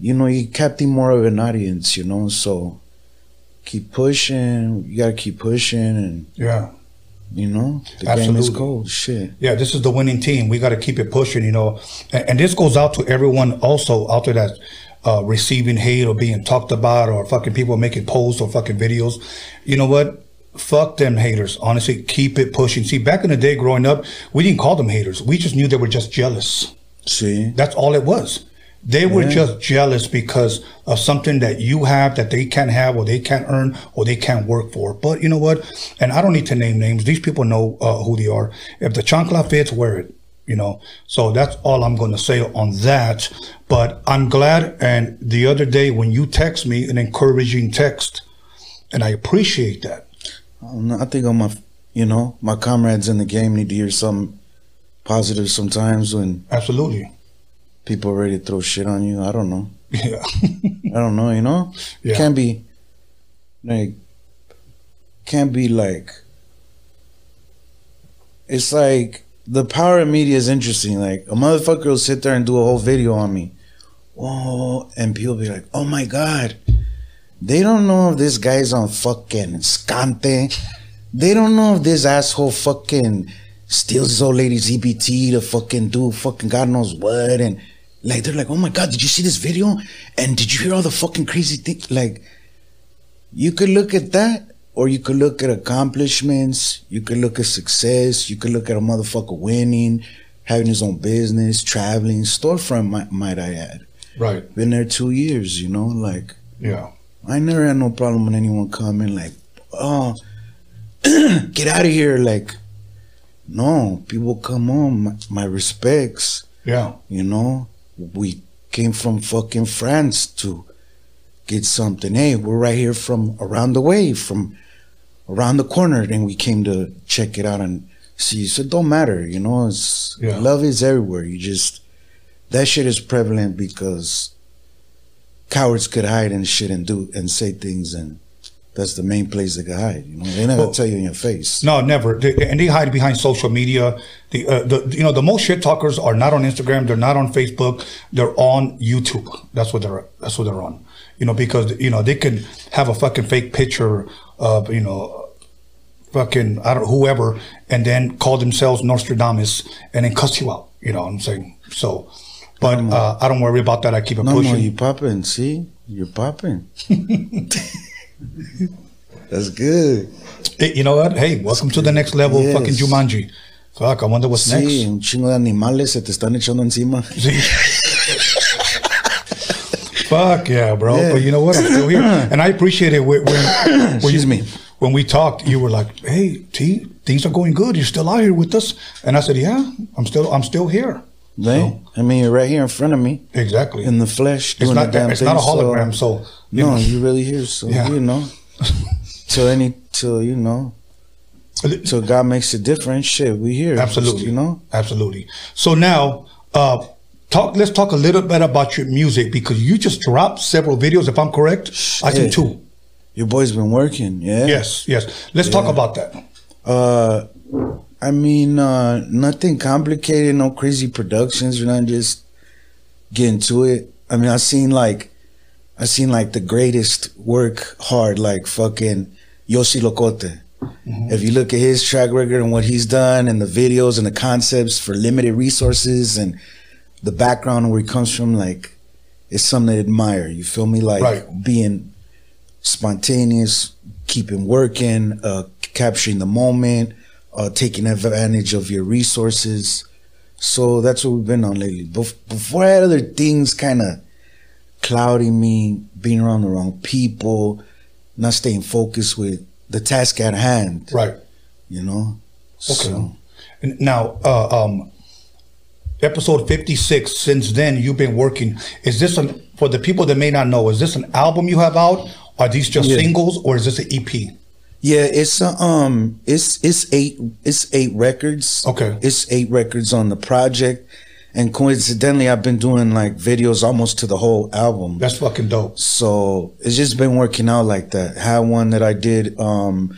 [SPEAKER 8] you know, you captain more of an audience. You know, so keep pushing. You gotta keep pushing, and
[SPEAKER 5] Yeah.
[SPEAKER 8] you know, the game is
[SPEAKER 5] Absolutely.
[SPEAKER 8] cold. Shit.
[SPEAKER 5] Yeah, this is the winning team. We got to keep it pushing, you know. And, and this goes out to everyone also out there that's uh, receiving hate or being talked about or fucking people making posts or fucking videos. You know what? Fuck them haters. Honestly, keep it pushing. See, back in the day growing up, we didn't call them haters. We just knew they were just jealous.
[SPEAKER 8] See.
[SPEAKER 5] That's all it was. They were
[SPEAKER 8] Yeah.
[SPEAKER 5] just jealous because of something that you have that they can't have or they can't earn or they can't work for. But you know what? And I don't need to name names. These people know uh, who they are. If the chancla fits, wear it. You know, so that's all I'm going to say on that. But I'm glad. And the other day when you text me an encouraging text, and I appreciate that.
[SPEAKER 8] I don't know. I think all my, you know, my comrades in the game need to hear something positive sometimes when
[SPEAKER 5] Absolutely.
[SPEAKER 8] people are ready to throw shit on you. I don't know.
[SPEAKER 5] Yeah.
[SPEAKER 8] I don't know, you know?
[SPEAKER 5] Yeah.
[SPEAKER 8] Can't be like can't be like it's like the power of media is interesting. Like a motherfucker will sit there and do a whole video on me. Whoa and people be like, Oh my god. They don't know if this guy's on fucking Scante. They don't know if this asshole fucking steals his old lady's EBT to fucking do fucking God knows what and like they're like, oh my god, did you see this video? And did you hear all the fucking crazy things? Like, you could look at that, or you could look at accomplishments. You could look at success. You could look at a motherfucker winning, having his own business, traveling, storefront. Might, might I add,
[SPEAKER 5] Right.
[SPEAKER 8] been there two years. You know, like
[SPEAKER 5] Yeah.
[SPEAKER 8] I never had no problem when anyone coming like, oh, get out of here. Like, no, people come on. My, my respects.
[SPEAKER 5] Yeah.
[SPEAKER 8] You know, we came from fucking France to get something. Hey, we're right here from around the way, from around the corner, and we came to check it out and see. So it don't matter, you know. It's
[SPEAKER 5] Yeah.
[SPEAKER 8] love is everywhere. You just that shit is prevalent because cowards could hide and shit and do and say things, and that's the main place they could hide. You know, they never
[SPEAKER 5] Well-
[SPEAKER 8] tell you in your face.
[SPEAKER 5] No, never. They, they- and they hide behind social media. The, uh, the you know the most shit talkers are not on Instagram. They're not on Facebook. They're on YouTube. That's what they're that's what they're on. You know because you know they can have a fucking fake picture of you know fucking I don't whoever and then call themselves Nostradamus and then cuss you out. You know what I'm saying? So, but uh, I don't worry about that. I keep it
[SPEAKER 8] No,
[SPEAKER 5] pushing.
[SPEAKER 8] no, you popping. See, you're popping. That's good.
[SPEAKER 5] Eh, you know what? Hey, welcome to the next level.
[SPEAKER 8] Yes.
[SPEAKER 5] Fucking Jumanji. Fuck, I wonder what's
[SPEAKER 8] Sí,
[SPEAKER 5] next.
[SPEAKER 8] un chingo de animales se te están echando encima.
[SPEAKER 5] Fuck yeah, bro.
[SPEAKER 8] Yeah.
[SPEAKER 5] But you know what? I'm still here, and I appreciate it. When, when, when
[SPEAKER 8] Excuse
[SPEAKER 5] you-
[SPEAKER 8] me.
[SPEAKER 5] When we talked, you were like, "Hey, T, things are going good. You're still out here with us," and I said, "Yeah, I'm still, I'm still here."
[SPEAKER 8] Right? I mean, you're right here in front of me,
[SPEAKER 5] Exactly.
[SPEAKER 8] in the flesh.
[SPEAKER 5] it's
[SPEAKER 8] doing
[SPEAKER 5] not,
[SPEAKER 8] the damn
[SPEAKER 5] that, it's not a
[SPEAKER 8] thing, so-
[SPEAKER 5] hologram. So, you
[SPEAKER 8] no,
[SPEAKER 5] know.
[SPEAKER 8] you really here. So
[SPEAKER 5] Yeah.
[SPEAKER 8] you know, till any, till you know, till God makes a difference. Shit, we here.
[SPEAKER 5] Uh, Absolutely.
[SPEAKER 8] You know,
[SPEAKER 5] Absolutely. So now, uh, talk. Let's talk a little bit about your music because you just dropped several videos. If I'm correct, I think
[SPEAKER 8] Shit.
[SPEAKER 5] two.
[SPEAKER 8] your boy's been working. Yeah.
[SPEAKER 5] Yes, yes. Let's talk about that.
[SPEAKER 8] Uh, I mean, uh, nothing complicated, no crazy productions. We're not just getting to it. I mean, I seen like, I seen like the greatest work hard, like fucking Yoshi Locote. If you look at his track record and what he's done, and the videos and the concepts for limited resources and the background where he comes from, like, it's something to admire. You feel me? Like
[SPEAKER 5] Right.
[SPEAKER 8] being spontaneous, keeping working, uh, capturing the moment, uh, taking advantage of your resources. So that's what we've been on lately. Bef- before I had other things kind of clouding me, being around the wrong people, not staying focused with the task at hand.
[SPEAKER 5] Right.
[SPEAKER 8] You know?
[SPEAKER 5] Okay.
[SPEAKER 8] So,
[SPEAKER 5] And Now, uh, um, episode fifty-six. Since then, you've been working. Is this an for the people that may not know? Is this an album you have out? Are these just
[SPEAKER 8] Yeah.
[SPEAKER 5] singles, or is this an E EP?
[SPEAKER 8] yeah, it's a, um it's it's eight it's eight records.
[SPEAKER 5] Okay.
[SPEAKER 8] It's eight records on the project. And coincidentally I've been doing like videos almost to the whole album.
[SPEAKER 5] That's fucking dope.
[SPEAKER 8] so it's just been working out like that. Had one that I did um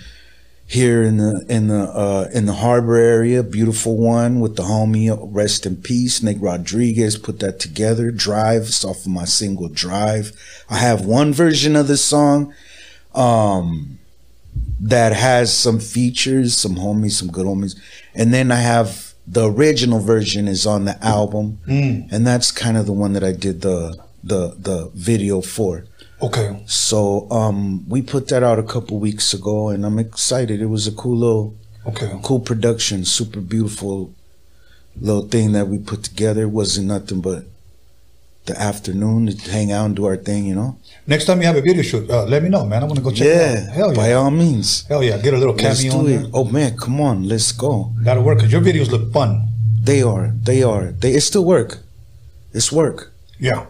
[SPEAKER 8] here in the in the uh in the harbor area, beautiful one with the homie Rest in Peace, Nick Rodriguez put that together, Drive, it's off of my single Drive. I have one version of the song um that has some features, some homies, some good homies. And then I have the original version is on the album. And that's kind of the one that I did the the the video for.
[SPEAKER 5] Okay.
[SPEAKER 8] So um we put that out a couple weeks ago and I'm excited. It was a cool little
[SPEAKER 5] Okay.
[SPEAKER 8] cool production, super beautiful little thing that we put together. It wasn't nothing but the afternoon to hang out and do our thing, you know?
[SPEAKER 5] Next time you have a video shoot, uh, let me know, man. I want to go check it
[SPEAKER 8] yeah.
[SPEAKER 5] out. Hell yeah.
[SPEAKER 8] By all means.
[SPEAKER 5] Hell yeah. Get a little
[SPEAKER 8] Let's
[SPEAKER 5] cameo
[SPEAKER 8] do
[SPEAKER 5] on
[SPEAKER 8] it.
[SPEAKER 5] there.
[SPEAKER 8] Oh man, come on, let's go.
[SPEAKER 5] That'll work because your videos look fun.
[SPEAKER 8] They are. They are. They. It's still work. It's work.
[SPEAKER 5] Yeah.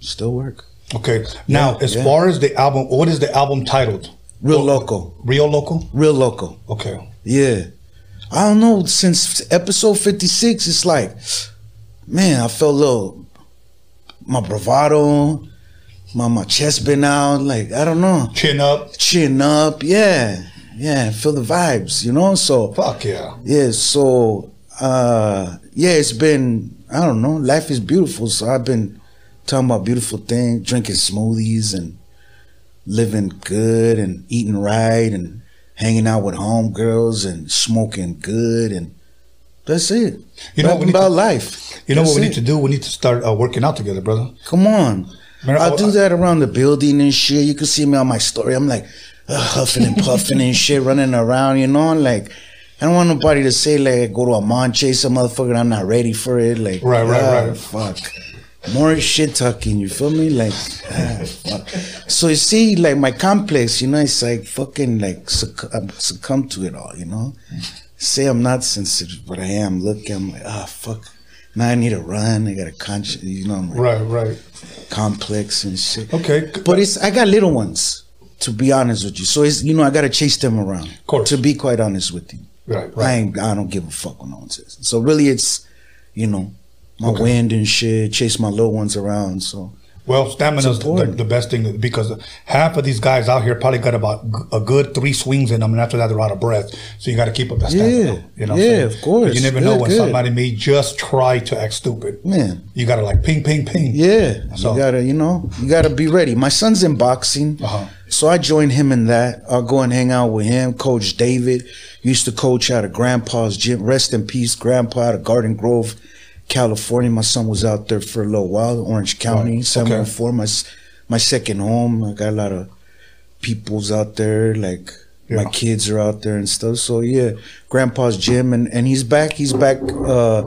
[SPEAKER 8] Still work.
[SPEAKER 5] Okay. Now,
[SPEAKER 8] Yeah,
[SPEAKER 5] as
[SPEAKER 8] yeah.
[SPEAKER 5] far as the album, what is the album titled?
[SPEAKER 8] Real
[SPEAKER 5] Well-
[SPEAKER 8] local.
[SPEAKER 5] Real local.
[SPEAKER 8] Real local.
[SPEAKER 5] Okay.
[SPEAKER 8] Yeah. I don't know. Since episode fifty six, it's like, man, I felt a little. My bravado, my my chest been out. Like I don't know.
[SPEAKER 5] Chin up.
[SPEAKER 8] Chin up. Yeah. Yeah. Feel the vibes. You know. So
[SPEAKER 5] Fuck yeah.
[SPEAKER 8] yeah. So uh yeah, it's been. I don't know. Life is beautiful. So I've been talking about beautiful things, drinking smoothies and living good and eating right and hanging out with homegirls and smoking good and that's it.
[SPEAKER 5] You know what we
[SPEAKER 8] Rapping
[SPEAKER 5] need to-
[SPEAKER 8] about life.
[SPEAKER 5] You know what we need
[SPEAKER 8] That's
[SPEAKER 5] to do? We need to start uh, working out together, brother.
[SPEAKER 8] it. Come on.
[SPEAKER 5] Man,
[SPEAKER 8] I'll
[SPEAKER 5] oh,
[SPEAKER 8] do
[SPEAKER 5] I-
[SPEAKER 8] that around the building and shit. You can see me on my story. I'm like uh, huffing and puffing and shit, running around, you know, like I don't want nobody to say like I go to a mon chase a motherfucker and I'm not ready for it. Like
[SPEAKER 5] Right, right,
[SPEAKER 8] ah,
[SPEAKER 5] right.
[SPEAKER 8] Fuck. More shit talking, you feel me? Like ah, fuck. So you see, like my complex, you know, it's like fucking like succ- um, succumb to it all, you know? Say I'm not sensitive, but I am. Look, I'm like, ah, fuck. Now I need to run. I got a conscious, you know, I'm like,
[SPEAKER 5] Right, right.
[SPEAKER 8] complex and shit.
[SPEAKER 5] Okay.
[SPEAKER 8] But it's I got little ones, to be honest with you. So it's you know, I gotta chase them around. Of
[SPEAKER 5] course.
[SPEAKER 8] To be quite honest with you.
[SPEAKER 5] Right,
[SPEAKER 8] I
[SPEAKER 5] right.
[SPEAKER 8] ain't I don't give a fuck what no one says. So really it's you know, my wind and shit, chase my little ones around. So
[SPEAKER 5] Well, stamina is the,
[SPEAKER 8] important.
[SPEAKER 5] the best thing because half of these guys out here probably got about g- a good three swings in them, and after that they're out of breath. So you got to keep up that stamina.
[SPEAKER 8] Yeah.
[SPEAKER 5] you know what I'm
[SPEAKER 8] Yeah,
[SPEAKER 5] saying?
[SPEAKER 8] of course.
[SPEAKER 5] 'Cause You never
[SPEAKER 8] Good,
[SPEAKER 5] know when
[SPEAKER 8] good.
[SPEAKER 5] somebody may just try to act stupid.
[SPEAKER 8] Man.
[SPEAKER 5] you got to like ping, ping, ping.
[SPEAKER 8] yeah.
[SPEAKER 5] So-
[SPEAKER 8] you gotta, you know, you gotta be ready. My son's in boxing.
[SPEAKER 5] Uh-huh.
[SPEAKER 8] So I joined him in that. I'll go and hang out with him. Coach David used to coach out of Grandpa's gym. Rest in peace, Grandpa out of Garden Grove, California. My son was out there for a little while, Orange County,
[SPEAKER 5] Right.
[SPEAKER 8] 704. My, s- my second home. I got a lot of peoples out there. Like
[SPEAKER 5] Yeah.
[SPEAKER 8] my kids are out there and stuff. So yeah, Grandpa's gym, and and he's back. He's back. uh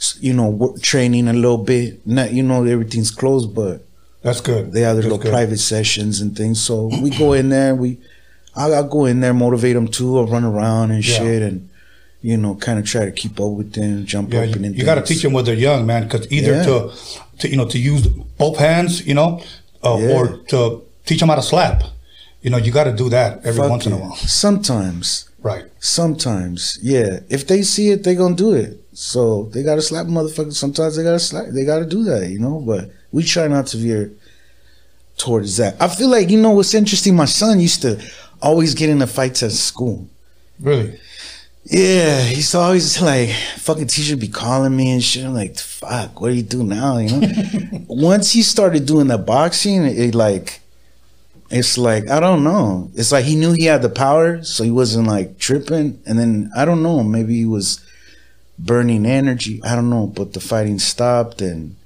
[SPEAKER 8] s- You know, wo- training a little bit. Not you know everything's closed, but
[SPEAKER 5] that's good.
[SPEAKER 8] they have their
[SPEAKER 5] That's
[SPEAKER 8] little
[SPEAKER 5] good.
[SPEAKER 8] private sessions and things. So we go in there. We, I, I go in there, motivate them too. I run around and
[SPEAKER 5] Yeah.
[SPEAKER 8] shit, and you know, kind of try to keep up with them, jump
[SPEAKER 5] Yeah,
[SPEAKER 8] up
[SPEAKER 5] you,
[SPEAKER 8] and
[SPEAKER 5] got to teach them when they're young, man. Because either
[SPEAKER 8] Yeah.
[SPEAKER 5] to, to you know, to use both hands, you know, uh,
[SPEAKER 8] Yeah.
[SPEAKER 5] or to teach them how to slap. You know, you got to do that every once in a while.
[SPEAKER 8] Sometimes,
[SPEAKER 5] Right.
[SPEAKER 8] sometimes, yeah. If they see it, they gonna do it. So they gotta slap motherfuckers. Sometimes they gotta slap. They gotta do that, you know. But we try not to veer towards that. I feel like you know what's interesting. My son used to always get into fights at school.
[SPEAKER 5] Really.
[SPEAKER 8] Yeah, he's always like, fucking teacher be calling me and shit. I'm like, fuck, what do you do now? You know? Once he started doing the boxing, it, like, it's like, I don't know. It's like he knew he had the power, so he wasn't like tripping. And then, I don't know, maybe he was burning energy. I don't know, but the fighting stopped and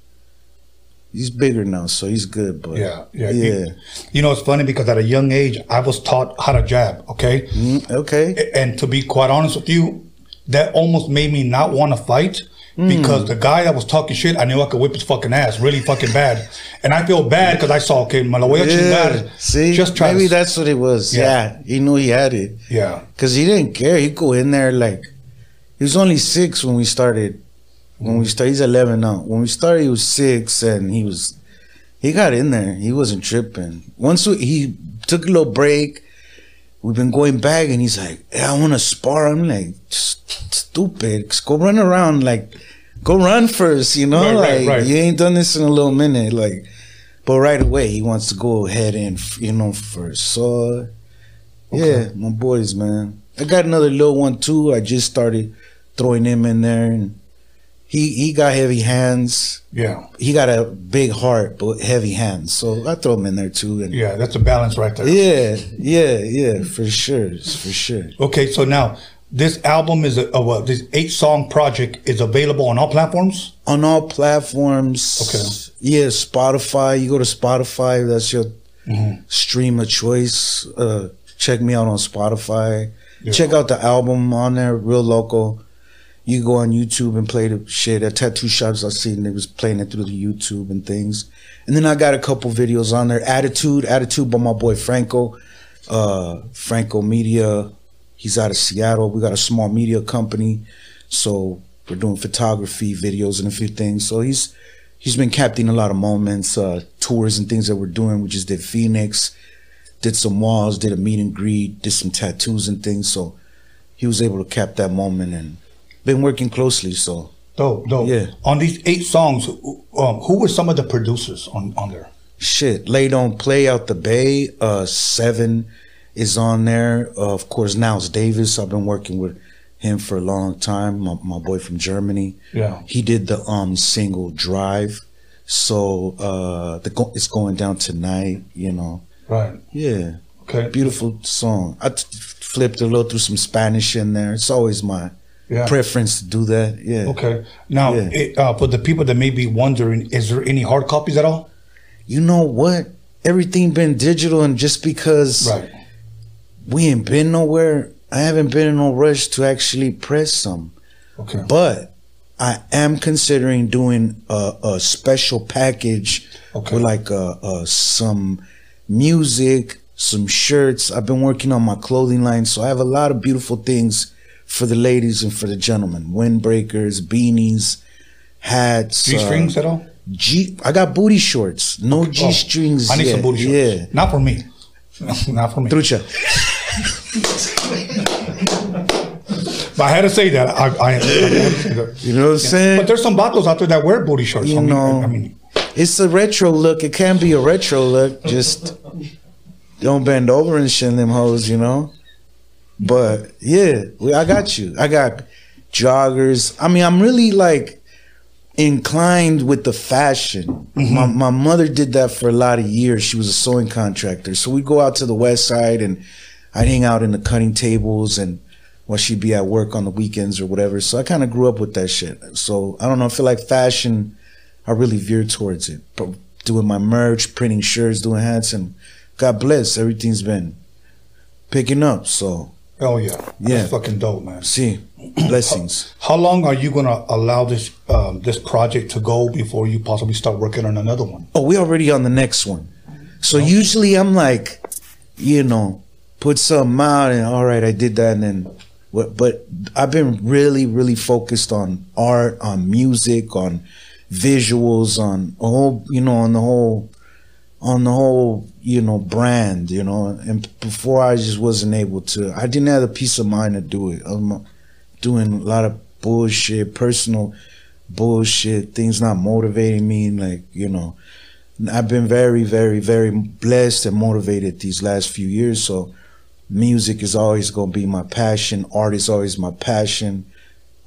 [SPEAKER 8] he's bigger now, so he's good. But
[SPEAKER 5] Yeah, yeah,
[SPEAKER 8] yeah.
[SPEAKER 5] You, you know, it's funny because at a young age, I was taught how to jab. Okay,
[SPEAKER 8] Mm, okay.
[SPEAKER 5] Eh, A- and to be quite honest with you, that almost made me not want to fight
[SPEAKER 8] Hmm.
[SPEAKER 5] because the guy that was talking shit, I knew I could whip his fucking ass really fucking bad, and I feel bad because I saw okay, Malawi
[SPEAKER 8] Yeah, see,
[SPEAKER 5] just try
[SPEAKER 8] maybe
[SPEAKER 5] to,
[SPEAKER 8] that's what it was.
[SPEAKER 5] Yeah.
[SPEAKER 8] Yeah. he knew he had it
[SPEAKER 5] yeah,
[SPEAKER 8] because he didn't care. He go in there like he was only six when we started. When we started, he's eleven now. When we started, he was six, and he was he got in there. He wasn't tripping. Once we, he took a little break, we've been going back, and he's like, "Yeah, "I want to spar." I'm like, "St- "Stupid, Just go run around like." Go run first, you know.
[SPEAKER 5] Right, right,
[SPEAKER 8] like
[SPEAKER 5] right.
[SPEAKER 8] you ain't done this in a little minute. Like but right away, he wants to go ahead and f- you know first. So, yeah, my boys, man. I got another little one too. I just started throwing him in there, and he he got heavy hands.
[SPEAKER 5] yeah,
[SPEAKER 8] He got a big heart, but heavy hands. So I throw him in there too, and yeah,
[SPEAKER 5] yeah. That's a balance right there.
[SPEAKER 8] yeah, yeah, for sure, for sure.
[SPEAKER 5] Okay, so now this album is a, a well, this eight song project is available on all platforms.
[SPEAKER 8] On all platforms.
[SPEAKER 5] Okay.
[SPEAKER 8] Yeah, Spotify. You go to Spotify. That's your
[SPEAKER 5] Mm-hmm.
[SPEAKER 8] stream of choice. Uh, check me out on Spotify.
[SPEAKER 5] Yeah.
[SPEAKER 8] Check out the album on there, real local. You go on YouTube and play the shit at tattoo shops. I seen they was playing it through the YouTube and things. And then I got a couple videos on there. Attitude, attitude by my boy Franco, uh, Franco Media. He's out of Seattle. We got a small media company, so we're doing photography, videos, and a few things. So he's he's been captaining a lot of moments, uh, tours and things that we're doing. We just did Phoenix, did some walls, did a meet and greet, did some tattoos and things. So he was able to cap that moment and been working closely. So
[SPEAKER 5] Dope, dope.
[SPEAKER 8] Yeah.
[SPEAKER 5] On these eight songs, who- um, who were some of the producers on on there?
[SPEAKER 8] shit, Lay Don't Play out the Bay, uh, Seven is on there. Uh, of course, Niles Davis. I've been working with him for a long time. My, my boy from Germany.
[SPEAKER 5] Yeah.
[SPEAKER 8] he did the um single Drive. So uh, the go- it's going down tonight. You know.
[SPEAKER 5] Right.
[SPEAKER 8] Yeah.
[SPEAKER 5] Okay.
[SPEAKER 8] Beautiful song. I t- flipped a little through some Spanish in there. It's always my
[SPEAKER 5] Yeah.
[SPEAKER 8] preference to do that. Yeah.
[SPEAKER 5] Okay. Now,
[SPEAKER 8] Yeah.
[SPEAKER 5] it, uh, for the people that may be wondering, is there any hard copies at all?
[SPEAKER 8] You know what? Everything been digital, and just because
[SPEAKER 5] Right.
[SPEAKER 8] we ain't been nowhere, I haven't been in no rush to actually press some.
[SPEAKER 5] Okay.
[SPEAKER 8] But I am considering doing a, a special package
[SPEAKER 5] Okay.
[SPEAKER 8] with like uh uh some music, some shirts. I've been working on my clothing line, so I have a lot of beautiful things for the ladies and for the gentlemen: windbreakers, beanies, hats,
[SPEAKER 5] G strings at all?
[SPEAKER 8] Uh, G. I got booty shorts, no G strings.
[SPEAKER 5] Oh, I need some booty shorts.
[SPEAKER 8] Yeah,
[SPEAKER 5] Not for me. Not for me.
[SPEAKER 8] trucha.
[SPEAKER 5] But I had to say that. I, I, I had to say that.
[SPEAKER 8] You know what I'm saying?
[SPEAKER 5] But there's some bottles out there that wear booty shorts.
[SPEAKER 8] You
[SPEAKER 5] I mean,
[SPEAKER 8] know.
[SPEAKER 5] I mean,
[SPEAKER 8] It's a retro look. It can be a retro look. Just don't bend over and shit in them hoes, you know. But yeah, we, I got you. I got joggers. I mean, I'm really like inclined with the fashion. My, my mother did that for a lot of years. She was a sewing contractor, so we go out to the west side and I'd hang out in the cutting tables and while she'd be at work on the weekends or whatever. So I kind of grew up with that shit. So I don't know. I feel like fashion. I really veered towards it. But doing my merch, printing shirts, doing hats, and God bless, everything's been picking up. So,
[SPEAKER 5] hell oh, yeah.
[SPEAKER 8] Yeah.
[SPEAKER 5] That's fucking dope, man.
[SPEAKER 8] see, blessings.
[SPEAKER 5] How long are you gonna allow this um, this project to go before you possibly start working on another one?
[SPEAKER 8] Oh, we already on the next one. So usually I'm like, you know, put something out and all right, I did that, and then. What, but I've been really, really focused on art, on music, on visuals, on a whole, you know, on the whole on the whole, you know, brand, you know. And before I just wasn't able to. I didn't have the peace of mind to do it. I'm doing a lot of bullshit, personal bullshit, things not motivating me, and like, you know. I've been very, very, very blessed and motivated these last few years. So music is always gonna be my passion. Art is always my passion.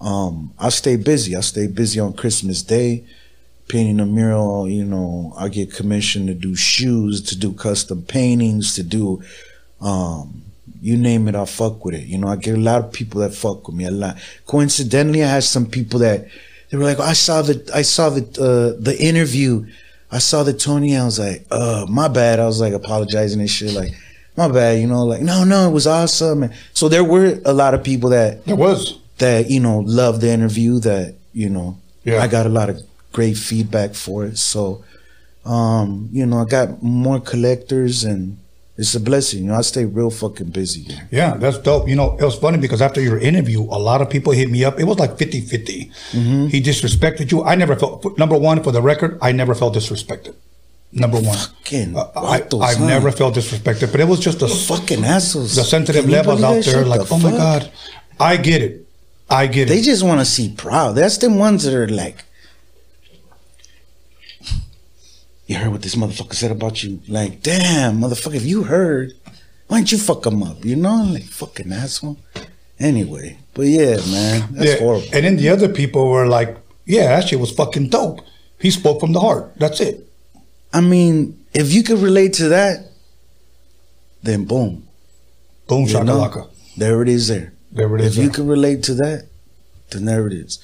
[SPEAKER 8] Um, I stay busy. I stay busy on Christmas Day painting a mural, you know, I get commissioned to do shoes, to do custom paintings, to do um you name it, I fuck with it. You know, I get a lot of people that fuck with me a lot. Coincidentally, I had some people that they were like, "Oh, I saw the I saw the uh the interview. I saw the Tony, I was like, uh, my bad. I was like apologizing and shit, like, my bad, you know, like, no, no, it was awesome. And so there were a lot of people that
[SPEAKER 5] There was.
[SPEAKER 8] that you know love the interview that you know
[SPEAKER 5] Yeah.
[SPEAKER 8] I got a lot of great feedback for it. So, um, you know, I got more collectors and it's a blessing. You know, I stay real fucking busy.
[SPEAKER 5] Yeah, that's dope. You know, it was funny because after your interview, a lot of people hit me up. It was like 50 50.
[SPEAKER 8] Mm-hmm.
[SPEAKER 5] He disrespected you. I never felt, number one, for the record, I never felt disrespected. Number one.
[SPEAKER 8] Fucking
[SPEAKER 5] Uh, I,
[SPEAKER 8] vatos,
[SPEAKER 5] I've
[SPEAKER 8] huh?
[SPEAKER 5] never felt disrespected, but it was just a
[SPEAKER 8] Fucking assholes.
[SPEAKER 5] the sensitive
[SPEAKER 8] Can you
[SPEAKER 5] levels
[SPEAKER 8] believe
[SPEAKER 5] out
[SPEAKER 8] that
[SPEAKER 5] there.
[SPEAKER 8] shit?
[SPEAKER 5] Like,
[SPEAKER 8] The
[SPEAKER 5] oh my
[SPEAKER 8] fuck?
[SPEAKER 5] God, I get it. I get
[SPEAKER 8] They
[SPEAKER 5] it.
[SPEAKER 8] just want to see proud. That's the ones that are like, you heard what this motherfucker said about you. Like, damn, motherfucker, if you heard, why don't you fuck him up? You know, like fucking asshole. Anyway, but yeah, man, that's
[SPEAKER 5] Yeah.
[SPEAKER 8] horrible.
[SPEAKER 5] And then the other people were like, yeah, that shit was fucking dope. He spoke from the heart. That's it.
[SPEAKER 8] I mean, if you could relate to that, then boom,
[SPEAKER 5] Boom,
[SPEAKER 8] you know?
[SPEAKER 5] shakalaka.
[SPEAKER 8] there it is. There,
[SPEAKER 5] There it is.
[SPEAKER 8] if you
[SPEAKER 5] there.
[SPEAKER 8] can relate to that, then there it is.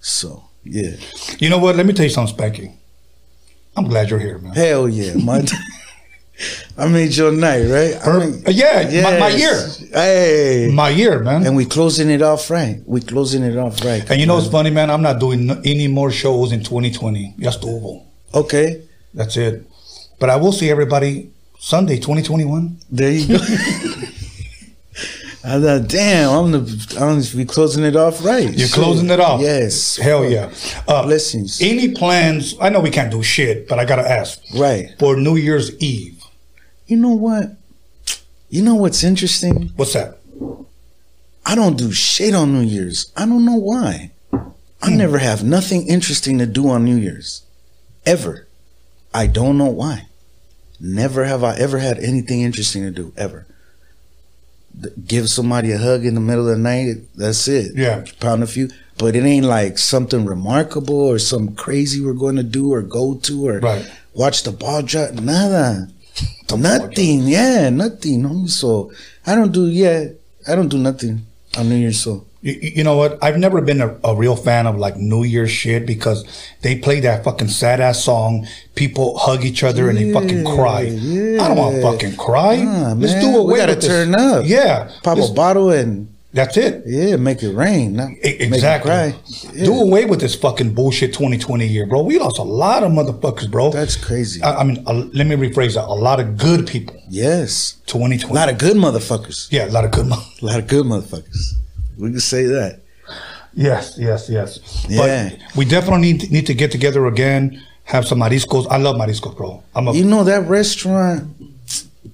[SPEAKER 8] so yeah,
[SPEAKER 5] You know what? Let me tell you something, Spanky. I'm glad you're here, man.
[SPEAKER 8] hell yeah, my. I made your night, right? I
[SPEAKER 5] Her-
[SPEAKER 8] made-
[SPEAKER 5] yeah, my, my year.
[SPEAKER 8] Yes. Hey.
[SPEAKER 5] My year, man.
[SPEAKER 8] and
[SPEAKER 5] And,
[SPEAKER 8] we closing it off right. We closing it off right.
[SPEAKER 5] you know what's funny, man? I'm not doing n- any more shows in 2020. That's doable.
[SPEAKER 8] okay,
[SPEAKER 5] That's it. But I will see everybody Sunday, 2021.
[SPEAKER 8] there you go. I thought, damn, I'm the I'm we closing it off right.
[SPEAKER 5] You're closing it off.
[SPEAKER 8] Yes.
[SPEAKER 5] Hell yeah. Uh,
[SPEAKER 8] Blessings.
[SPEAKER 5] Any plans? I know we can't do shit, but I gotta ask.
[SPEAKER 8] Right.
[SPEAKER 5] For New Year's Eve,
[SPEAKER 8] You know what? You know what's interesting?
[SPEAKER 5] what's that?
[SPEAKER 8] I don't do shit on New Year's. I don't know why. I
[SPEAKER 5] Hmm.
[SPEAKER 8] never have nothing interesting to do on New Year's. Ever. I don't know why. Never have I ever had anything interesting to do, ever. Th- Give somebody a hug in the middle of the night, that's it.
[SPEAKER 5] Yeah.
[SPEAKER 8] Pound a few. But it ain't like something remarkable or some crazy we're going to do or go to or
[SPEAKER 5] Right.
[SPEAKER 8] watch the ball drop. Nada.
[SPEAKER 5] The ball drop.
[SPEAKER 8] nothing. Yeah, nothing. homie. So I don't do, yeah, I don't do nothing on New Year's. So
[SPEAKER 5] You, you you know what? I've never been a, a real fan of like New Year's shit because they play that fucking sad ass song. People hug each other and they fucking cry. I don't want to
[SPEAKER 8] yeah.
[SPEAKER 5] fucking cry.
[SPEAKER 8] Nah,
[SPEAKER 5] Let's
[SPEAKER 8] man,
[SPEAKER 5] do away
[SPEAKER 8] we gotta
[SPEAKER 5] with this.
[SPEAKER 8] turn up.
[SPEAKER 5] Yeah,
[SPEAKER 8] pop
[SPEAKER 5] Let's-
[SPEAKER 8] a bottle and
[SPEAKER 5] that's it.
[SPEAKER 8] yeah, make it rain. Not
[SPEAKER 5] E-
[SPEAKER 8] make it
[SPEAKER 5] Exactly.
[SPEAKER 8] cry. Yeah.
[SPEAKER 5] Do away with this fucking bullshit 2020 year, bro. We lost a lot of motherfuckers, bro.
[SPEAKER 8] That's crazy.
[SPEAKER 5] I, I mean, a, let me rephrase that. A lot of good people.
[SPEAKER 8] yes,
[SPEAKER 5] 2020.
[SPEAKER 8] a lot of good motherfuckers.
[SPEAKER 5] yeah, a lot of good. Mo-
[SPEAKER 8] A lot of good motherfuckers. We can say that.
[SPEAKER 5] yes, yes, yes.
[SPEAKER 8] Yeah.
[SPEAKER 5] But we definitely need to, need to get together again. Have some mariscos. I love mariscos, bro. I'm a
[SPEAKER 8] You know that restaurant?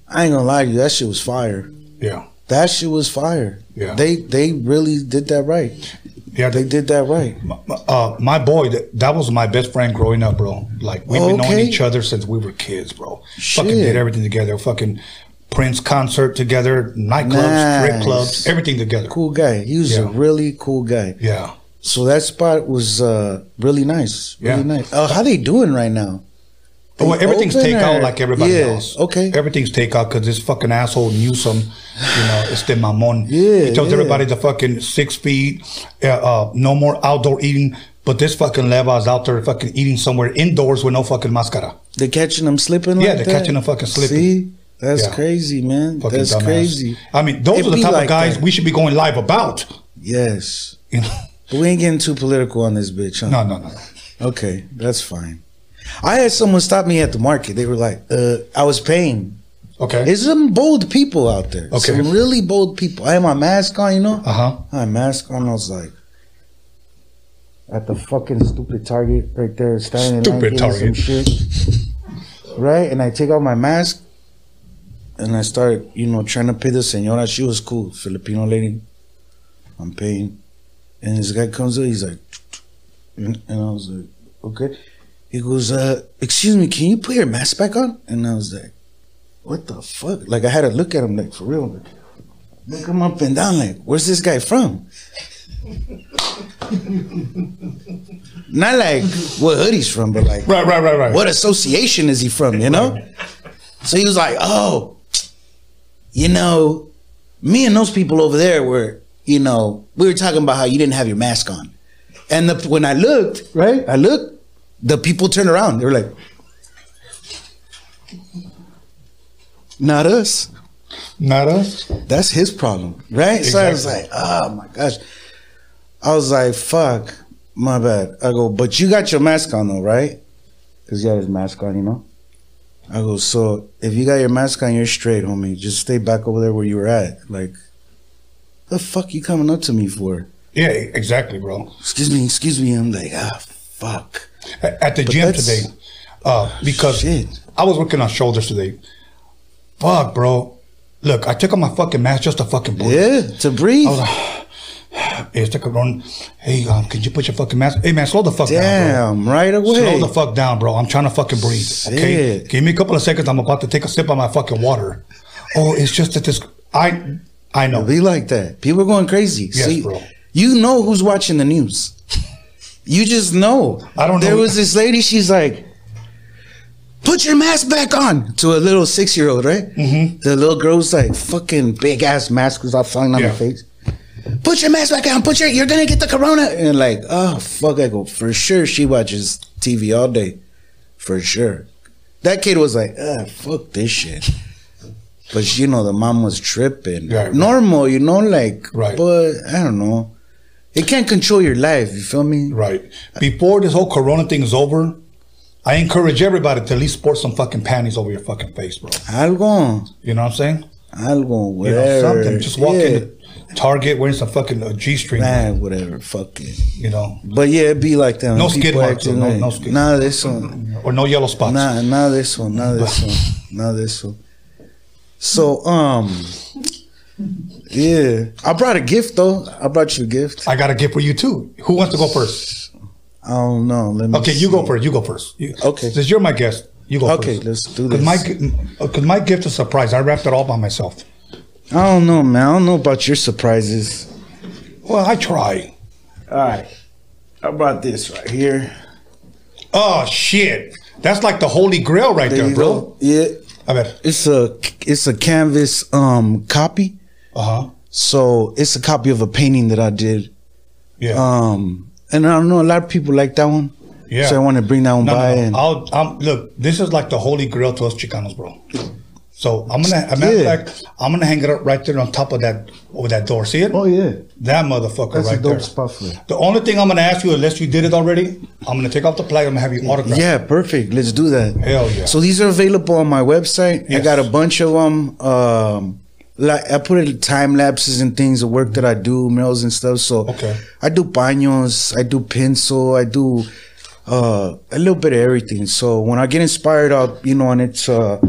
[SPEAKER 8] I ain't gonna lie to you. That shit was fire.
[SPEAKER 5] yeah,
[SPEAKER 8] That shit was fire.
[SPEAKER 5] Yeah.
[SPEAKER 8] They they really did that right.
[SPEAKER 5] yeah.
[SPEAKER 8] They did that right.
[SPEAKER 5] my- my- uh, my boy, that, that was my best friend growing up, bro. Like we've been knowing
[SPEAKER 8] Okay.
[SPEAKER 5] each other since we were kids, bro. Fucking
[SPEAKER 8] Shit.
[SPEAKER 5] did everything together. Fucking Prince concert together, nightclubs, strip
[SPEAKER 8] Nice.
[SPEAKER 5] clubs, everything together.
[SPEAKER 8] Cool guy. He was a
[SPEAKER 5] Yeah.
[SPEAKER 8] really cool guy.
[SPEAKER 5] Yeah.
[SPEAKER 8] So that spot was uh, really nice. Really
[SPEAKER 5] Yeah. Oh,
[SPEAKER 8] nice. Uh, how they doing right now? They
[SPEAKER 5] well, everything's
[SPEAKER 8] open
[SPEAKER 5] takeout
[SPEAKER 8] or-
[SPEAKER 5] like everybody
[SPEAKER 8] Yeah,
[SPEAKER 5] else.
[SPEAKER 8] Okay.
[SPEAKER 5] Everything's takeout because this fucking asshole Newsom, you know, it's the mamon.
[SPEAKER 8] Yeah,
[SPEAKER 5] He tells
[SPEAKER 8] yeah.
[SPEAKER 5] everybody to fucking six feet, uh, uh, no more outdoor eating. But this fucking leva is out there fucking eating somewhere indoors with no fucking mascara.
[SPEAKER 8] They're catching them slipping.
[SPEAKER 5] Yeah,
[SPEAKER 8] like
[SPEAKER 5] they're
[SPEAKER 8] that?
[SPEAKER 5] catching 'em fucking slipping.
[SPEAKER 8] See, that's
[SPEAKER 5] Yeah.
[SPEAKER 8] crazy, man.
[SPEAKER 5] Fucking
[SPEAKER 8] that's
[SPEAKER 5] dumbass.
[SPEAKER 8] crazy.
[SPEAKER 5] I mean, those
[SPEAKER 8] It
[SPEAKER 5] are the
[SPEAKER 8] be
[SPEAKER 5] type of
[SPEAKER 8] like
[SPEAKER 5] guys
[SPEAKER 8] that.
[SPEAKER 5] we should be going live about.
[SPEAKER 8] Yes,
[SPEAKER 5] You know?
[SPEAKER 8] but we ain't getting too political on this bitch. Huh?
[SPEAKER 5] No, no, no.
[SPEAKER 8] Okay, that's fine. I had someone stop me at the market. They were like, uh, "I was paying."
[SPEAKER 5] Okay.
[SPEAKER 8] There's some bold people out there.
[SPEAKER 5] Okay.
[SPEAKER 8] Some really bold people. I had my mask on, you know?
[SPEAKER 5] Uh huh.
[SPEAKER 8] I had my mask on. I was like, at the fucking stupid Target right there, standing in line,
[SPEAKER 5] Stupid
[SPEAKER 8] getting some
[SPEAKER 5] Target.
[SPEAKER 8] shit. Right? And I take off my mask and I start, you know, trying to pay the senora. She was cool, Filipino lady. I'm paying. And this guy comes up, he's like, and and I was like, okay. He goes, uh, excuse me, can you put your mask back on? And I was like, what the fuck? Like I had to look at him like for real. Like, look him up and down like, where's this guy from? Not like what hood he's from, but like
[SPEAKER 5] Right, right, right, right.
[SPEAKER 8] what association is he from, you know? So he was like, oh, you know, me and those people over there were, you know, we were talking about how you didn't have your mask on. And the, when I looked, right, I looked, the people turned around. They were like, not us.
[SPEAKER 5] Not us.
[SPEAKER 8] That's his problem, right? So I was like, oh my gosh. I was like, fuck. My bad. I go, but you got your mask on though, right? Cause he had his mask on, you know. I go, so if you got your mask on, you're straight, homie. Just stay back over there where you were at. Like, the fuck you coming up to me for?
[SPEAKER 5] Yeah, exactly, bro.
[SPEAKER 8] Excuse me, excuse me. I'm like, ah, fuck.
[SPEAKER 5] A- at the
[SPEAKER 8] But
[SPEAKER 5] gym
[SPEAKER 8] that's-
[SPEAKER 5] today uh, because
[SPEAKER 8] Shit.
[SPEAKER 5] I was working on shoulders today. Fuck, bro. Look, I took off my fucking mask just to fucking breathe.
[SPEAKER 8] Yeah, to breathe.
[SPEAKER 5] I was oh, like, hey, it's like a run. Hey, um, could you put your fucking mask? Hey, man, slow the fuck down,
[SPEAKER 8] Damn, right
[SPEAKER 5] bro.
[SPEAKER 8] away.
[SPEAKER 5] Slow the fuck down, bro. I'm trying to fucking breathe. Okay,
[SPEAKER 8] Shit.
[SPEAKER 5] give me a couple of seconds. I'm about to take a sip of my fucking water. Oh, it's just that this. I, I know.
[SPEAKER 8] Be like that. People are going crazy.
[SPEAKER 5] Yes,
[SPEAKER 8] See,
[SPEAKER 5] bro.
[SPEAKER 8] you know who's watching the news. You just know.
[SPEAKER 5] I don't
[SPEAKER 8] There
[SPEAKER 5] know-
[SPEAKER 8] was this lady. She's like, "Put your mask back on." To a little six-year-old, right? Mm-hmm. The little girl's like, "Fucking big ass mask was off falling on
[SPEAKER 5] Yeah.
[SPEAKER 8] my face." Put your mask back on. Put your. You're gonna get the corona. And like, oh fuck, I go for sure. She watches TV all day, for sure. That kid was like, ah, fuck this shit. But you know, the mom was tripping.
[SPEAKER 5] Right, right.
[SPEAKER 8] Normal, you know, like,
[SPEAKER 5] Right.
[SPEAKER 8] but I don't know. It can't control your life. You feel me?
[SPEAKER 5] Right. Before this whole corona thing is over, I encourage everybody to at least sport some fucking panties over your fucking face, bro.
[SPEAKER 8] Algo,
[SPEAKER 5] You know what I'm saying?
[SPEAKER 8] algo,
[SPEAKER 5] You
[SPEAKER 8] whatever.
[SPEAKER 5] know, something. Just walk
[SPEAKER 8] yeah.
[SPEAKER 5] in Target wearing some fucking uh, G string,
[SPEAKER 8] Man, whatever. Fuck it.
[SPEAKER 5] you know,
[SPEAKER 8] But yeah, it be like that.
[SPEAKER 5] No
[SPEAKER 8] when
[SPEAKER 5] skid
[SPEAKER 8] people
[SPEAKER 5] marks,
[SPEAKER 8] acting
[SPEAKER 5] though. No-
[SPEAKER 8] like,
[SPEAKER 5] no skid-
[SPEAKER 8] Nah, this one.
[SPEAKER 5] or no yellow spots.
[SPEAKER 8] Nah, nah, this one. Nah, this one. Nah, this one. So, um, yeah. I brought a gift, though. I brought you a gift.
[SPEAKER 5] I got a gift for you too. Who wants to go first?
[SPEAKER 8] I don't know. Let me
[SPEAKER 5] Okay, you go
[SPEAKER 8] see.
[SPEAKER 5] first. You go first. You-
[SPEAKER 8] Okay.
[SPEAKER 5] Since you're my guest, you go
[SPEAKER 8] Okay,
[SPEAKER 5] first.
[SPEAKER 8] let's do
[SPEAKER 5] Cause
[SPEAKER 8] this.
[SPEAKER 5] my, gi- uh, cause my gift is surprise. I wrapped it all by myself.
[SPEAKER 8] I don't know, man. I don't know about your surprises.
[SPEAKER 5] Well, I try.
[SPEAKER 8] All right. I brought this right here.
[SPEAKER 5] Oh shit, that's like the holy grail right there,
[SPEAKER 8] There you
[SPEAKER 5] bro.
[SPEAKER 8] go. Yeah.
[SPEAKER 5] I bet.
[SPEAKER 8] It's a it's a canvas um copy.
[SPEAKER 5] Uh huh.
[SPEAKER 8] So it's a copy of a painting that I did.
[SPEAKER 5] Yeah.
[SPEAKER 8] Um and I don't know a lot of people like that one.
[SPEAKER 5] Yeah.
[SPEAKER 8] So I want to bring that one
[SPEAKER 5] No,
[SPEAKER 8] by
[SPEAKER 5] no,
[SPEAKER 8] and
[SPEAKER 5] no. I'll, I'm, look, this is like the holy grail to us Chicanos, bro. So I'm gonna, as a matter of
[SPEAKER 8] Yeah.
[SPEAKER 5] fact, I'm gonna hang it up right there on top of that, over that door. See it?
[SPEAKER 8] Oh yeah.
[SPEAKER 5] That motherfucker
[SPEAKER 8] That's
[SPEAKER 5] right
[SPEAKER 8] a dope
[SPEAKER 5] there.
[SPEAKER 8] spot for it.
[SPEAKER 5] The only thing I'm gonna ask you, unless you did it already, I'm gonna take off the plaque. I'm gonna have you autograph.
[SPEAKER 8] Yeah, perfect. Let's do that.
[SPEAKER 5] Hell yeah.
[SPEAKER 8] So these are available on my website. I
[SPEAKER 5] Yes.
[SPEAKER 8] got a bunch of them. Um, like I put in time lapses and things of work that I do, mails and stuff. So
[SPEAKER 5] Okay.
[SPEAKER 8] I do paños, I do pencil, I do uh, a little bit of everything. So when I get inspired, I'll you know, and it's uh,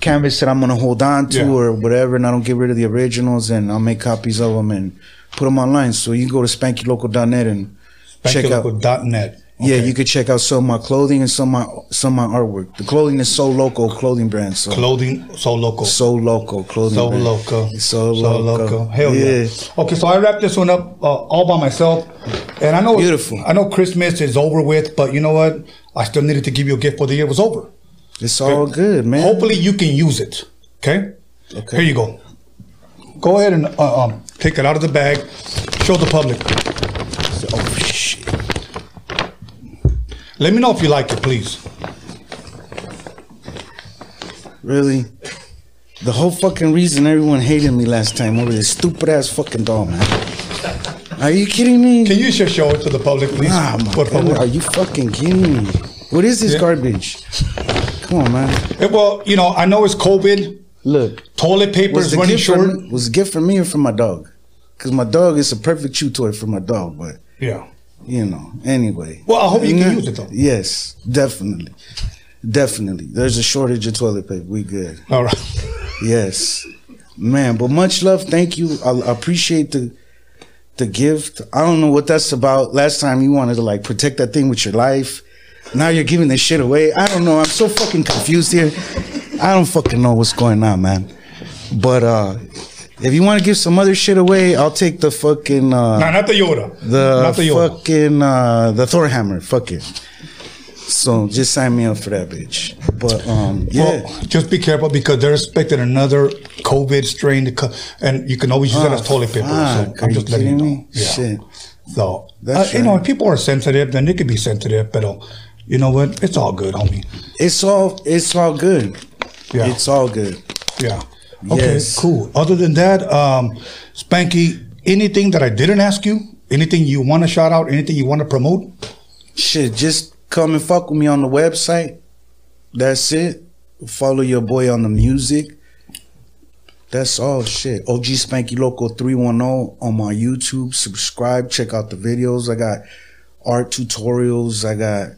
[SPEAKER 8] canvas that I'm gonna hold on to
[SPEAKER 5] Yeah.
[SPEAKER 8] or whatever, and I don't get rid of the originals, and I'll make copies of them and put them online. So you can go to spankylocal.net and check out
[SPEAKER 5] Bankylocal.net.
[SPEAKER 8] yeah,
[SPEAKER 5] Okay.
[SPEAKER 8] you could check out some of my clothing and some of my some of my artwork. The clothing is so local clothing brand. So
[SPEAKER 5] clothing so local.
[SPEAKER 8] so local clothing.
[SPEAKER 5] So
[SPEAKER 8] brand.
[SPEAKER 5] loco.
[SPEAKER 8] So, local.
[SPEAKER 5] Hell yeah. Okay, so I wrapped this one up uh, all by myself. And I know
[SPEAKER 8] Beautiful.
[SPEAKER 5] I know Christmas is over with, but you know what? I still needed to give you a gift for the year was over.
[SPEAKER 8] It's all good, man.
[SPEAKER 5] Hopefully you can use it. Okay?
[SPEAKER 8] Okay.
[SPEAKER 5] Here you go. Go ahead and uh, um, take it out of the bag. Show the public.
[SPEAKER 8] Oh shit.
[SPEAKER 5] Let me know if you like it, please.
[SPEAKER 8] Really? The whole fucking reason everyone hated me last time over this stupid ass fucking doll, man. Are you kidding me?
[SPEAKER 5] Can you just show it to the public, please?
[SPEAKER 8] Ah, my
[SPEAKER 5] Por favor.
[SPEAKER 8] God, are you fucking kidding me? What is this
[SPEAKER 5] Yeah.
[SPEAKER 8] garbage? Come on, man.
[SPEAKER 5] Eh, Well, you know, I know it's COVID.
[SPEAKER 8] Look,
[SPEAKER 5] Toilet paper
[SPEAKER 8] was
[SPEAKER 5] is
[SPEAKER 8] the
[SPEAKER 5] running
[SPEAKER 8] gift for
[SPEAKER 5] short.
[SPEAKER 8] me- was the gift for me or for my dog? Because my dog is a perfect chew toy for my dog, but
[SPEAKER 5] Yeah.
[SPEAKER 8] you know. Anyway.
[SPEAKER 5] Well, I hope you can use it, though.
[SPEAKER 8] Yes, definitely, definitely. There's a shortage of toilet paper. We good.
[SPEAKER 5] All right.
[SPEAKER 8] Yes, man. But much love. Thank you. I I appreciate the the gift. I don't know what that's about. Last time you wanted to like protect that thing with your life. Now you're giving this shit away. I don't know. I'm so fucking confused here. I don't fucking know what's going on, man. But uh if you want to give some other shit away, I'll take the fucking uh
[SPEAKER 5] No, not the Yoda.
[SPEAKER 8] the
[SPEAKER 5] not the Yoda.
[SPEAKER 8] fucking uh, the Thor hammer. Fuck it. So just sign me up for that bitch. But um, yeah,
[SPEAKER 5] Well, just be careful because they're expecting another COVID strain to come, and you can always use that as toilet paper.
[SPEAKER 8] Ah, fuck,
[SPEAKER 5] so
[SPEAKER 8] are
[SPEAKER 5] I'm
[SPEAKER 8] you
[SPEAKER 5] just letting you know.
[SPEAKER 8] kidding me? Shit.
[SPEAKER 5] So
[SPEAKER 8] That's
[SPEAKER 5] uh, you know,
[SPEAKER 8] right.
[SPEAKER 5] if people are sensitive, then they could be sensitive. But uh, you know what? It's all good, homie.
[SPEAKER 8] it's all it's all good.
[SPEAKER 5] Yeah.
[SPEAKER 8] It's all good.
[SPEAKER 5] Yeah. Okay.
[SPEAKER 8] Yes.
[SPEAKER 5] Cool. Other than that, um, Spanky, anything that I didn't ask you, Anything you want to shout out? Anything you want to promote?
[SPEAKER 8] Shit, just come and fuck with me on the website. That's it. Follow your boy on the music. That's all shit. OG Spanky Loco 310 on my YouTube. Subscribe, check out the videos. I got art tutorials. I got,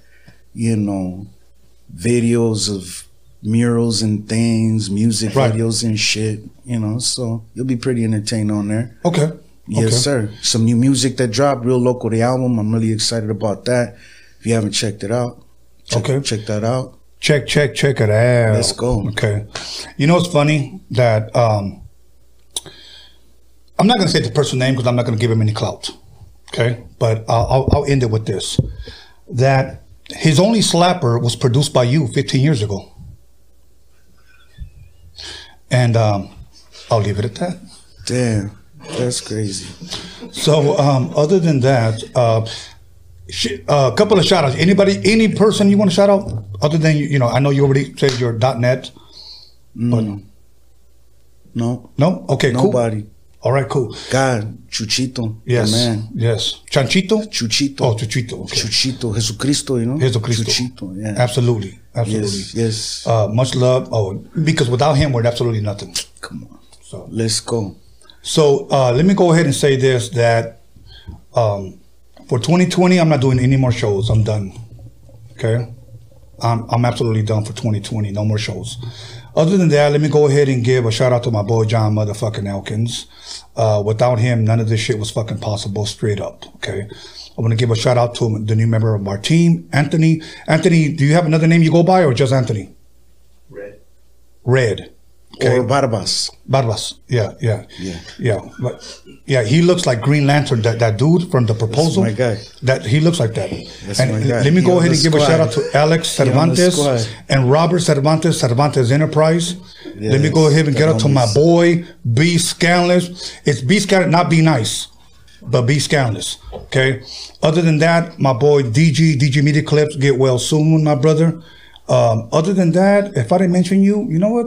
[SPEAKER 8] you know, videos of murals and things, music
[SPEAKER 5] Right.
[SPEAKER 8] videos and shit, you know, so you'll be pretty entertained on there.
[SPEAKER 5] Okay.
[SPEAKER 8] Yes,
[SPEAKER 5] okay.
[SPEAKER 8] sir. Some new music that dropped, Real Local, the album. I'm really excited about that. If you haven't checked it out, check,
[SPEAKER 5] Okay.
[SPEAKER 8] check that out.
[SPEAKER 5] Check, check, check it out.
[SPEAKER 8] Let's go.
[SPEAKER 5] Okay. You know, it's funny that um, I'm not going to say the person's name because I'm not going to give him any clout. Okay. But I'll, I'll, I'll end it with this that his only slapper was produced by you 15 years ago. And um, I'll leave it at that.
[SPEAKER 8] Damn, that's crazy.
[SPEAKER 5] So, um, other than that, uh, sh- a couple of shout outs. Anybody, any person you want to shout out? Other than, you know, I know you already said your .net. But
[SPEAKER 8] Mm. No,
[SPEAKER 5] no? Okay, cool.
[SPEAKER 8] nobody.
[SPEAKER 5] All right, cool.
[SPEAKER 8] God, Chuchito. the
[SPEAKER 5] Yes.
[SPEAKER 8] man.
[SPEAKER 5] Yes. Chanchito?
[SPEAKER 8] Chuchito.
[SPEAKER 5] Oh, Chuchito. Okay.
[SPEAKER 8] Chuchito. Jesucristo, you know?
[SPEAKER 5] Jesucristo.
[SPEAKER 8] Chuchito, yeah.
[SPEAKER 5] Absolutely. Absolutely.
[SPEAKER 8] Yes, yes.
[SPEAKER 5] Uh, much love. Oh, because without him, we're absolutely nothing.
[SPEAKER 8] Come on.
[SPEAKER 5] So,
[SPEAKER 8] Let's go.
[SPEAKER 5] So uh, let me go ahead and say this: that um, for 2020, I'm not doing any more shows. I'm done. Okay, I'm I'm absolutely done for 2020. No more shows. Other than that, let me go ahead and give a shout out to my boy John motherfucking Elkins. Uh, without him, none of this shit was fucking possible. Straight up. Okay. I want to give a shout out to the new member of our team, Anthony. Anthony, do you have another name you go by or just Anthony? Red. Red.
[SPEAKER 8] Or Barbas.
[SPEAKER 5] Barbas. Yeah, yeah.
[SPEAKER 8] Yeah.
[SPEAKER 5] Yeah. But yeah, he looks like Green Lantern, that, that dude from the proposal.
[SPEAKER 8] my guy.
[SPEAKER 5] That he looks like that.
[SPEAKER 8] That's
[SPEAKER 5] and
[SPEAKER 8] my guy.
[SPEAKER 5] let me
[SPEAKER 8] He
[SPEAKER 5] go
[SPEAKER 8] on
[SPEAKER 5] ahead
[SPEAKER 8] the
[SPEAKER 5] and give a shout
[SPEAKER 8] squad.
[SPEAKER 5] out to Alex
[SPEAKER 8] He on the
[SPEAKER 5] Cervantes
[SPEAKER 8] squad.
[SPEAKER 5] and Robert Cervantes, Cervantes Enterprise. let me
[SPEAKER 8] Yes,
[SPEAKER 5] go ahead and
[SPEAKER 8] the
[SPEAKER 5] get up to my
[SPEAKER 8] homies.
[SPEAKER 5] boy B Scanless. It's B Scanless, not be nice, but be scanless. Okay. Other than that, my boy DG, DG Media Clips, get well soon, my brother. Um, other than that, if I didn't mention you, you know what?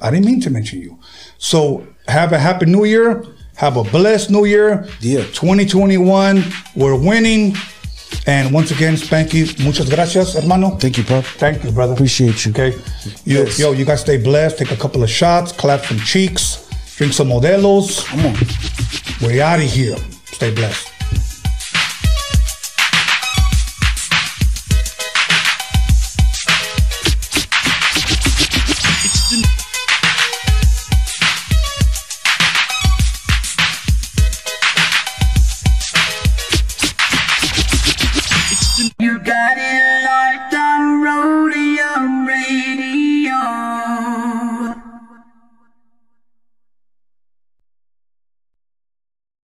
[SPEAKER 5] I didn't mean to mention you. So have a happy new year. Have a blessed new year.
[SPEAKER 8] Yeah.
[SPEAKER 5] 2021. We're winning. And once again, Spanky, muchas gracias, hermano.
[SPEAKER 8] Thank you, Pop.
[SPEAKER 5] Thank you, brother.
[SPEAKER 8] Appreciate you.
[SPEAKER 5] Okay. You,
[SPEAKER 8] Yes.
[SPEAKER 5] Yo, you guys stay blessed. Take a couple of shots, clap some cheeks, drink some Modelos.
[SPEAKER 8] Come on.
[SPEAKER 5] We're out of here. Stay blessed.